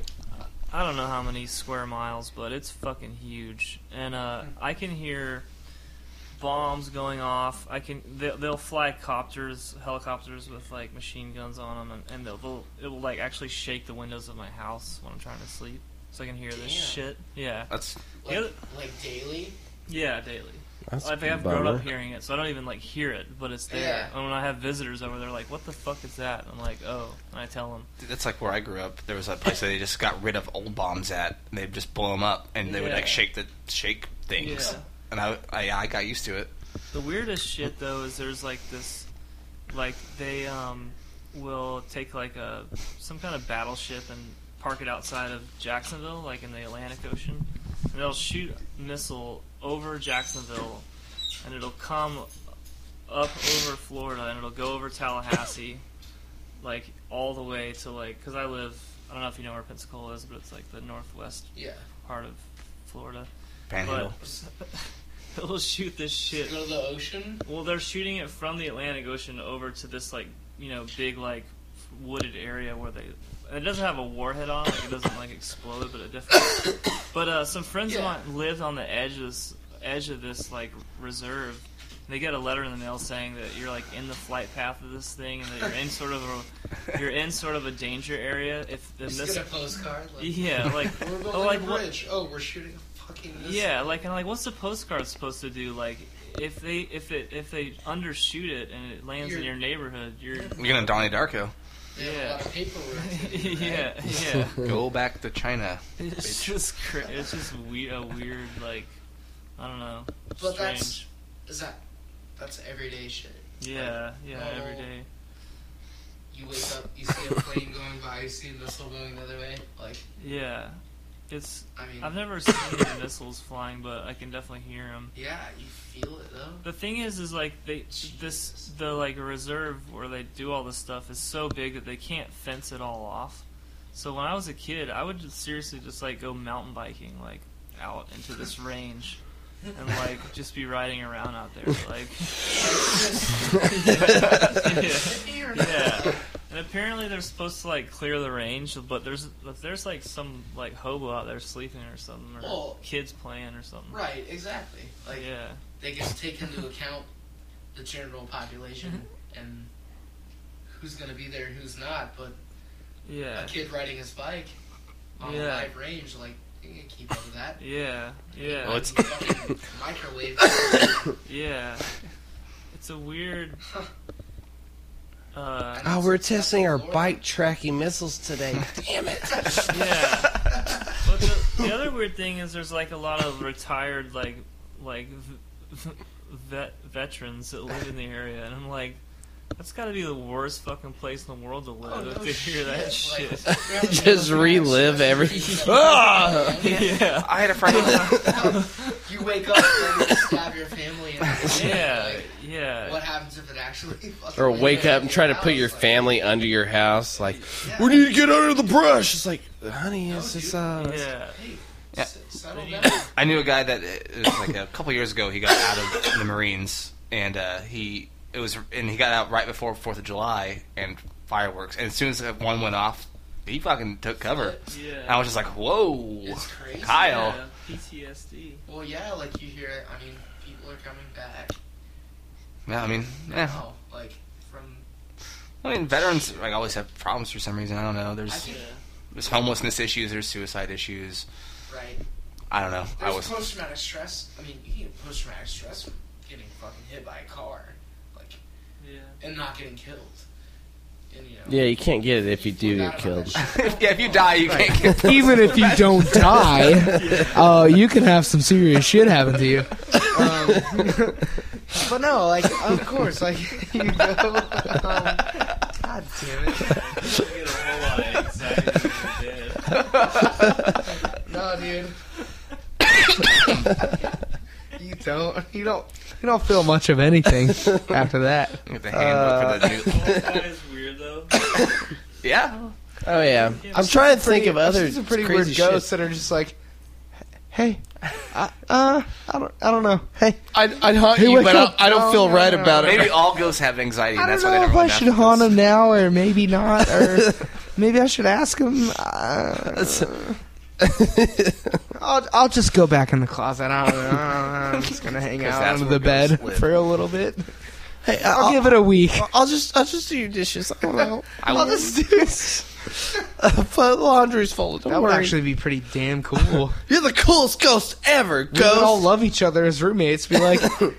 Speaker 4: I don't know how many square miles, but it's fucking huge. And uh, I can hear bombs going off. I can they'll, they'll fly copters, helicopters with like machine guns on them, and, and they'll, they'll it will like actually shake the windows of my house when I'm trying to sleep, so I can hear this
Speaker 7: Damn.
Speaker 4: shit. Yeah,
Speaker 3: That's
Speaker 4: The other-
Speaker 7: like daily.
Speaker 4: yeah, daily.
Speaker 1: That's
Speaker 4: I think I've
Speaker 1: bummer.
Speaker 4: grown up hearing it, so I don't even like hear it, but it's there.
Speaker 7: Yeah.
Speaker 4: And when I have visitors over, they're like, "What the fuck is that?" And I'm like, "Oh," and I tell them.
Speaker 3: dude, that's like where I grew up. There was a place that they just got rid of old bombs at. And they'd just blow them up, and they would
Speaker 4: Yeah.
Speaker 3: like shake the shake things.
Speaker 4: Yeah.
Speaker 3: And I, I I got used to it.
Speaker 4: The weirdest shit though is there's like this, like they um will take like a some kind of battleship and park it outside of Jacksonville, like in the Atlantic Ocean, and they'll shoot a missile over Jacksonville, and it'll come up over Florida and it'll go over Tallahassee, like all the way to like because I live I don't know if you know where Pensacola is, but it's like the northwest
Speaker 7: Yeah.
Speaker 4: part of Florida.
Speaker 3: Panhandle.
Speaker 4: But it'll shoot this shit
Speaker 7: Go to the ocean.
Speaker 4: well, they're shooting it from the Atlantic Ocean over to this like you know big like wooded area where they. It doesn't have a warhead on, like it doesn't like explode, but it definitely. But uh, some friends
Speaker 7: Yeah.
Speaker 4: of mine lived on the edge of this edge of this like reserve. And they get a letter in the mail saying that you're like in the flight path of this thing, and that you're in sort of a you're in sort of a danger area. If the
Speaker 7: Just
Speaker 4: missile,
Speaker 7: get a postcard. Like,
Speaker 4: yeah, like
Speaker 7: We're
Speaker 4: oh,
Speaker 7: building
Speaker 4: like
Speaker 7: a
Speaker 4: what-
Speaker 7: bridge. Oh, we're shooting a fucking. Missile.
Speaker 4: yeah, like and like, what's the postcard supposed to do? Like, if they if it if they undershoot it and it lands in
Speaker 7: You're-
Speaker 4: your neighborhood, you're
Speaker 3: You're gonna Donnie Darko.
Speaker 7: They have
Speaker 4: Yeah.
Speaker 7: A lot of paperwork.
Speaker 4: yeah yeah.
Speaker 3: Go back to China.
Speaker 4: It's just cra- it's just we- a weird like I don't know.
Speaker 7: But
Speaker 4: strange.
Speaker 7: that's- Is that? That's everyday shit.
Speaker 4: yeah yeah every
Speaker 7: normal-
Speaker 4: day.
Speaker 7: You wake up, you see a plane going by, you see a missile going the other way. Like,
Speaker 4: Yeah, it's
Speaker 7: I mean,
Speaker 4: I've never seen the missiles flying, but I can definitely hear them.
Speaker 7: yeah, you feel it though.
Speaker 4: The thing is, is like they this the like reserve where they do all this stuff is so big that they can't fence it all off. So when I was a kid, I would just seriously just like go mountain biking like out into this range and like just be riding around out there like yeah. yeah. And apparently they're supposed to like clear the range, but there's if there's like some like hobo out there sleeping or something or
Speaker 7: Well-
Speaker 4: kids playing or something.
Speaker 7: Right, exactly. Like,
Speaker 4: Yeah.
Speaker 7: they can take into account the general population
Speaker 4: Mm-hmm.
Speaker 7: and who's gonna be there and who's not. But
Speaker 4: Yeah.
Speaker 7: a kid riding his bike on a
Speaker 4: Yeah.
Speaker 7: live range, like, you can keep up with that.
Speaker 4: Yeah. Yeah.
Speaker 3: Well, it's-
Speaker 7: Fucking microwave.
Speaker 4: Yeah. It's a weird. Uh,
Speaker 1: Oh, we're testing our bike tracking missiles today. Damn it!
Speaker 4: yeah. But the, the other weird thing is there's like a lot of retired like like v- vet veterans that live in the area, and I'm like, that's got to be the worst fucking place in the world to live
Speaker 7: Oh, no
Speaker 4: if they hear that
Speaker 7: shit,
Speaker 4: shit.
Speaker 1: Just relive every. Ah!
Speaker 4: yeah.
Speaker 3: I had a friend.
Speaker 7: You wake up and you stab your family. In the
Speaker 4: Yeah.
Speaker 7: Like,
Speaker 4: Yeah.
Speaker 7: what happens if it actually? fucking
Speaker 1: Or wake
Speaker 7: lands
Speaker 1: up and try to
Speaker 7: on
Speaker 1: put your
Speaker 7: house?
Speaker 1: family under your house. Like,
Speaker 7: Yeah.
Speaker 1: we need to get under the brush. It's like, honey, it's
Speaker 7: dude.
Speaker 1: just uh.
Speaker 4: Yeah.
Speaker 7: Like, hey,
Speaker 3: Yeah.
Speaker 7: s- settle
Speaker 4: Yeah.
Speaker 7: down.
Speaker 3: I knew a guy that it was like a couple years ago. He got out of the Marines, and uh, he it was and he got out right before Fourth of July and fireworks. And as soon as one went off, he fucking took cover. And I
Speaker 4: Yeah.
Speaker 3: was just like, whoa,
Speaker 6: It's crazy.
Speaker 3: Kyle.
Speaker 4: Yeah, PTSD.
Speaker 6: Well, yeah, like you hear, I mean, people are coming back.
Speaker 3: Yeah, I mean, yeah.
Speaker 6: now, like from
Speaker 3: I mean, veterans like always have problems for some reason. I don't know.
Speaker 6: I
Speaker 3: There's
Speaker 6: think
Speaker 3: there's homelessness issues. There's suicide issues.
Speaker 6: right.
Speaker 3: I don't know. I
Speaker 6: There's
Speaker 3: was
Speaker 6: post traumatic stress. I mean, you can get post traumatic stress from getting fucking hit by a car, like,
Speaker 4: Yeah.
Speaker 6: and not getting killed. And you know,
Speaker 1: Yeah, you can't get it if you do
Speaker 6: forgot
Speaker 1: get
Speaker 6: about
Speaker 1: killed.
Speaker 6: that shit.
Speaker 3: yeah. If you die, you can't get
Speaker 8: Even if you don't die, uh, you can have some serious shit happen to you.
Speaker 2: Um, but no, like of course, like you go. Um, God damn it!
Speaker 4: get a whole lot of anxiety when you're dead.
Speaker 2: No, dude. you don't. You don't. You don't feel much of anything after that.
Speaker 3: the handbook for the new.
Speaker 4: That is weird though.
Speaker 3: Yeah,
Speaker 1: Oh yeah, I'm trying to think of other
Speaker 2: There's some pretty
Speaker 1: crazy
Speaker 2: weird ghosts
Speaker 1: shit.
Speaker 2: that are just like, hey, I, uh, I don't, I don't know. Hey, I'd, I'd haunt
Speaker 8: you, but I-
Speaker 2: I don't feel right about
Speaker 3: maybe all ghosts have anxiety,
Speaker 2: "Oh, I
Speaker 3: and
Speaker 2: don't
Speaker 3: that's why they
Speaker 2: know
Speaker 3: don't
Speaker 2: if
Speaker 3: really
Speaker 2: I
Speaker 3: mess
Speaker 2: should
Speaker 3: with
Speaker 2: haunt
Speaker 3: us.
Speaker 2: him now or maybe not, or maybe I should ask him. Uh, I'll, I'll just go back in the closet. I don't know. I don't know. I'm just gonna hang
Speaker 3: 'Cause
Speaker 2: out
Speaker 3: that's
Speaker 2: under
Speaker 3: where
Speaker 2: the bed
Speaker 3: ghosts live.
Speaker 2: for a little bit.
Speaker 1: Hey,
Speaker 2: I'll,
Speaker 1: I'll,
Speaker 2: give it a week.
Speaker 1: I'll just I'll just do your dishes. I don't know.
Speaker 3: I
Speaker 1: I'll
Speaker 3: will-
Speaker 1: just do this. But laundry's full. Don't
Speaker 2: That would
Speaker 1: worry.
Speaker 2: actually be pretty damn cool.
Speaker 1: You're the coolest ghost ever,
Speaker 2: We would all
Speaker 1: ghost.
Speaker 2: love each other as roommates. Be like, we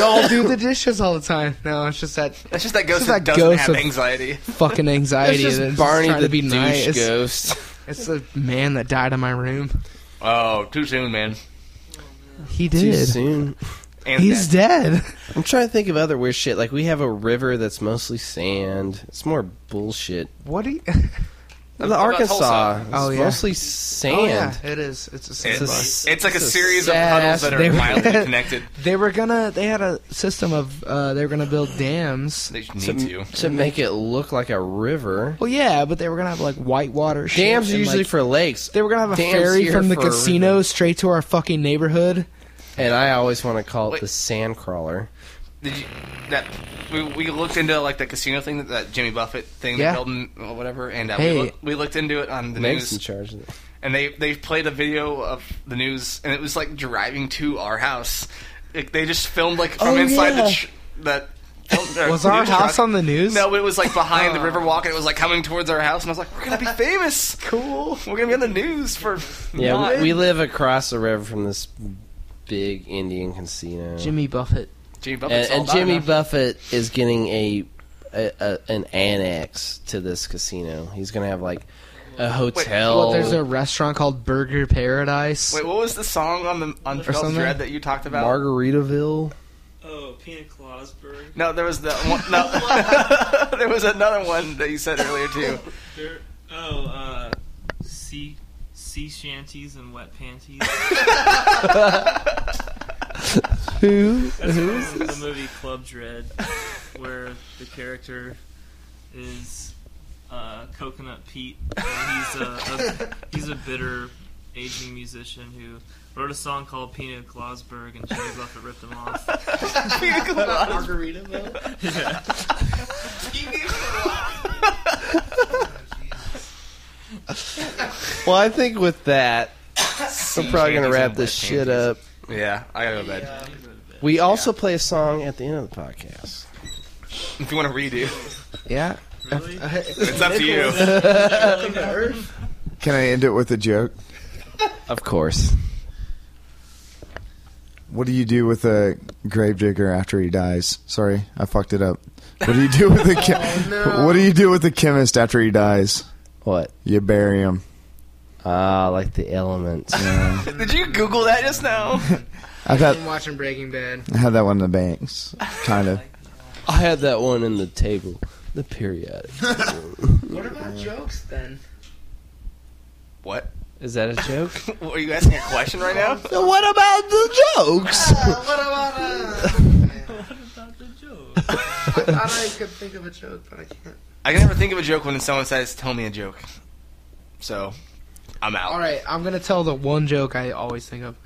Speaker 2: all do the dishes all the time. No, it's just that
Speaker 3: That's just that ghost
Speaker 2: It's
Speaker 3: that
Speaker 2: like
Speaker 3: doesn't
Speaker 2: ghosts
Speaker 3: have
Speaker 2: of-
Speaker 3: anxiety.
Speaker 2: fucking
Speaker 1: It's
Speaker 2: anxiety.
Speaker 1: just
Speaker 2: that's
Speaker 1: Barney
Speaker 2: trying
Speaker 1: the
Speaker 2: to be
Speaker 1: douche
Speaker 2: nice.
Speaker 1: ghost.
Speaker 2: It's the man that died in my room.
Speaker 3: Oh, too soon, man.
Speaker 2: He
Speaker 1: Too
Speaker 2: did.
Speaker 1: soon.
Speaker 3: And
Speaker 2: He's dead.
Speaker 1: I'm trying to think of other weird shit. Like we have a river that's mostly sand. It's more bullshit.
Speaker 2: What do you?
Speaker 1: The
Speaker 3: about
Speaker 1: Arkansas
Speaker 3: Tulsa?
Speaker 1: is
Speaker 2: Oh, yeah.
Speaker 1: mostly sand.
Speaker 2: Oh yeah, it is. It's a
Speaker 3: It's,
Speaker 1: It's
Speaker 2: sandbar.
Speaker 1: a-
Speaker 3: it's like a
Speaker 1: it's a
Speaker 3: series of
Speaker 1: sad
Speaker 3: puddles that
Speaker 2: They
Speaker 3: are
Speaker 2: were-
Speaker 3: mildly connected.
Speaker 2: They were gonna. They had a system of. Uh, they were gonna build dams.
Speaker 3: They
Speaker 1: To,
Speaker 3: need to.
Speaker 1: to make it look like a river.
Speaker 2: Well, yeah, but they were gonna have like whitewater. shit
Speaker 1: Dams are
Speaker 2: and,
Speaker 1: usually
Speaker 2: like,
Speaker 1: for lakes.
Speaker 2: They were gonna have a
Speaker 1: Dams
Speaker 2: ferry
Speaker 1: here
Speaker 2: from the
Speaker 1: for a
Speaker 2: casino
Speaker 1: reason.
Speaker 2: straight to our fucking neighborhood.
Speaker 1: And I always want to call it
Speaker 3: Wait.
Speaker 1: the sand crawler.
Speaker 3: Did you, that we, we looked into like the casino thing that, that Jimmy Buffett thing,
Speaker 2: Yeah.
Speaker 3: yeah. building or whatever, and uh,
Speaker 2: Hey.
Speaker 3: we, look, we looked into it on the
Speaker 1: Meg's in
Speaker 3: news,
Speaker 1: charge of it.
Speaker 3: and they they played a video of the news, and it was like driving to our house. Like, they just filmed like from
Speaker 2: Oh,
Speaker 3: inside
Speaker 2: yeah.
Speaker 3: the tr- that. filmed- uh,
Speaker 2: Was our
Speaker 3: news truck.
Speaker 2: house on Oh. the news?
Speaker 3: No, but it was like behind the river walk, and it was like coming towards our house, and I was like, "We're gonna be famous.
Speaker 2: Cool.
Speaker 3: We're gonna be on the news for
Speaker 1: Yeah,
Speaker 3: not-
Speaker 1: we, we live across the river from this big Indian casino.
Speaker 2: Jimmy Buffett.
Speaker 3: Jimmy
Speaker 1: and,
Speaker 3: Buffett's all
Speaker 1: and
Speaker 3: about it
Speaker 1: Jimmy
Speaker 3: now.
Speaker 1: Buffett is getting a, a, a an annex to this casino. He's gonna have like a hotel.
Speaker 2: Well, there's a restaurant called Burger Paradise.
Speaker 3: Wait, what was the song on the on
Speaker 2: Or
Speaker 3: Felt
Speaker 2: something?
Speaker 3: Dread that you talked about?
Speaker 1: Margaritaville.
Speaker 4: Oh, Pina Colada's
Speaker 3: No, there was the one, no, there was another one that you said earlier too.
Speaker 4: There, oh, uh, sea sea shanties and wet panties.
Speaker 2: Who?
Speaker 4: That's from the movie Club Dread, where the character is uh, Coconut Pete, and he's a, a he's a bitter aging musician who wrote a song called Pina Glausberg, and Jimmy Buffett ripped him off.
Speaker 6: Margaritaville.
Speaker 4: Yeah.
Speaker 1: Well, I think with that, we're probably gonna
Speaker 3: Shanties
Speaker 1: wrap
Speaker 3: and
Speaker 1: this
Speaker 3: wet
Speaker 1: shit
Speaker 3: panties.
Speaker 1: up.
Speaker 3: Yeah, I gotta go to bed.
Speaker 1: We also play a song at the end of the podcast.
Speaker 3: If you want to redo,
Speaker 2: Yeah.
Speaker 4: Really?
Speaker 3: it's up to you.
Speaker 5: Can I end it with a joke?
Speaker 1: Of course.
Speaker 5: What do you do with a gravedigger after he dies? Sorry, I fucked it up. What do you do with a chem- What do you do with the chemist after he dies?
Speaker 1: What?
Speaker 5: You bury him.
Speaker 1: Ah, like the elements.
Speaker 3: Did you Google that just now?
Speaker 5: I've had
Speaker 2: I'm watching Breaking Bad.
Speaker 5: I had that one in the banks, kind of.
Speaker 1: I had that one in the table. The periodic.
Speaker 2: What about jokes then?
Speaker 3: What?
Speaker 1: Is that a joke?
Speaker 3: Are you asking a question right now?
Speaker 1: what about the jokes?
Speaker 2: What about uh?
Speaker 4: Not the joke.
Speaker 2: I thought I could think of a joke, but I can't.
Speaker 3: I can never think of a joke when someone says, "Tell me a joke." So, I'm out.
Speaker 2: All right, I'm gonna tell the one joke I always think of.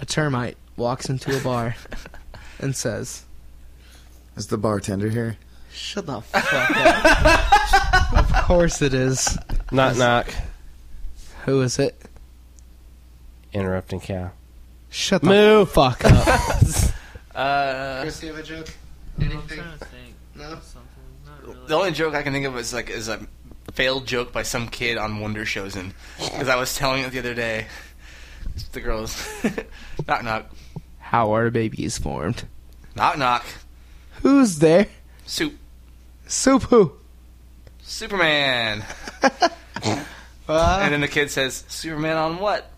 Speaker 2: A termite walks into a bar and says,
Speaker 5: Is the bartender here?
Speaker 2: "Shut the fuck up." of course it is.
Speaker 1: Knock knock.
Speaker 2: Who is it?
Speaker 1: Interrupting cow.
Speaker 2: Shut the
Speaker 1: Moo.
Speaker 2: fuck up.
Speaker 3: Uh,
Speaker 7: Chris, do you have a joke?
Speaker 4: I'm
Speaker 7: Anything?
Speaker 4: trying to think
Speaker 7: No.
Speaker 4: of something. Not really.
Speaker 3: the only joke I can think of is like is a failed joke by some kid on Wonder Chosen because I was telling it the other day. The girls, knock knock,
Speaker 2: How our baby is formed.
Speaker 3: knock knock.
Speaker 2: Who's there?
Speaker 3: Soup,
Speaker 2: Soup who?
Speaker 3: Superman. and then the kid says, "Superman on what?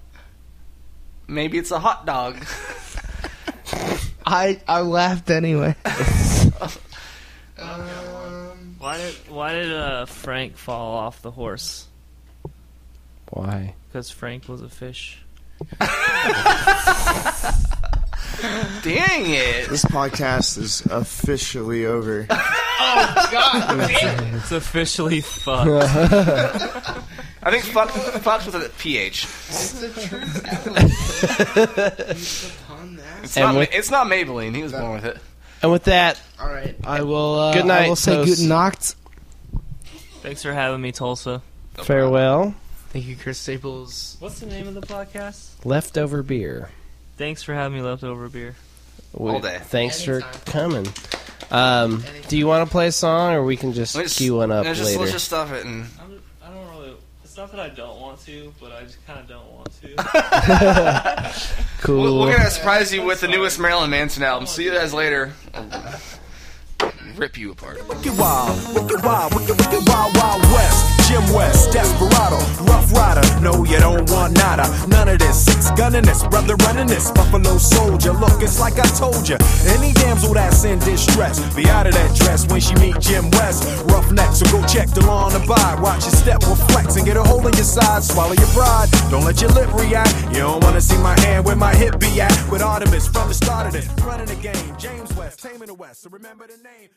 Speaker 3: Maybe it's a hot dog."
Speaker 2: I I laughed anyway.
Speaker 7: Um,
Speaker 4: Why did Why did uh, Frank fall off the horse?
Speaker 1: Why?
Speaker 4: Because Frank was a fish.
Speaker 3: Dang it!
Speaker 5: This podcast is officially over.
Speaker 4: It's officially fucked.
Speaker 3: I think fuck, fuck with a ph.
Speaker 7: it's the truth, Alan. Based upon that.
Speaker 3: It's,
Speaker 1: And
Speaker 3: not,
Speaker 1: with-
Speaker 3: it's not Maybelline. He was born with it.
Speaker 1: And with that,
Speaker 7: All right.
Speaker 2: I will. Uh,
Speaker 1: Good night,
Speaker 2: I will say
Speaker 1: toast.
Speaker 2: good night.
Speaker 4: Thanks for having me, Tulsa.
Speaker 1: farewell.
Speaker 2: Thank you, Chris Staples.
Speaker 4: What's the name of the podcast?
Speaker 1: Leftover beer.
Speaker 4: Thanks for having me, leftover beer.
Speaker 1: We-
Speaker 3: All day.
Speaker 1: Thanks
Speaker 7: Anytime.
Speaker 1: for coming. Um, do you want to play a song, or we can just
Speaker 3: Let's-
Speaker 1: queue one up
Speaker 3: let's just,
Speaker 1: later?
Speaker 3: Let's just stuff it and
Speaker 4: I'm, I don't really. It's not that I don't want to, but I just kind of don't want to.
Speaker 1: cool.
Speaker 3: We're, we're gonna surprise you with the newest Marilyn Manson album. See you guys later. Rip you apart.
Speaker 9: Wicked wild, wicked wild, wicked, wicked wild, wild west. Jim West, Desperado, Rough Rider. No, you don't want nada. None of this. Six gunning this, brother running this. Buffalo soldier. Look, it's like I told you. Any damsel that's in distress, be out of that dress when she meet Jim West. Rough neck, so go check the lawn and buy. Watch your step, will flex and get a hold on your side. Swallow your pride. Don't let your lip react. You don't wanna see my hand where my hip be at. With Artemis from the start of this, running the game. James West, taming the West. So remember the name.